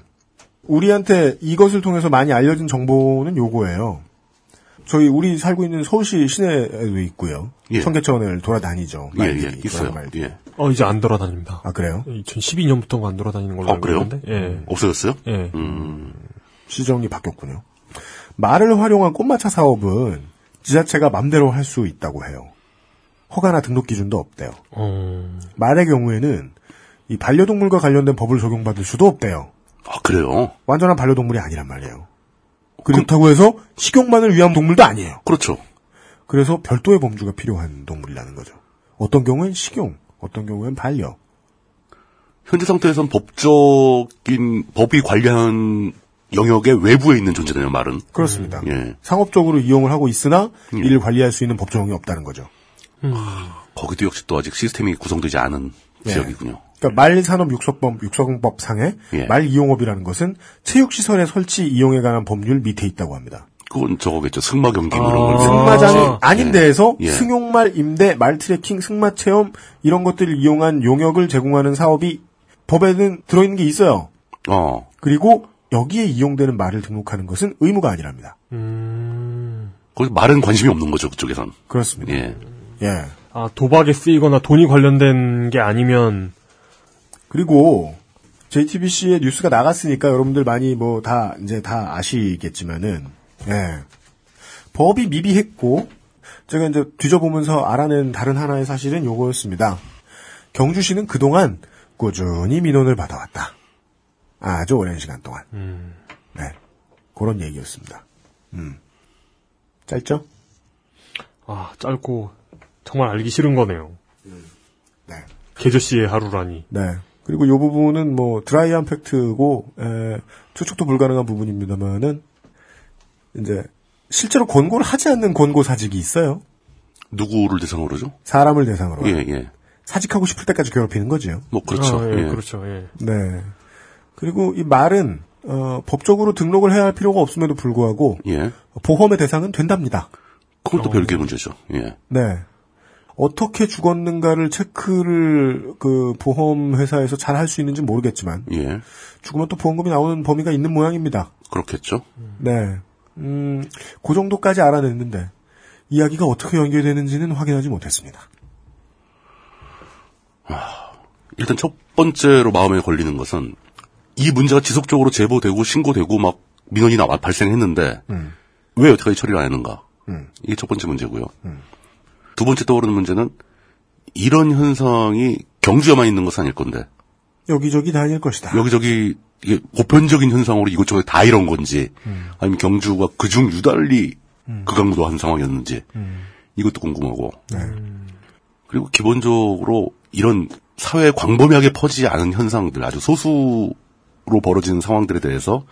Speaker 3: 우리한테 이것을 통해서 많이 알려진 정보는 요거예요. 저희 우리 살고 있는 서울시 시내에도 있고요.
Speaker 2: 예.
Speaker 3: 청계천을 돌아다니죠.
Speaker 2: 예,
Speaker 3: 말들이,
Speaker 2: 예, 있어요.
Speaker 3: 돌아다니는 말들이.
Speaker 2: 어, 이제 안 돌아다닙니다.
Speaker 3: 아 그래요?
Speaker 2: 2012년부터가 안 돌아다니는 걸로
Speaker 4: 아,
Speaker 2: 알고
Speaker 4: 그래요?
Speaker 2: 있는데. 예.
Speaker 4: 없어졌어요?
Speaker 2: 예.
Speaker 4: 음.
Speaker 3: 시정이 바뀌었군요. 말을 활용한 꽃마차 사업은 지자체가 맘대로 할 수 있다고 해요. 허가나 등록 기준도 없대요.
Speaker 2: 어.
Speaker 3: 말의 경우에는 이 반려동물과 관련된 법을 적용받을 수도 없대요.
Speaker 4: 아, 그래요?
Speaker 3: 완전한 반려동물이 아니란 말이에요. 그렇다고 해서 식용만을 위한 동물도 아니에요.
Speaker 4: 그렇죠.
Speaker 3: 그래서 별도의 범주가 필요한 동물이라는 거죠. 어떤 경우엔 식용, 어떤 경우엔 반려.
Speaker 4: 현재 상태에선 법적인, 법이 관리한 영역의 외부에 있는 존재라는 말은
Speaker 3: 그렇습니다.
Speaker 4: 예.
Speaker 3: 상업적으로 이용을 하고 있으나
Speaker 4: 예.
Speaker 3: 이를 관리할 수 있는 법조항이 없다는 거죠.
Speaker 4: 거기도 역시 또 아직 시스템이 구성되지 않은
Speaker 2: 네.
Speaker 3: 예.
Speaker 4: 지역이군요.
Speaker 3: 그러니까 말산업 육성법 육성법 상에
Speaker 4: 예.
Speaker 3: 말 이용업이라는 것은 체육 시설의 설치 이용에 관한 법률 밑에 있다고 합니다.
Speaker 4: 그건 저거겠죠. 승마 경기 뭐 이런
Speaker 3: 아.
Speaker 4: 거.
Speaker 3: 승마장이 아닌 데에서
Speaker 4: 예.
Speaker 3: 승용말 임대, 말 트레킹, 승마 체험 이런 것들을 이용한 용역을 제공하는 사업이 법에는 들어있는 게 있어요.
Speaker 4: 어.
Speaker 3: 그리고 여기에 이용되는 말을 등록하는 것은 의무가 아니랍니다.
Speaker 4: 거기 말은 관심이 없는 거죠 그쪽에선.
Speaker 3: 그렇습니다.
Speaker 4: 예.
Speaker 3: 예.
Speaker 2: 아, 도박에 쓰이거나 돈이 관련된 게 아니면
Speaker 3: 그리고 JTBC의 뉴스가 나갔으니까 여러분들 많이 뭐 다 이제 다 아시겠지만은 예. 법이 미비했고 제가 이제 뒤져보면서 알아낸 다른 하나의 사실은 요거였습니다. 경주시는 그동안 꾸준히 민원을 받아왔다. 아주 오랜 시간 동안. 네. 그런 얘기였습니다. 음. 짧죠?
Speaker 2: 아, 짧고 정말 알기 싫은 거네요.
Speaker 3: 네.
Speaker 2: 계조 씨의 하루라니.
Speaker 3: 네. 그리고 요 부분은 뭐 드라이한 팩트고 에, 추측도 불가능한 부분입니다만은 이제 실제로 권고를 하지 않는 권고 사직이 있어요.
Speaker 4: 누구를 대상으로죠?
Speaker 2: 어.
Speaker 3: 사람을 대상으로
Speaker 4: 예, 예.
Speaker 3: 사직하고 싶을 때까지 괴롭히는 거지요.
Speaker 4: 뭐 그렇죠.
Speaker 2: 아, 예,
Speaker 4: 예.
Speaker 2: 그렇죠. 예.
Speaker 3: 네. 그리고 이 말은 어, 법적으로 등록을 해야 할 필요가 없음에도 불구하고
Speaker 4: 예.
Speaker 3: 보험의 대상은 된답니다.
Speaker 4: 그것도
Speaker 2: 어.
Speaker 4: 별개의 문제죠. 예.
Speaker 3: 네. 어떻게 죽었는가를 체크를 그 보험 회사에서 잘 할 수 있는지 모르겠지만
Speaker 4: 예.
Speaker 3: 죽으면 또 보험금이 나오는 범위가 있는 모양입니다.
Speaker 4: 그렇겠죠.
Speaker 3: 네. 음, 그 정도까지 알아냈는데, 이야기가 어떻게 연결되는지는 확인하지 못했습니다.
Speaker 4: 일단 첫 번째로 마음에 걸리는 것은 이 문제가 지속적으로 제보되고 신고되고 막 민원이 나 발생했는데
Speaker 3: 음.
Speaker 4: 왜 여태까지 처리를 안 했는가?
Speaker 3: 음.
Speaker 4: 이게 첫 번째 문제고요. 두 번째 떠오르는 문제는 이런 현상이 경주에만 있는 것은 아닐 건데
Speaker 3: 여기저기 다닐 것이다.
Speaker 4: 여기저기 이게 보편적인 현상으로 이곳저곳 다 이런 건지 아니면 경주가 그중 유달리 극강무도한 상황이었는지 이것도 궁금하고 그리고 기본적으로 이런 사회에 광범위하게 퍼지지 않은 현상들 아주 소수로 벌어지는 상황들에 대해서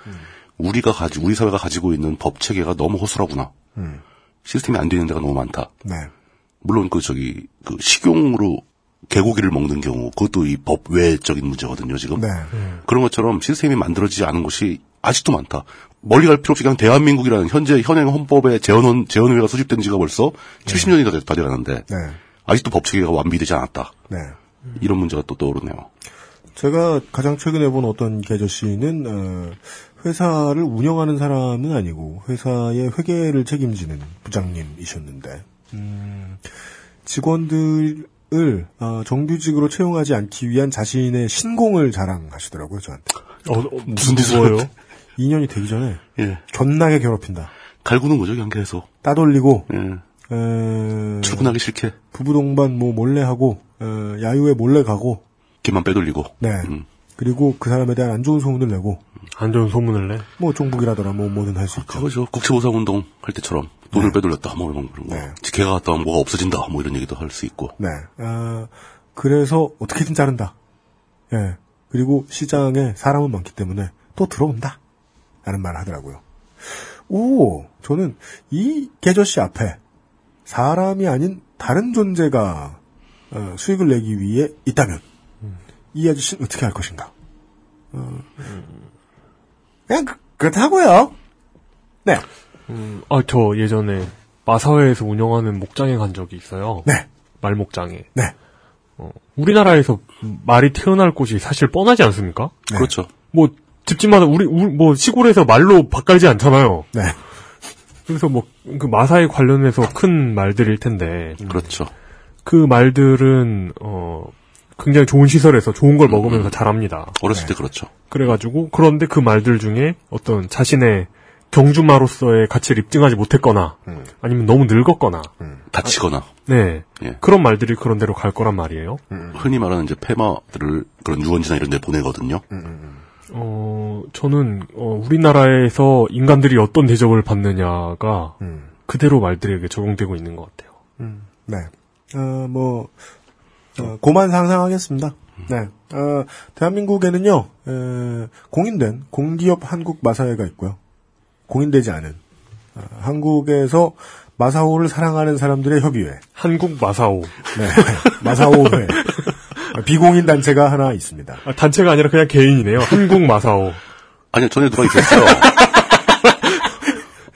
Speaker 4: 우리가 가지 우리 사회가 가지고 있는 법 체계가 너무 허술하구나
Speaker 3: 음.
Speaker 4: 시스템이 안 되는 데가 너무 많다
Speaker 3: 네.
Speaker 4: 물론 그 저기 그 식용으로 개고기를 먹는 경우 그것도 이 법 외적인 문제거든요 지금
Speaker 3: 네.
Speaker 4: 그런 것처럼 시스템이 만들어지지 않은 곳이 아직도 많다. 멀리 갈 필요 없이 그냥 대한민국이라는 현재 현행 헌법의 재헌 재헌회가 수집된 지가 벌써 70년이 다, 됐- 다 돼가는데
Speaker 3: 네.
Speaker 4: 아직도 법 체계가 완비되지 않았다.
Speaker 3: 네.
Speaker 4: 이런 문제가 또 떠오르네요.
Speaker 3: 제가 가장 최근에 본 어떤 계저씨는, 어, 회사를 운영하는 사람은 아니고, 회사의 회계를 책임지는 부장님이셨는데, 음, 직원들을, 어, 정규직으로 채용하지 않기 위한 자신의 신공을 자랑하시더라고요, 저한테.
Speaker 2: 뭐,
Speaker 4: 무슨 짓을
Speaker 2: 어, 무서워요?
Speaker 4: 하는데?
Speaker 3: 2년이 되기 전에,
Speaker 4: 예,
Speaker 3: 존나게 괴롭힌다.
Speaker 4: 갈구는 거죠 경계에서.
Speaker 3: 따돌리고,
Speaker 4: 예,
Speaker 3: 에,
Speaker 4: 출근하기 싫게
Speaker 3: 부부 동반 뭐 몰래 하고 어, 야유회 몰래 가고
Speaker 4: 귀만 빼돌리고.
Speaker 3: 네
Speaker 4: 음.
Speaker 3: 그리고 그 사람에 대한 안 좋은 소문을 내고
Speaker 2: 안 좋은 소문을 내.
Speaker 3: 뭐 종북이라더라 뭐 뭐든 할 수 있죠.
Speaker 4: 그거죠. 국채보상 운동 할 때처럼 돈을 빼돌렸다 뭐 이런 그런 거.
Speaker 3: 네.
Speaker 4: 개가 갔다 오면 뭐가 없어진다 뭐 이런 얘기도 할 수 있고.
Speaker 3: 네 아, 그래서 어떻게든 자른다. 예 그리고 시장에 사람은 많기 때문에 또 들어온다. 라는 말을 하더라고요. 오 저는 이 개저씨 앞에 사람이 아닌 다른 존재가 어, 수익을 내기 위해 있다면 이 아저씨는 어떻게 할 것인가? 어, 그냥 그, 그렇다고요. 네,
Speaker 2: 음, 아, 저 예전에 마사회에서 운영하는 목장에 간 적이 있어요.
Speaker 3: 네.
Speaker 2: 말 목장에.
Speaker 3: 네.
Speaker 2: 어, 우리나라에서 말이 태어날 곳이 사실 뻔하지 않습니까?
Speaker 4: 그렇죠.
Speaker 2: 뭐 집집마다 우리 우- 뭐 시골에서 말로 바깔지 않잖아요.
Speaker 3: 네.
Speaker 2: 그래서 뭐 그 마사에 관련해서 큰 말들일 텐데
Speaker 4: 그렇죠.
Speaker 2: 그 말들은 어 굉장히 좋은 시설에서 좋은 걸 먹으면서 자랍니다.
Speaker 4: 어렸을 때 그렇죠.
Speaker 2: 그래가지고 그런데 그 말들 중에 어떤 자신의 경주마로서의 가치를 입증하지 못했거나 아니면 너무 늙었거나
Speaker 4: 다치거나
Speaker 2: 네
Speaker 4: 예.
Speaker 2: 그런 말들이 그런 대로 갈 거란 말이에요.
Speaker 4: 흔히 말하는 이제 폐마들을 그런 유원지나 이런 데 보내거든요.
Speaker 3: 음.
Speaker 2: 어 저는 어, 우리나라에서 인간들이 어떤 대접을 받느냐가 그대로 말들에게 적용되고 있는 것 같아요.
Speaker 3: 네. 어, 뭐 어, 고만 상상하겠습니다. 네. 어, 대한민국에는요, 에, 공인된 공기업 한국 마사회가 있고요. 공인되지 않은, 어, 한국에서 마사오를 사랑하는 사람들의 협의회.
Speaker 2: 한국 마사오.
Speaker 3: 네. 마사오회. 비공인 단체가 하나 있습니다.
Speaker 2: 아, 단체가 아니라 그냥 개인이네요. 한국 마사오.
Speaker 4: 아니요, 전에 누가 있었죠.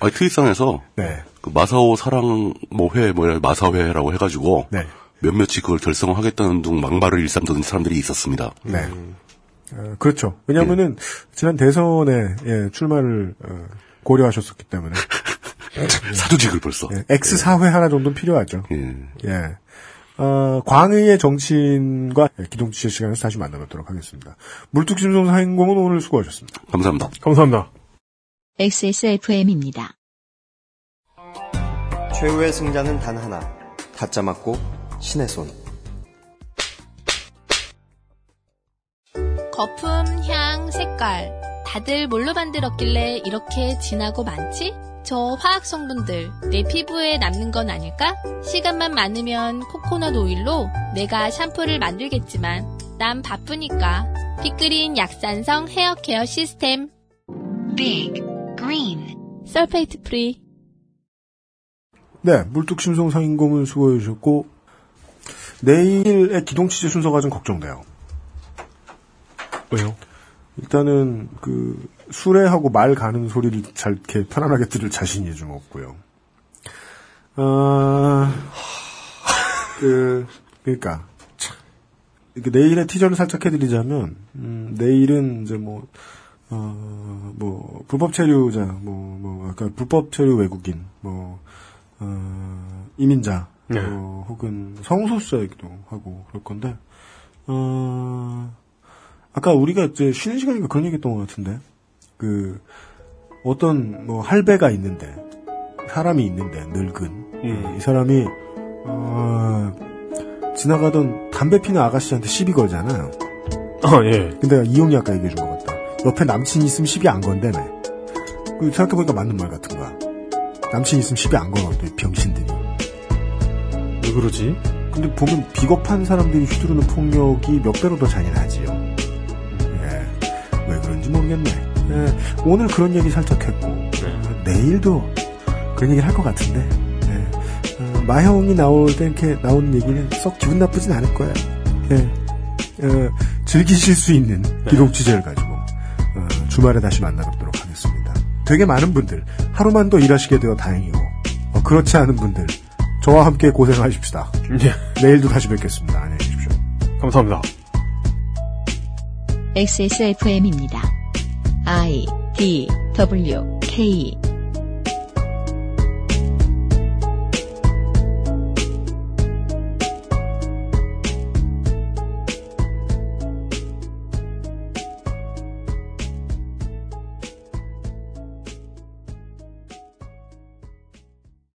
Speaker 4: 아니, 트윗상에서
Speaker 3: 네.
Speaker 4: 그 마사오 사랑 뭐회 뭐야 마사회라고 해가지고
Speaker 3: 네.
Speaker 4: 몇몇이 그걸 결성하겠다는 둥 막말을 일삼던 사람들이 있었습니다.
Speaker 3: 네. 어, 그렇죠. 왜냐면은, 지난 대선에, 예, 출마를, 어, 고려하셨었기 때문에. 예,
Speaker 4: 사조직을 벌써.
Speaker 3: 네. X사회 하나 정도는 필요하죠.
Speaker 4: 예.
Speaker 3: 예. 어, 광의의 정치인과 기동지의 시간에서 다시 만나뵙도록 하겠습니다. 물뚝심송 사인공은 오늘 수고하셨습니다.
Speaker 4: 감사합니다.
Speaker 2: 감사합니다.
Speaker 10: XSFM입니다.
Speaker 9: 최후의 승자는 단 하나. 타짜 맞고 신의 손.
Speaker 5: 거품, 향, 색깔. 다들 뭘로 만들었길래 이렇게 진하고 많지? 저 화학 성분들 내 피부에 남는 건 아닐까? 시간만 많으면 코코넛 오일로 내가 샴푸를 만들겠지만 난 바쁘니까 피크린 약산성 헤어 케어 시스템
Speaker 10: Big Green
Speaker 5: 설페이트 프리
Speaker 3: 네, 물뚝심송 사인공은 수고해주셨고, 내일의 기동치즈 순서가 좀 걱정돼요.
Speaker 2: 왜요?
Speaker 3: 일단은, 그, 수레하고 말 가는 소리를 잘, 이렇게 편안하게 들을 자신이 좀 없고요. 아, 그, 그니까, 참. 이렇게 내일의 티저를 살짝 해드리자면, 음, 내일은 이제 뭐, 어, 뭐, 불법 체류자, 뭐, 뭐, 아까 불법 체류 외국인, 뭐, 어, 이민자,
Speaker 2: 네.
Speaker 3: 어, 혹은 성소수자 얘기도 하고 그럴 건데, 어, 아까 우리가 이제 쉬는 시간인가 그런 얘기 했던 것 같은데, 그, 어떤 뭐 할배가 있는데, 사람이 있는데, 늙은. 이 사람이, 어, 지나가던 담배 피는 아가씨한테 시비 걸잖아요.
Speaker 2: 아, 예.
Speaker 3: 근데 이용이 아까 얘기해준 것 같다. 옆에 남친이 있으면 시비 안 건대네. 그 생각해보니까 맞는 말 같은 거야. 남친이 있으면 시비 안 걸어도 이 병신들이.
Speaker 2: 왜 그러지?
Speaker 3: 근데 보면 비겁한 사람들이 휘두르는 폭력이 몇 배로 더 잔인하지요. 예. 왜 그런지 모르겠네. 예. 오늘 그런 얘기 살짝 했고,
Speaker 2: 네.
Speaker 3: 어, 내일도 그런 얘기를 할 것 같은데, 예. 어, 마형이 나올 때 이렇게 나오는 얘기는 썩 기분 나쁘진 않을 거야. 예. 어, 즐기실 수 있는 기록 취재를 가지고, 어, 주말에 다시 만나뵙도록 하겠습니다. 되게 많은 분들, 하루만 더 일하시게 되어 다행이고, 어, 그렇지 않은 분들, 저와 함께 고생하십시다. 내일도 다시 뵙겠습니다. 안녕히 계십시오.
Speaker 2: 예. 감사합니다.
Speaker 10: XSFM입니다. I D W K